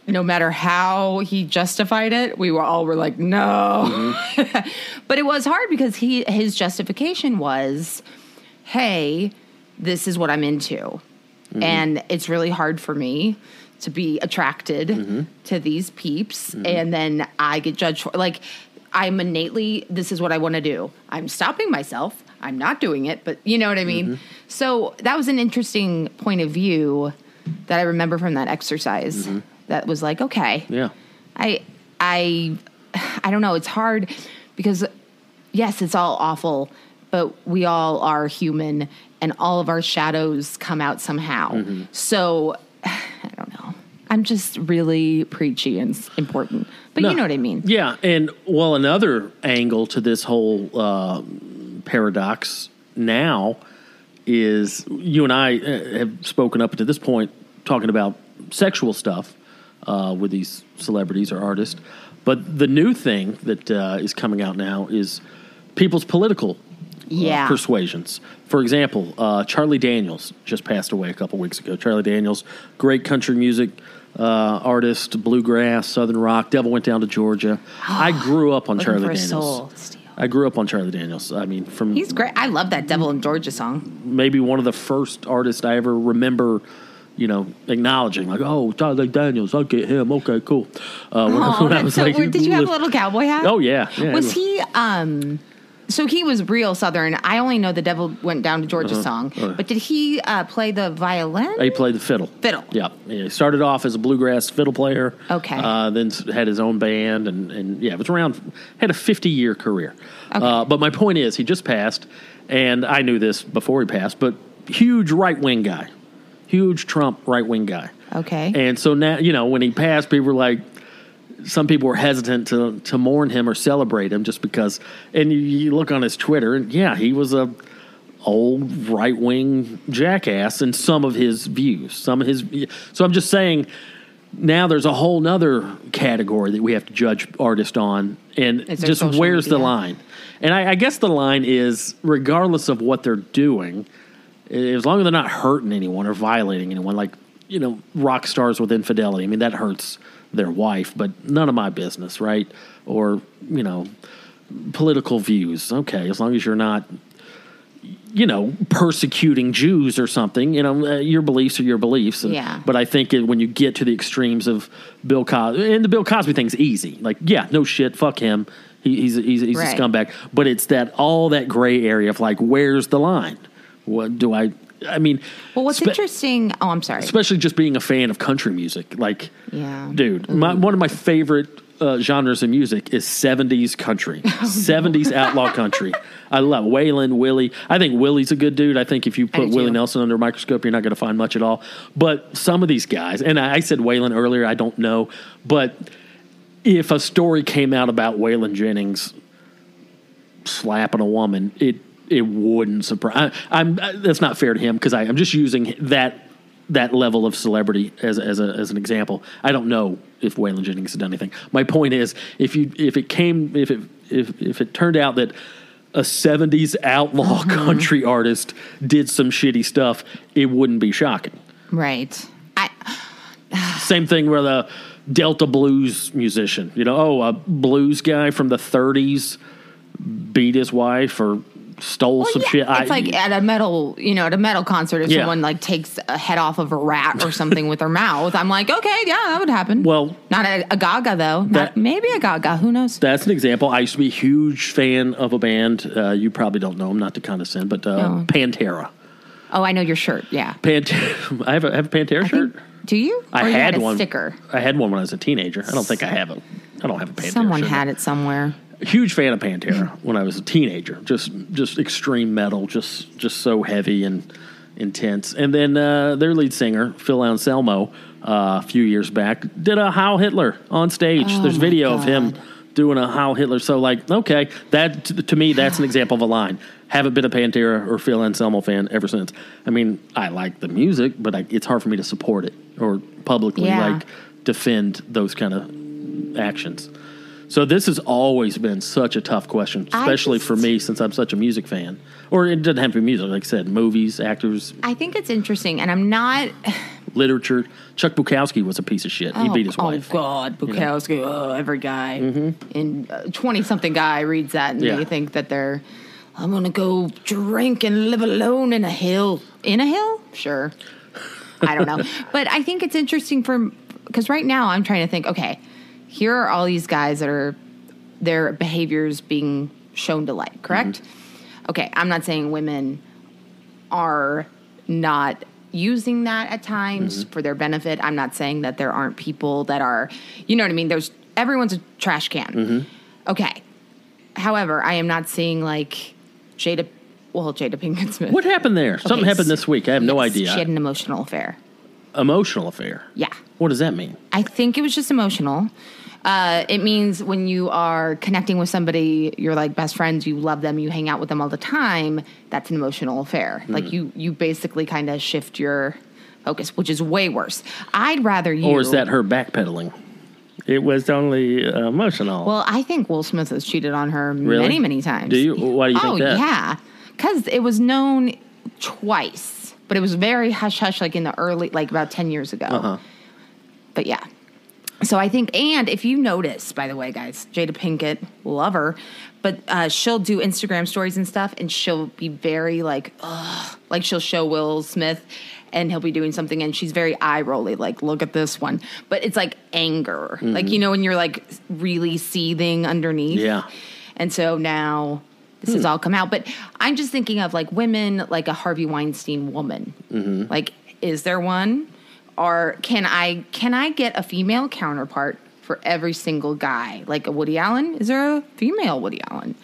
Speaker 1: no matter how he justified it, we were all were like, no. [laughs] but it was hard because he his justification was, hey, this is what I'm into. And it's really hard for me to be attracted to these peeps. And then I get judged for like I'm innately this is what I want to do. I'm stopping myself. I'm not doing it, but you know what I mean? So that was an interesting point of view that I remember from that exercise. That was like, okay.
Speaker 2: Yeah.
Speaker 1: I I [sighs] I don't know, it's hard because yes, it's all awful, but we all are human and all of our shadows come out somehow.
Speaker 2: Mm-hmm.
Speaker 1: So [sighs] I don't know. I'm just really preachy and s- important. But you
Speaker 2: No.
Speaker 1: know what I mean.
Speaker 2: Yeah, and well, another angle to this whole uh, paradox now is you and I uh, have spoken up to this point talking about sexual stuff uh, with these celebrities or artists, but the new thing that uh, is coming out now is people's political
Speaker 1: Yeah.
Speaker 2: uh, persuasions. For example, uh, Charlie Daniels just passed away a couple weeks ago. Charlie Daniels, great country music uh, artist, bluegrass, southern rock. Devil went down to
Speaker 1: [gasps]
Speaker 2: Georgia. I grew up on
Speaker 1: Looking
Speaker 2: Charlie
Speaker 1: for a
Speaker 2: Daniels.
Speaker 1: soul steal.
Speaker 2: I grew up on Charlie Daniels. I mean, from
Speaker 1: He's great. I love that Devil in Georgia song.
Speaker 2: maybe one of the first artists I ever remember, you know, acknowledging like, oh, Charlie Daniels, I'll get him. Okay, cool. Uh, when,
Speaker 1: Oh,
Speaker 2: when
Speaker 1: that's so weird. Did you have a little cowboy hat?
Speaker 2: Oh yeah. yeah
Speaker 1: was he um so he was real southern. I only know the Devil went down to Georgia song.
Speaker 2: Uh-huh.
Speaker 1: But did he uh, play the violin?
Speaker 2: He played the fiddle.
Speaker 1: Fiddle.
Speaker 2: Yeah. Yeah, He started off as a bluegrass fiddle player.
Speaker 1: Okay.
Speaker 2: Uh, then s- had his own band, and, and yeah, it was around, had a 50 year career. Uh, but my point is, he just passed, and I knew this before he passed, but huge right wing guy, huge Trump right wing guy.
Speaker 1: Okay.
Speaker 2: And so now, you know, when he passed, people were like, some people were hesitant to, to mourn him or celebrate him just because, and you, you look on his Twitter, and yeah, he was a old right wing jackass in some of his views. Some of his, so I'm just saying. Now there's a whole nother category that we have to judge artists on, and
Speaker 1: Is there
Speaker 2: just
Speaker 1: social
Speaker 2: where's the
Speaker 1: media?
Speaker 2: line? And I, I guess the line is, regardless of what they're doing, as long as they're not hurting anyone or violating anyone, like you know, rock stars with infidelity. I mean, that hurts their wife, but none of my business, right? Or you know, political views. Okay, as long as you're not, you know, persecuting Jews or something. You know, uh, your beliefs are your beliefs. And-
Speaker 1: Yeah.
Speaker 2: But I think it, when you get to the extremes of Bill Cosby, and the Bill Cosby thing's easy. Like, yeah, no shit, fuck him. He, he's he's, he's
Speaker 1: Right.
Speaker 2: a scumbag. But it's that all that gray area of like, where's the line? What do I? I mean,
Speaker 1: well, what's
Speaker 2: spe-
Speaker 1: interesting? Oh, I'm sorry.
Speaker 2: especially just being a fan of country music. Like,
Speaker 1: Yeah. Mm-hmm.
Speaker 2: dude, my, one of my favorite uh, genres of music is
Speaker 1: [laughs]
Speaker 2: 70s country,
Speaker 1: Oh,
Speaker 2: 70s outlaw country. I love Waylon, Willie. I think Willie's a good dude. I think if you put
Speaker 1: do
Speaker 2: Willie
Speaker 1: too.
Speaker 2: Nelson under a microscope, you're not going to find much at all. But some of these guys, and I, I said Waylon earlier, I don't know, but if a story came out about Waylon Jennings slapping a woman, it it wouldn't surprise. I, I'm I, that's not fair to him because I'm just using that that level of celebrity as as, a, as an example. I don't know if Waylon Jennings had done anything. My point is, if you if it came if it if if it turned out that a 70s outlaw [laughs] country artist did some shitty stuff, it wouldn't be shocking.
Speaker 1: right. I
Speaker 2: Same thing with a Delta blues musician. You know, oh, a blues guy from the 30s beat his wife or stole some
Speaker 1: yeah,
Speaker 2: shit.
Speaker 1: It's like at a metal, you know, at a metal concert, if
Speaker 2: Yeah.
Speaker 1: someone like takes a head off of a rat or something with their mouth, I'm like, okay, yeah, that would happen.
Speaker 2: Well-
Speaker 1: not a, a Gaga though. Not-
Speaker 2: That-
Speaker 1: maybe a Gaga. Who knows?
Speaker 2: that's an example. I used to be a huge fan of a band. Uh, you probably don't know them, not to condescend, but uh,
Speaker 1: No.
Speaker 2: Pantera.
Speaker 1: oh, I know your shirt. Yeah.
Speaker 2: Pantera. [laughs] I have a, I have a Pantera
Speaker 1: I
Speaker 2: shirt.
Speaker 1: think- do you?
Speaker 2: I
Speaker 1: Or you
Speaker 2: had,
Speaker 1: a
Speaker 2: one.
Speaker 1: sticker.
Speaker 2: I had one when I was a teenager. I don't think I have a. I don't have a Pantera.
Speaker 1: Someone
Speaker 2: shirt.
Speaker 1: had it somewhere.
Speaker 2: huge fan of Pantera when I was a teenager. Just just extreme metal, just just so heavy and intense. And then uh, their lead singer Phil Anselmo, uh, a few years back, did a Heil Hitler on stage.
Speaker 1: Oh
Speaker 2: There's
Speaker 1: my
Speaker 2: video of him
Speaker 1: God.
Speaker 2: doing a Heil Hitler. So like, okay, that to, to me that's an example of a line. Haven't been a Pantera or Phil Anselmo fan ever since. I mean, I like the music, but I, it's hard for me to support it or publicly
Speaker 1: Yeah.
Speaker 2: like defend those kind of actions. So this has always been such a tough question,
Speaker 1: I
Speaker 2: especially
Speaker 1: just-
Speaker 2: for me since I'm such a music fan. Or it doesn't have to be music, like I said, movies, actors,
Speaker 1: I think it's interesting, and I'm not.
Speaker 2: literature. Chuck Bukowski was a piece of shit. he
Speaker 1: oh,
Speaker 2: beat his
Speaker 1: oh,
Speaker 2: wife. Mm-hmm.
Speaker 1: God, Bukowski. Oh, every guy in twenty something guy reads that, and
Speaker 2: Yeah.
Speaker 1: they think that they're. I'm gonna go drink and live alone in a hill. In a hill? Sure. I
Speaker 2: [laughs]
Speaker 1: don't know, but I think it's interesting for because right now I'm trying to think. Okay, here are all these guys that are their behaviors being shown to light. Correct?
Speaker 2: Mm-hmm.
Speaker 1: Okay, I'm not saying women are not using that at times
Speaker 2: Mm-hmm.
Speaker 1: for their benefit. I'm not saying that there aren't people that are, you know what I mean? There's everyone's a trash can.
Speaker 2: Mm-hmm.
Speaker 1: Okay. However, I am not seeing like Jada, well, Jada Pinkett Smith.
Speaker 2: What happened there? Something
Speaker 1: Okay,
Speaker 2: happened
Speaker 1: so-
Speaker 2: this week. I have no
Speaker 1: Yes,
Speaker 2: idea.
Speaker 1: She had an emotional affair.
Speaker 2: Emotional affair.
Speaker 1: Yeah.
Speaker 2: What does that mean?
Speaker 1: I think it was just emotional. Uh, it means when you are connecting with somebody, you're like best friends, you love them, you hang out with them all the time. That's an emotional affair.
Speaker 2: Mm-hmm.
Speaker 1: Like you, you basically kind of shift your focus, which is way worse. I'd rather you.
Speaker 2: Or is that her backpedaling? It was only uh, emotional.
Speaker 1: Well, I think Will Smith has cheated on her
Speaker 2: Really?
Speaker 1: many, many times.
Speaker 2: Do you? Why do you
Speaker 1: oh
Speaker 2: think that?
Speaker 1: yeah, because it was known twice, but it was very hush hush, like in the early, like about ten years ago.
Speaker 2: Uh-huh.
Speaker 1: But yeah. So I think, and if you notice, by the way, guys, Jada Pinkett, love her, but uh, she'll do Instagram stories and stuff, and she'll be very like, ugh, like she'll show Will Smith, and he'll be doing something, and she's very eye rolly, like, look at this one, but it's like anger, like you know when you're like really seething underneath,
Speaker 2: Yeah.
Speaker 1: and so now this
Speaker 2: Hmm.
Speaker 1: has all come out. But I'm just thinking of like women, like a Harvey Weinstein woman.
Speaker 2: Mm-hmm.
Speaker 1: Like, is there one? Or can I can I get a female counterpart for every single guy? Like a Woody Allen? Is there a female Woody Allen?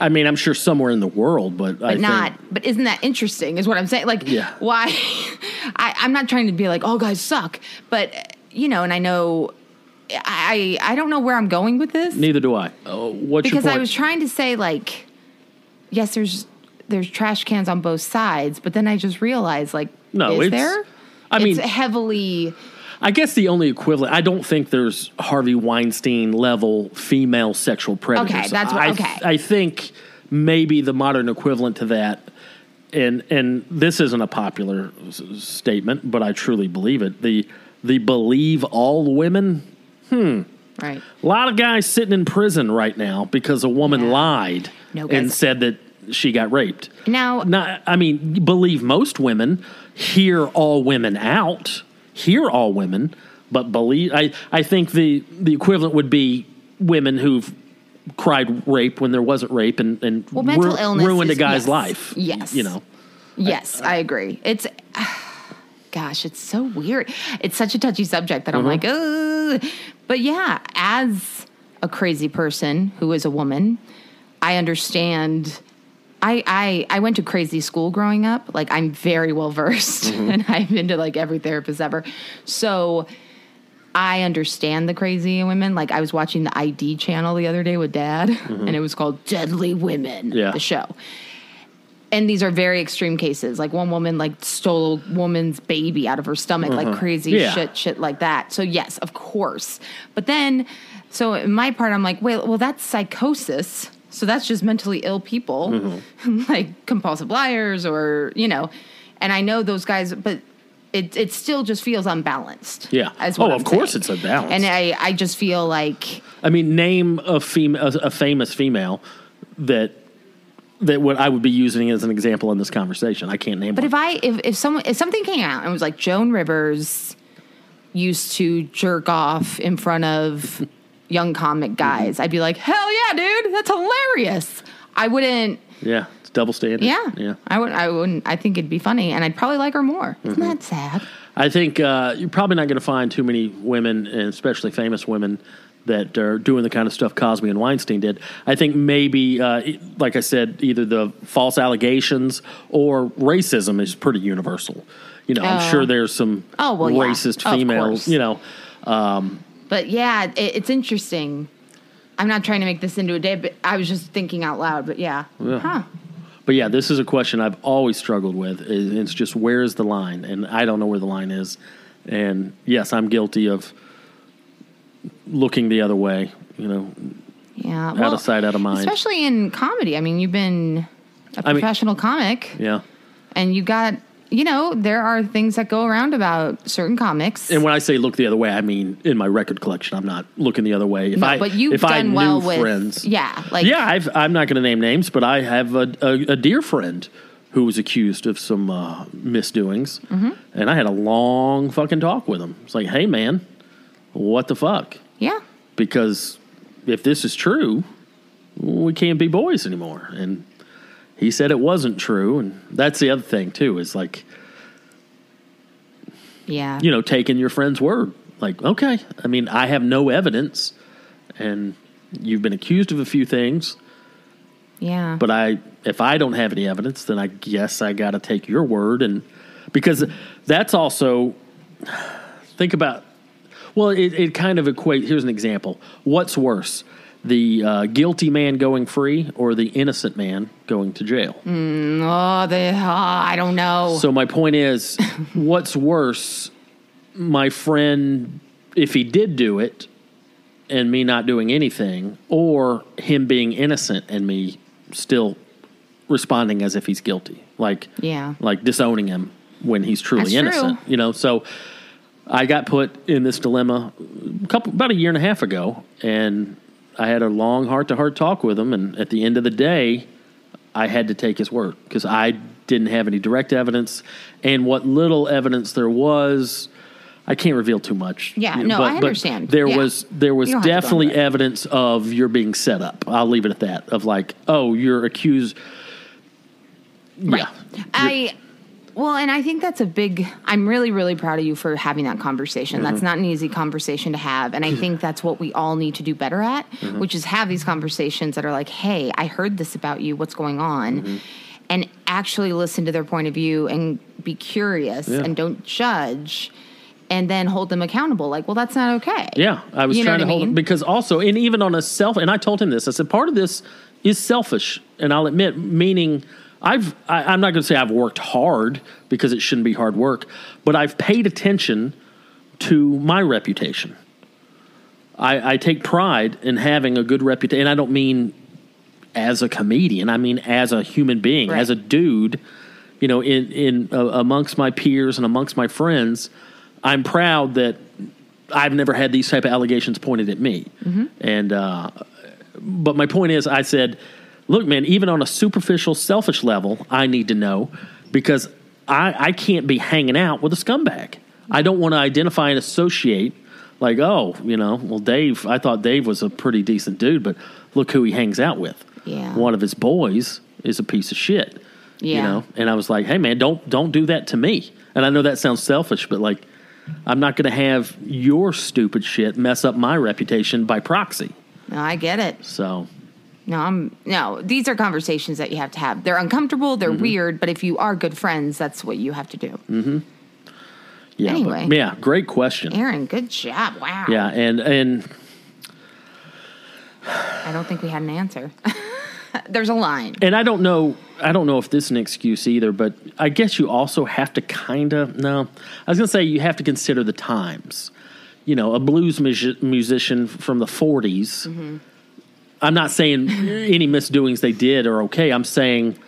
Speaker 2: I mean, I'm sure somewhere in the world, but, I
Speaker 1: But not.
Speaker 2: think
Speaker 1: But isn't that interesting? Is what I'm saying. Like,
Speaker 2: Yeah.
Speaker 1: why? [laughs] I, I'm not trying to be like, oh, guys suck. But you know, and I know, I I I don't know where I'm going with this.
Speaker 2: neither do I. Uh, what's your
Speaker 1: because
Speaker 2: point?
Speaker 1: I was trying to say like, yes, there's there's trash cans on both sides, but then I just realized like,
Speaker 2: No,
Speaker 1: is
Speaker 2: it's-
Speaker 1: there?
Speaker 2: I
Speaker 1: It's
Speaker 2: mean-
Speaker 1: heavily.
Speaker 2: I guess the only equivalent. I don't think there's Harvey Weinstein level female sexual predators.
Speaker 1: Okay, that's what-
Speaker 2: I,
Speaker 1: okay.
Speaker 2: I think maybe the modern equivalent to that, and and this isn't a popular s- statement, but I truly believe it. The the believe all women.
Speaker 1: Right.
Speaker 2: A lot of guys sitting in prison right now because a woman
Speaker 1: Yeah.
Speaker 2: lied
Speaker 1: No,
Speaker 2: and
Speaker 1: guys.
Speaker 2: said that she got raped.
Speaker 1: Now-
Speaker 2: not, I mean, believe most women, hear all women out, hear all women, but believe. I, I think the, the equivalent would be women who've cried rape when there wasn't rape and, and
Speaker 1: Well, mental illness
Speaker 2: ruined a
Speaker 1: is-
Speaker 2: guy's
Speaker 1: yes.
Speaker 2: life.
Speaker 1: Yes.
Speaker 2: You know,
Speaker 1: Yes, I, agree. It's. [sighs] Gosh, it's so weird. It's such a touchy subject that I'm like, oh. But yeah, as a crazy person who is a woman, I understand. I, I I went to crazy school growing up. Like I'm very well versed, [laughs] and I've been to like every therapist ever. So I understand the crazy women. Like I was watching the ID channel the other day with Dad, and it was called Deadly Women.
Speaker 2: Yeah.
Speaker 1: The show and these are very extreme cases. Like one woman like stole a woman's baby out of her stomach, like crazy
Speaker 2: Mm-hmm. Yeah.
Speaker 1: shit, shit like that. So yes, of course. But then, so in my part, I'm like, wait, well, that's psychosis. So that's just mentally ill people,
Speaker 2: Mm-hmm.
Speaker 1: [laughs] like compulsive liars, or you know. And I know those guys, but it it still just feels unbalanced.
Speaker 2: Yeah.
Speaker 1: As well,
Speaker 2: Oh, of course it's unbalanced.
Speaker 1: And I I just feel like
Speaker 2: I mean, name a fem- a, a famous female that that what I would be using as an example in this conversation. I can't name.
Speaker 1: But
Speaker 2: one.
Speaker 1: if I if if someone if something came out and was like Joan Rivers used to jerk off in front of young comic guys, I'd be like, hell yeah, dude, that's hilarious. I wouldn't.
Speaker 2: Yeah, it's double standard.
Speaker 1: Yeah,
Speaker 2: yeah. Mm-hmm.
Speaker 1: I wouldn't. I wouldn't. I think it'd be funny, and I'd probably like her more. Isn't that sad?
Speaker 2: I think uh, you're probably not going to find too many women, and especially famous women, that are doing the kind of stuff Cosby and Weinstein did. I think maybe, uh, e- like I said, either the false allegations or racism is pretty universal. You know, I'm
Speaker 1: Oh.
Speaker 2: sure there's some
Speaker 1: Oh, well, yeah.
Speaker 2: racist
Speaker 1: Of
Speaker 2: females.
Speaker 1: course.
Speaker 2: You know, um,
Speaker 1: But yeah, it, it's interesting. I'm not trying to make this into a day, but I was just thinking out loud. But yeah,
Speaker 2: Yeah.
Speaker 1: huh?
Speaker 2: But yeah, this is a question I've always struggled with. is- It's just where is the line, and I don't know where the line is. And yes, I'm guilty of looking the other way. You know,
Speaker 1: Yeah,
Speaker 2: Out of sight, out of mind.
Speaker 1: Especially in comedy. I mean, you've been a
Speaker 2: I mean-
Speaker 1: professional comic,
Speaker 2: yeah.
Speaker 1: and you got you know there are things that go around about certain comics.
Speaker 2: And when I say look the other way, I mean in my record collection, I'm not looking the other way. If
Speaker 1: No,
Speaker 2: I
Speaker 1: but you've
Speaker 2: if
Speaker 1: done
Speaker 2: I knew
Speaker 1: well with
Speaker 2: friends,
Speaker 1: yeah, like
Speaker 2: yeah, I've, I'm not going to name names, but I have a, a, a dear friend who was accused of some uh, misdoings,
Speaker 1: Mm-hmm.
Speaker 2: and I had a long fucking talk with him. It's like, hey man, what the fuck?
Speaker 1: yeah.
Speaker 2: because if this is true, we can't be boys anymore. And he said it wasn't true, and that's the other thing too is like
Speaker 1: Yeah.
Speaker 2: you know taking your friend's word. Like, okay, I mean, I have no evidence, and you've been accused of a few things,
Speaker 1: yeah.
Speaker 2: but I if I don't have any evidence, then I guess I got to take your word, and because that's also think about well it, it kind of equates here's an example what's worse the uh, guilty man going free or the innocent man going to jail
Speaker 1: oh, they, oh, I don't know.
Speaker 2: so my point is
Speaker 1: [laughs]
Speaker 2: what's worse my friend if he did do it and me not doing anything or him being innocent and me still responding as if he's guilty like
Speaker 1: Yeah.
Speaker 2: like disowning him when he's truly
Speaker 1: That's
Speaker 2: innocent
Speaker 1: true.
Speaker 2: you know so I got put in this dilemma a couple about a year and a half ago, and I had a long heart to heart talk with him. And at the end of the day, I had to take his word because I didn't have any direct evidence, and what little evidence there was, I can't reveal too much.
Speaker 1: Yeah, no, I understand.
Speaker 2: there
Speaker 1: Yeah.
Speaker 2: was there was
Speaker 1: You don't have to go
Speaker 2: definitely
Speaker 1: into it.
Speaker 2: evidence of you're being set up. I'll leave it at that. Of like, oh, you're accused. Yeah,
Speaker 1: I well, and I think that's a big. I'm really, really proud of you for having that conversation.
Speaker 2: Mm-hmm.
Speaker 1: That's not an easy conversation to have, and I
Speaker 2: [laughs]
Speaker 1: think that's what we all need to do better at,
Speaker 2: Mm-hmm.
Speaker 1: which is have these conversations that are like, "Hey, I heard this about you. What's going on?"
Speaker 2: Mm-hmm.
Speaker 1: And actually listen to their point of view and be curious
Speaker 2: Yeah.
Speaker 1: and don't judge, and then hold them accountable. Like, well, that's not okay.
Speaker 2: Yeah, I was
Speaker 1: You know
Speaker 2: trying to
Speaker 1: what I
Speaker 2: hold
Speaker 1: mean?
Speaker 2: him because also, and even on a self, and I told him this. I said part of this is selfish, and I'll admit, meaning I've I, I'm not going to say I've worked hard because it shouldn't be hard work, but I've paid attention to my reputation. I, I take pride in having a good reputation, and I don't mean as a comedian. I mean as a human being,
Speaker 1: Right.
Speaker 2: as a dude. You know, in in uh, amongst my peers and amongst my friends, I'm proud that I've never had these type of allegations pointed at me. And uh, but my point is, I said, look, man, even on a superficial, selfish level, I need to know because I, I can't be hanging out with a scumbag. I don't want to identify and associate. Like, oh, you know, well, Dave. I thought Dave was a pretty decent dude, but look who he hangs out with.
Speaker 1: Yeah.
Speaker 2: One of his boys is a piece of shit. You
Speaker 1: Yeah.
Speaker 2: know, and I was like, hey man, don't don't do that to me. And I know that sounds selfish, but like I'm not going to have your stupid shit mess up my reputation by proxy.
Speaker 1: No, I get it.
Speaker 2: So,
Speaker 1: No, I'm no. These are conversations that you have to have. They're uncomfortable. They're
Speaker 2: Mm-hmm.
Speaker 1: weird. But if you are good friends, that's what you have to do.
Speaker 2: Mm. yeah. but-
Speaker 1: Anyway.
Speaker 2: yeah, great question.
Speaker 1: Aaron, good job. Wow.
Speaker 2: Yeah, and and
Speaker 1: I don't think we had an answer. [laughs] There's a line.
Speaker 2: and I don't know I don't know if this is an excuse either, but I guess you also have to kind of no. I was going to say you have to consider the times. You know, a blues mu- musician from the 40s. I'm not saying any misdoings they did are okay. I'm saying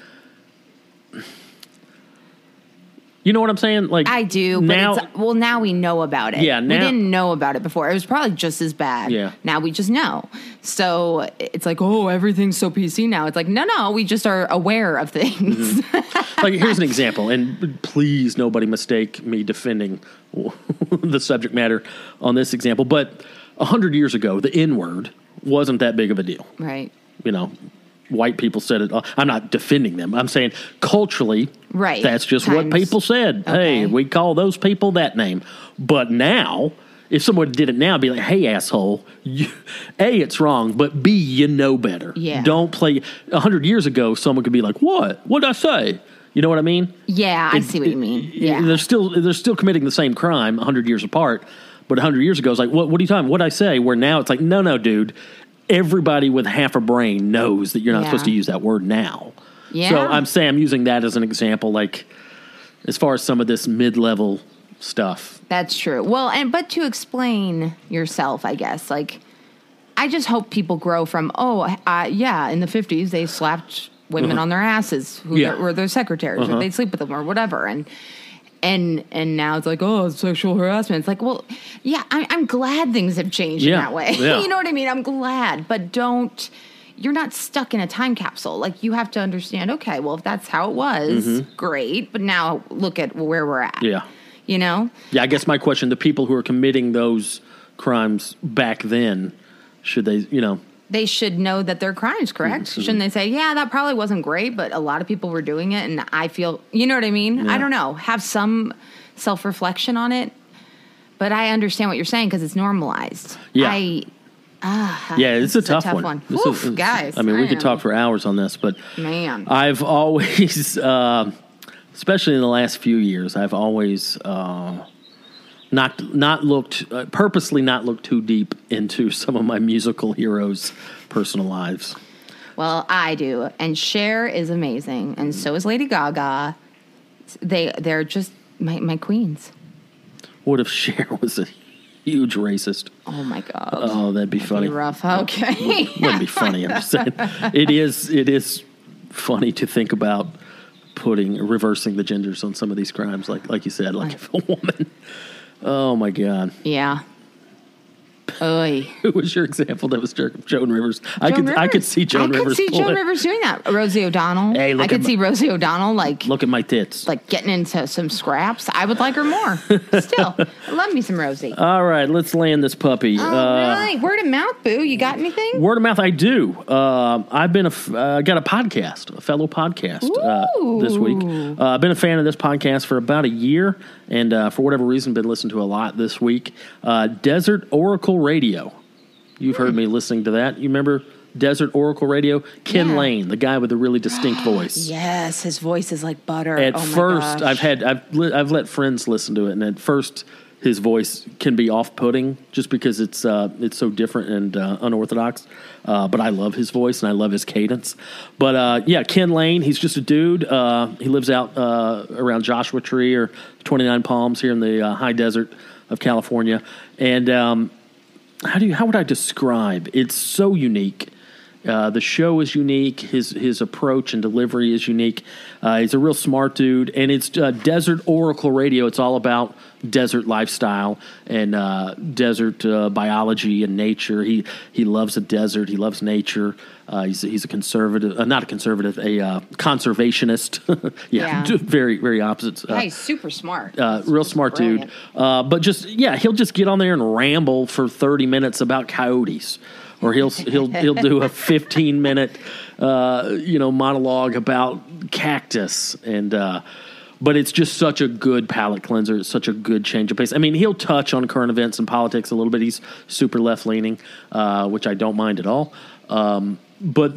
Speaker 2: You know what I'm saying? Like
Speaker 1: I do. But
Speaker 2: Now
Speaker 1: it's, well, now we know about it.
Speaker 2: Yeah, now-
Speaker 1: we didn't know about it before. It was probably just as bad.
Speaker 2: Yeah.
Speaker 1: Now we just know. So it's like, oh, everything's so PC now. It's like, no, no, we just are aware of things.
Speaker 2: Mm-hmm. like here's an example and please nobody mistake me defending [laughs] the subject matter on this example but 100 years ago the n word wasn't that big of a deal
Speaker 1: [laughs] right.
Speaker 2: you know white people said it. I'm not defending them. I'm saying culturally,
Speaker 1: Right.
Speaker 2: That's just what
Speaker 1: Times.
Speaker 2: people said.
Speaker 1: Okay.
Speaker 2: Hey, we call those people that name. But now, if someone did it now, I'd be like, hey, asshole, you, A, it's wrong, but B, you know better.
Speaker 1: Yeah.
Speaker 2: Don't play. A hundred years ago, someone could be like, what? What did I say? You know what I mean?
Speaker 1: Yeah, I see what you mean. Yeah.
Speaker 2: They're still they're still committing the same crime hundred years apart, but hundred years ago it's like, what what are you talking? What I say? Where now it's like, no, no, dude. Everybody with half a brain knows that you're not
Speaker 1: Yeah.
Speaker 2: supposed to use that word now. So
Speaker 1: Yeah.
Speaker 2: I'm saying I'm using that as an example, like as far as some of this mid level stuff.
Speaker 1: That's true. Well, and but to explain yourself, I guess like I just hope people grow from oh uh, yeah, in the fifties they slapped women on their asses who
Speaker 2: Mm-hmm. Yeah. Mm-hmm.
Speaker 1: were their secretaries or they'd sleep with them or whatever and. And and now it's like oh it's sexual harassment. It's like well yeah I, I'm glad things have changed
Speaker 2: Yeah,
Speaker 1: in that way. [laughs]
Speaker 2: yeah.
Speaker 1: you know what I mean? I'm glad, but don't you're not stuck in a time capsule. Like you have to understand. Okay, well if that's how it was, great. But now look at where we're at.
Speaker 2: Mm-hmm. Yeah.
Speaker 1: you know.
Speaker 2: Yeah, I guess my question: the people who are committing those crimes back then, should they? You know,
Speaker 1: they should know that their crimes, correct?
Speaker 2: Mm-hmm.
Speaker 1: Shouldn't they say, yeah, that probably wasn't great, but a lot of people were doing it and I feel, you know what I mean? I
Speaker 2: Yeah.
Speaker 1: don't know. Have some self reflection on it. But I understand what you're saying because it's normalized.
Speaker 2: Yeah.
Speaker 1: I,
Speaker 2: yeah, it's a
Speaker 1: It's a
Speaker 2: tough,
Speaker 1: tough
Speaker 2: one.
Speaker 1: one.
Speaker 2: This is-
Speaker 1: Oof, guys,
Speaker 2: I mean, we
Speaker 1: I
Speaker 2: could
Speaker 1: am-
Speaker 2: talk for hours on this, but
Speaker 1: man.
Speaker 2: I've always, [laughs] uh, especially in the last few years, I've always uh, not not looked uh, purposely not looked too deep into [laughs] some of my musical heroes' personal lives.
Speaker 1: well, I do. And Cher is amazing. And
Speaker 2: Mm-hmm.
Speaker 1: so is Lady Gaga. They, they're just my, my queens.
Speaker 2: What if Cher [laughs] was a huge racist?
Speaker 1: Oh my God.
Speaker 2: Oh, that'd be funny.
Speaker 1: Rough. Okay.
Speaker 2: [laughs] Wouldn't be funny. I'm just [laughs] saying it is. It is funny to think about putting reversing the genders on some of these crimes, like like you said, like if a woman. Oh my god.
Speaker 1: [laughs] yeah. Oy.
Speaker 2: Who was your example that was Jer- Joan Rivers? I could I could see Joan
Speaker 1: I could
Speaker 2: Rivers.
Speaker 1: see
Speaker 2: pull
Speaker 1: Joan
Speaker 2: it.
Speaker 1: Rivers doing that. Rosie O'Donnell.
Speaker 2: Hey, look
Speaker 1: I could
Speaker 2: at
Speaker 1: see Rosie O'Donnell like
Speaker 2: Look at my tits.
Speaker 1: like getting into some scraps. I would like her
Speaker 2: [laughs]
Speaker 1: more. Still, I love me some Rosie.
Speaker 2: All right, let's land this puppy.
Speaker 1: All
Speaker 2: Uh,
Speaker 1: right, word of mouth, boo. You got anything?
Speaker 2: Word of mouth, I do. Um, I've been a f- uh, got a podcast, a fellow podcast uh, this week.
Speaker 1: Ooh.
Speaker 2: Uh, I've been a fan of this podcast for about a year, and uh, for whatever reason, been listening to a lot this week. Uh, Desert Oracle Radio. You've
Speaker 1: Hmm.
Speaker 2: heard me listening to that. You remember Desert Oracle Radio? Ken
Speaker 1: Yeah.
Speaker 2: Lane, the guy with the
Speaker 1: [gasps]
Speaker 2: really distinct voice.
Speaker 1: Yes, his voice is like butter.
Speaker 2: At
Speaker 1: Oh my
Speaker 2: first,
Speaker 1: gosh.
Speaker 2: I've had I've li- I've let friends listen to it, and at first, his voice can be off-putting just because it's uh, it's so different and uh, unorthodox. Uh, but I love his voice and I love his cadence. But uh, yeah, Ken Lane, he's just a dude. Uh, he lives out uh, around Joshua Tree or Twenty Nine Palms here in the uh, high desert of California, and um, how do you how would I describe? It's so unique. Uh, the show is unique. His his approach and delivery is unique. Uh, he's a real smart dude, and it's uh, Desert Oracle Radio. It's all about desert lifestyle and uh, desert uh, biology and nature. He he loves the desert. He loves nature. Uh, he's he's a conservative, uh, not a conservative, a uh, conservationist. [laughs] yeah,
Speaker 1: Yeah.
Speaker 2: very very opposites. Uh,
Speaker 1: Yeah, he's super smart.
Speaker 2: uh, real smart
Speaker 1: brilliant.
Speaker 2: dude. Uh, but just yeah, he'll just get on there and ramble for thirty minutes about coyotes, or he'll he'll he'll do a fifteen minute uh, you know monologue about cactus and. Uh, but it's just such a good palate cleanser. It's such a good change of pace. I mean, he'll touch on current events and politics a little bit. He's super left leaning, uh, which I don't mind at all. Um, but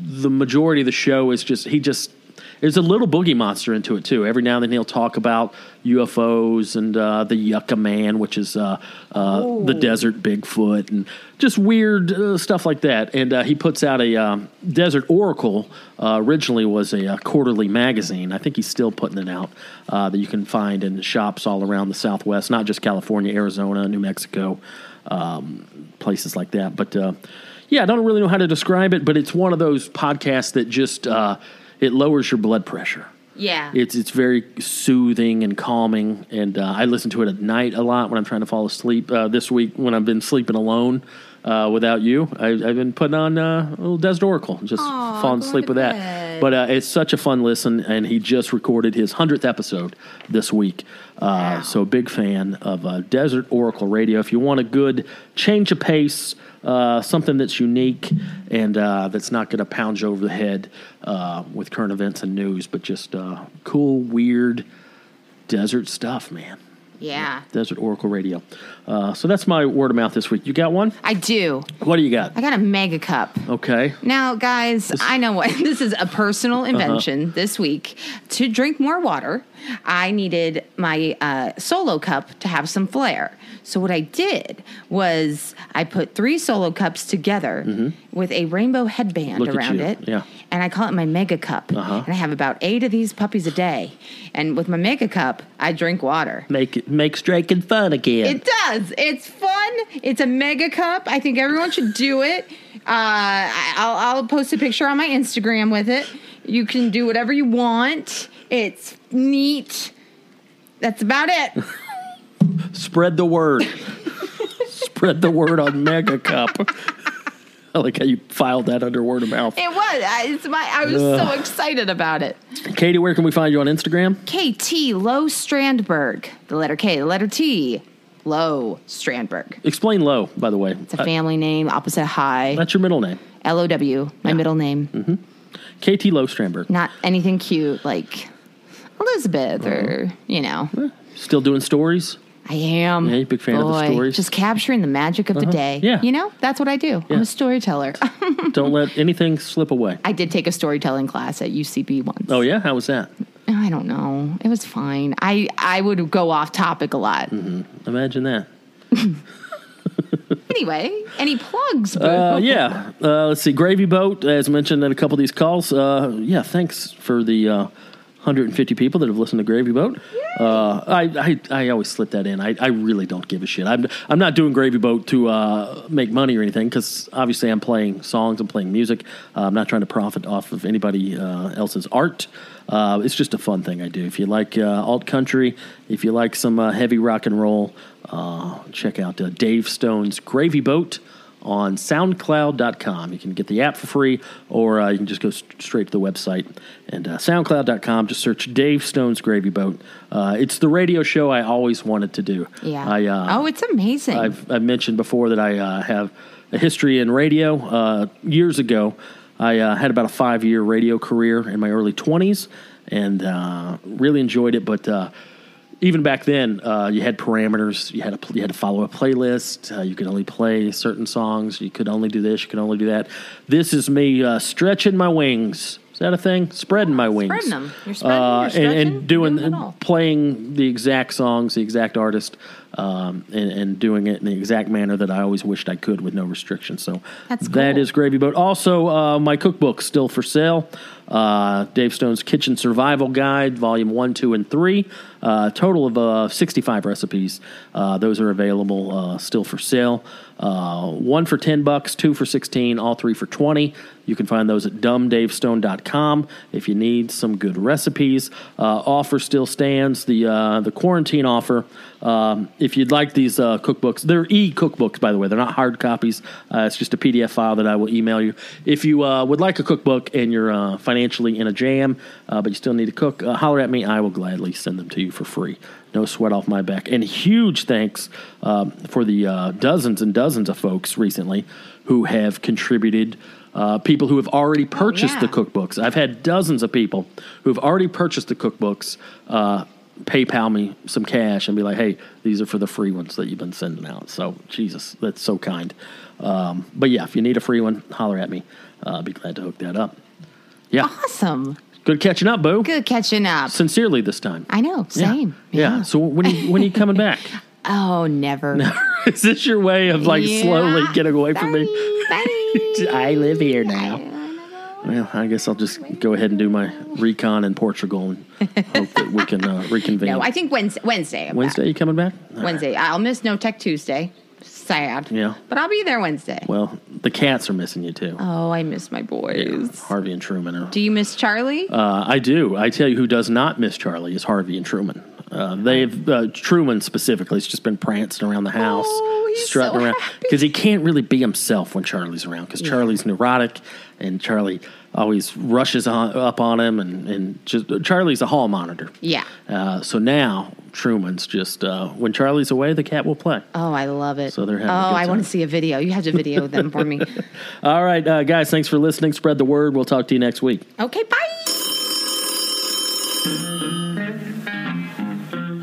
Speaker 2: the majority of the show is just he just there's a little boogie monster into it too. Every now and then he'll talk about UFOs and uh, the Yucca Man, which is uh, uh, the desert Bigfoot, and just weird uh, stuff like that. And uh, he puts out a um, Desert Oracle. Uh, originally was a, uh quarterly magazine. I think he's still putting it out uh, that you can find in shops all around the Southwest, not just California, Arizona, New Mexico, um, places like that. But uh, yeah, I don't really know how to describe it, but it's one of those podcasts that just uh, it lowers your blood pressure.
Speaker 1: Yeah.
Speaker 2: It's it's very soothing and calming, and uh, I listen to it at night a lot when I'm trying to fall asleep. Uh, this week, when I've been sleeping alone uh, without you, I, I've been putting on uh, a little Desert Oracle, and just
Speaker 1: Aw,
Speaker 2: falling
Speaker 1: go
Speaker 2: asleep
Speaker 1: to
Speaker 2: with that.
Speaker 1: bed.
Speaker 2: But uh, it's such a fun listen, and he just recorded his 100th episode this week. Uh, So, big fan of uh, Desert Oracle Radio. If you want a good change of pace, uh, something that's unique and uh, that's not going to pound you over the head uh, with current events and news, but just uh, cool, weird desert stuff, man.
Speaker 1: Yeah.
Speaker 2: Desert Oracle Radio. Uh, so that's my word of mouth this week. You got one?
Speaker 1: I do.
Speaker 2: What do you got?
Speaker 1: I got a mega cup.
Speaker 2: Okay.
Speaker 1: Now, guys, I know what [laughs] this is a personal
Speaker 2: Uh-huh.
Speaker 1: invention this week to drink more water. I needed my uh, solo cup to have some flair. So, what I did was I put three solo cups together with a rainbow headband
Speaker 2: Mm-hmm. Look at
Speaker 1: around
Speaker 2: you.
Speaker 1: it.
Speaker 2: Yeah.
Speaker 1: And I call it my mega cup.
Speaker 2: Uh-huh.
Speaker 1: And I have about eight of these puppies a day. And with my mega cup, I drink water.
Speaker 2: Make it makes drinking fun again.
Speaker 1: It does. It's fun. It's a mega cup. I think everyone should do it. Uh, I- I'll, I'll post a picture on my Instagram with it. You can do whatever you want. It's neat. That's about it.
Speaker 2: Spread the word. Spread the word on Mega Cup. I like how you filed that under word of
Speaker 1: [laughs]
Speaker 2: mouth.
Speaker 1: It was. I, it's my. I was so excited about it.
Speaker 2: Katie, where can we find you on Instagram?
Speaker 1: KT Low Strandberg. The letter K. The letter T. Low Strandberg.
Speaker 2: Explain low, by the way.
Speaker 1: It's a
Speaker 2: Uh,
Speaker 1: family name. Opposite high.
Speaker 2: that's your middle name.
Speaker 1: L O W. My middle name.
Speaker 2: KT Low Strandberg.
Speaker 1: Not anything cute like Elizabeth or you know.
Speaker 2: Still doing stories?
Speaker 1: I am.
Speaker 2: Yeah, you big fan of the stories. Uh-huh.
Speaker 1: Just capturing the magic of the day.
Speaker 2: Yeah.
Speaker 1: You know, that's what I do. I'm
Speaker 2: Yeah.
Speaker 1: a storyteller. [laughs]
Speaker 2: Don't let anything slip away.
Speaker 1: I did take a storytelling class at UCB once. Oh,
Speaker 2: Oh, yeah? How was that?
Speaker 1: I don't know. It was fine. I, I would go off topic a lot.
Speaker 2: Mm-hmm. Imagine that.
Speaker 1: Anyway, any plugs? boo?
Speaker 2: Uh, yeah. Uh, let's see. Gravy Boat, as mentioned in a couple of these calls. Uh, yeah, thanks for the uh, 150 people that have listened to Gravy Boat. Uh, I, I, I always slip that in. I, I really don't give a shit. I'm, I'm not doing Gravy Boat to uh, make money or anything because obviously I'm playing songs, I'm playing music. Uh, I'm not trying to profit off of anybody uh, else's art. Uh, it's just a fun thing I do. If you like uh, alt country, if you like some uh, heavy rock and roll, uh, check out uh, Dave Stone's Gravy Boat on soundcloud.com. You can get the app for free, or uh, you can just go st- straight to the website and uh, soundcloud.com. Just search Dave Stone's Gravy Boat. Uh, it's the radio show I always wanted to do.
Speaker 1: yeah.
Speaker 2: I, uh,
Speaker 1: oh, it's amazing.
Speaker 2: I've, I've mentioned before that I uh, have a history in radio. Uh, years ago, I uh, had about a five year radio career in my early 20s and uh, really enjoyed it. But uh, even back then, uh, you had parameters. You had, a, pl- you had to follow a playlist. Uh, you could only play certain songs. You could only do this. You could only do that. This is me uh, stretching my wings. Is that a thing? Spreading my wings. Uh,
Speaker 1: Spreading them. You're spreading, you're
Speaker 2: and- and,
Speaker 1: stretching,
Speaker 2: doing,
Speaker 1: doing it all.
Speaker 2: playing the exact songs, the exact artist, um, and, and doing it in the exact manner that I always wished I could with no restrictions. So
Speaker 1: That's
Speaker 2: that
Speaker 1: cool.
Speaker 2: is Gravy Boat. Also, uh, my cookbook still for sale. Uh, Dave Stone's Kitchen Survival Guide, Volume One, Two, and Three. Uh, total of uh, sixty-five recipes. Uh, those are available uh, still for sale. Uh, one for ten bucks, two for sixteen, all three for twenty. You can find those at dumbdavestone.com if you need some good recipes. Uh, offer still stands the uh, the quarantine offer. Um, if you'd like these uh, cookbooks, they're e cookbooks by the way. They're not hard copies. Uh, it's just a PDF file that I will email you. If you uh, would like a cookbook and you're uh, financially in a jam, uh, but you still need to cook, uh, holler at me. I will gladly send them to you for free. No sweat off my back. And huge thanks um, for the uh, dozens and dozens of folks recently who have contributed. Uh, people who have already purchased
Speaker 1: yeah.
Speaker 2: the cookbooks. I've had dozens of people who have already purchased the cookbooks uh, PayPal me some cash and be like, "Hey, these are for the free ones that you've been sending out." So Jesus, that's so kind. Um, but yeah, if you need a free one, holler at me. Uh, I'd be glad to hook that up. Yeah,
Speaker 1: awesome.
Speaker 2: good catching up, boo.
Speaker 1: Oh. Good catching up.
Speaker 2: Sincerely this time.
Speaker 1: I know.
Speaker 2: Yeah.
Speaker 1: Same.
Speaker 2: Yeah. So when are you, when are you
Speaker 1: [laughs]
Speaker 2: coming back?
Speaker 1: Oh, never.
Speaker 2: Is this your way of [laughs] like
Speaker 1: Yeah.
Speaker 2: slowly getting away from me?
Speaker 1: Bye.
Speaker 2: [laughs] I live here now. Well, I guess I'll just go ahead and do my recon in Portugal and hope that we can
Speaker 1: [laughs]
Speaker 2: uh, reconvene.
Speaker 1: no, I think Wednesday. Wednesday. I'm
Speaker 2: Wednesday, you coming back?
Speaker 1: back. Wednesday. I'll miss No Tech Tuesday. Sad.
Speaker 2: Yeah.
Speaker 1: But I'll be there Wednesday.
Speaker 2: Well, the cats are missing you too.
Speaker 1: Oh, I miss my boys.
Speaker 2: Harvey and Truman. Are,
Speaker 1: Do you miss Charlie?
Speaker 2: uh, I do. I tell you who does not miss Charlie is Harvey and Truman. Uh, they've uh, Truman specifically has just been prancing around the house,
Speaker 1: Oh, he's
Speaker 2: strutting
Speaker 1: so
Speaker 2: around
Speaker 1: happy.
Speaker 2: because he can't really be himself when Charlie's around because Charlie's neurotic and Charlie always rushes on, up on him and and just Charlie's a hall monitor.
Speaker 1: Yeah.
Speaker 2: Uh, so now Truman's just uh, when Charlie's away, the cat will play.
Speaker 1: Oh, I love it.
Speaker 2: So they're having
Speaker 1: Oh,
Speaker 2: a good
Speaker 1: I want
Speaker 2: time.
Speaker 1: to see a video. You have to video them for
Speaker 2: [laughs]
Speaker 1: me.
Speaker 2: All right, uh, guys, thanks for listening. Spread the word. We'll talk to you next week.
Speaker 1: Okay, bye.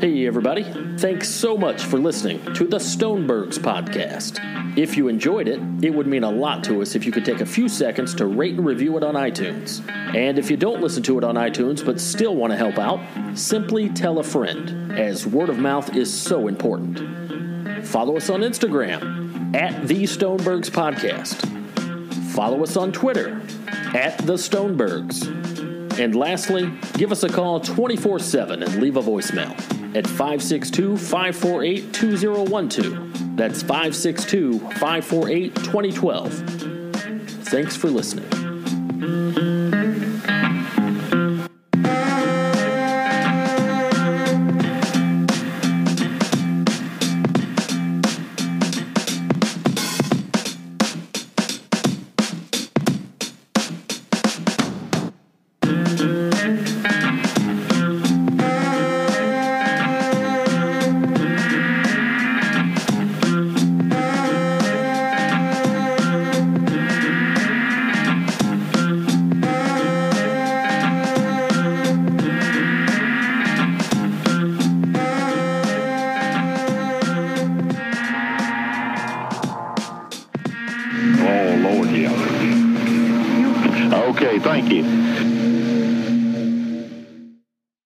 Speaker 2: Hey, everybody. Thanks so much for listening to the Stonebergs podcast. If you enjoyed it, it would mean a lot to us if you could take a few seconds to rate and review it on iTunes. And if you don't listen to it on iTunes but still want to help out, simply tell a friend, as word of mouth is so important. Follow us on Instagram at the Stonebergs podcast. Follow us on Twitter at the Stonebergs. And lastly, give us a call 24 7 and leave a voicemail at 562 548 2012. That's 562 548 2012. Thanks for listening.
Speaker 8: Oh, Lord, yeah. Okay, thank you.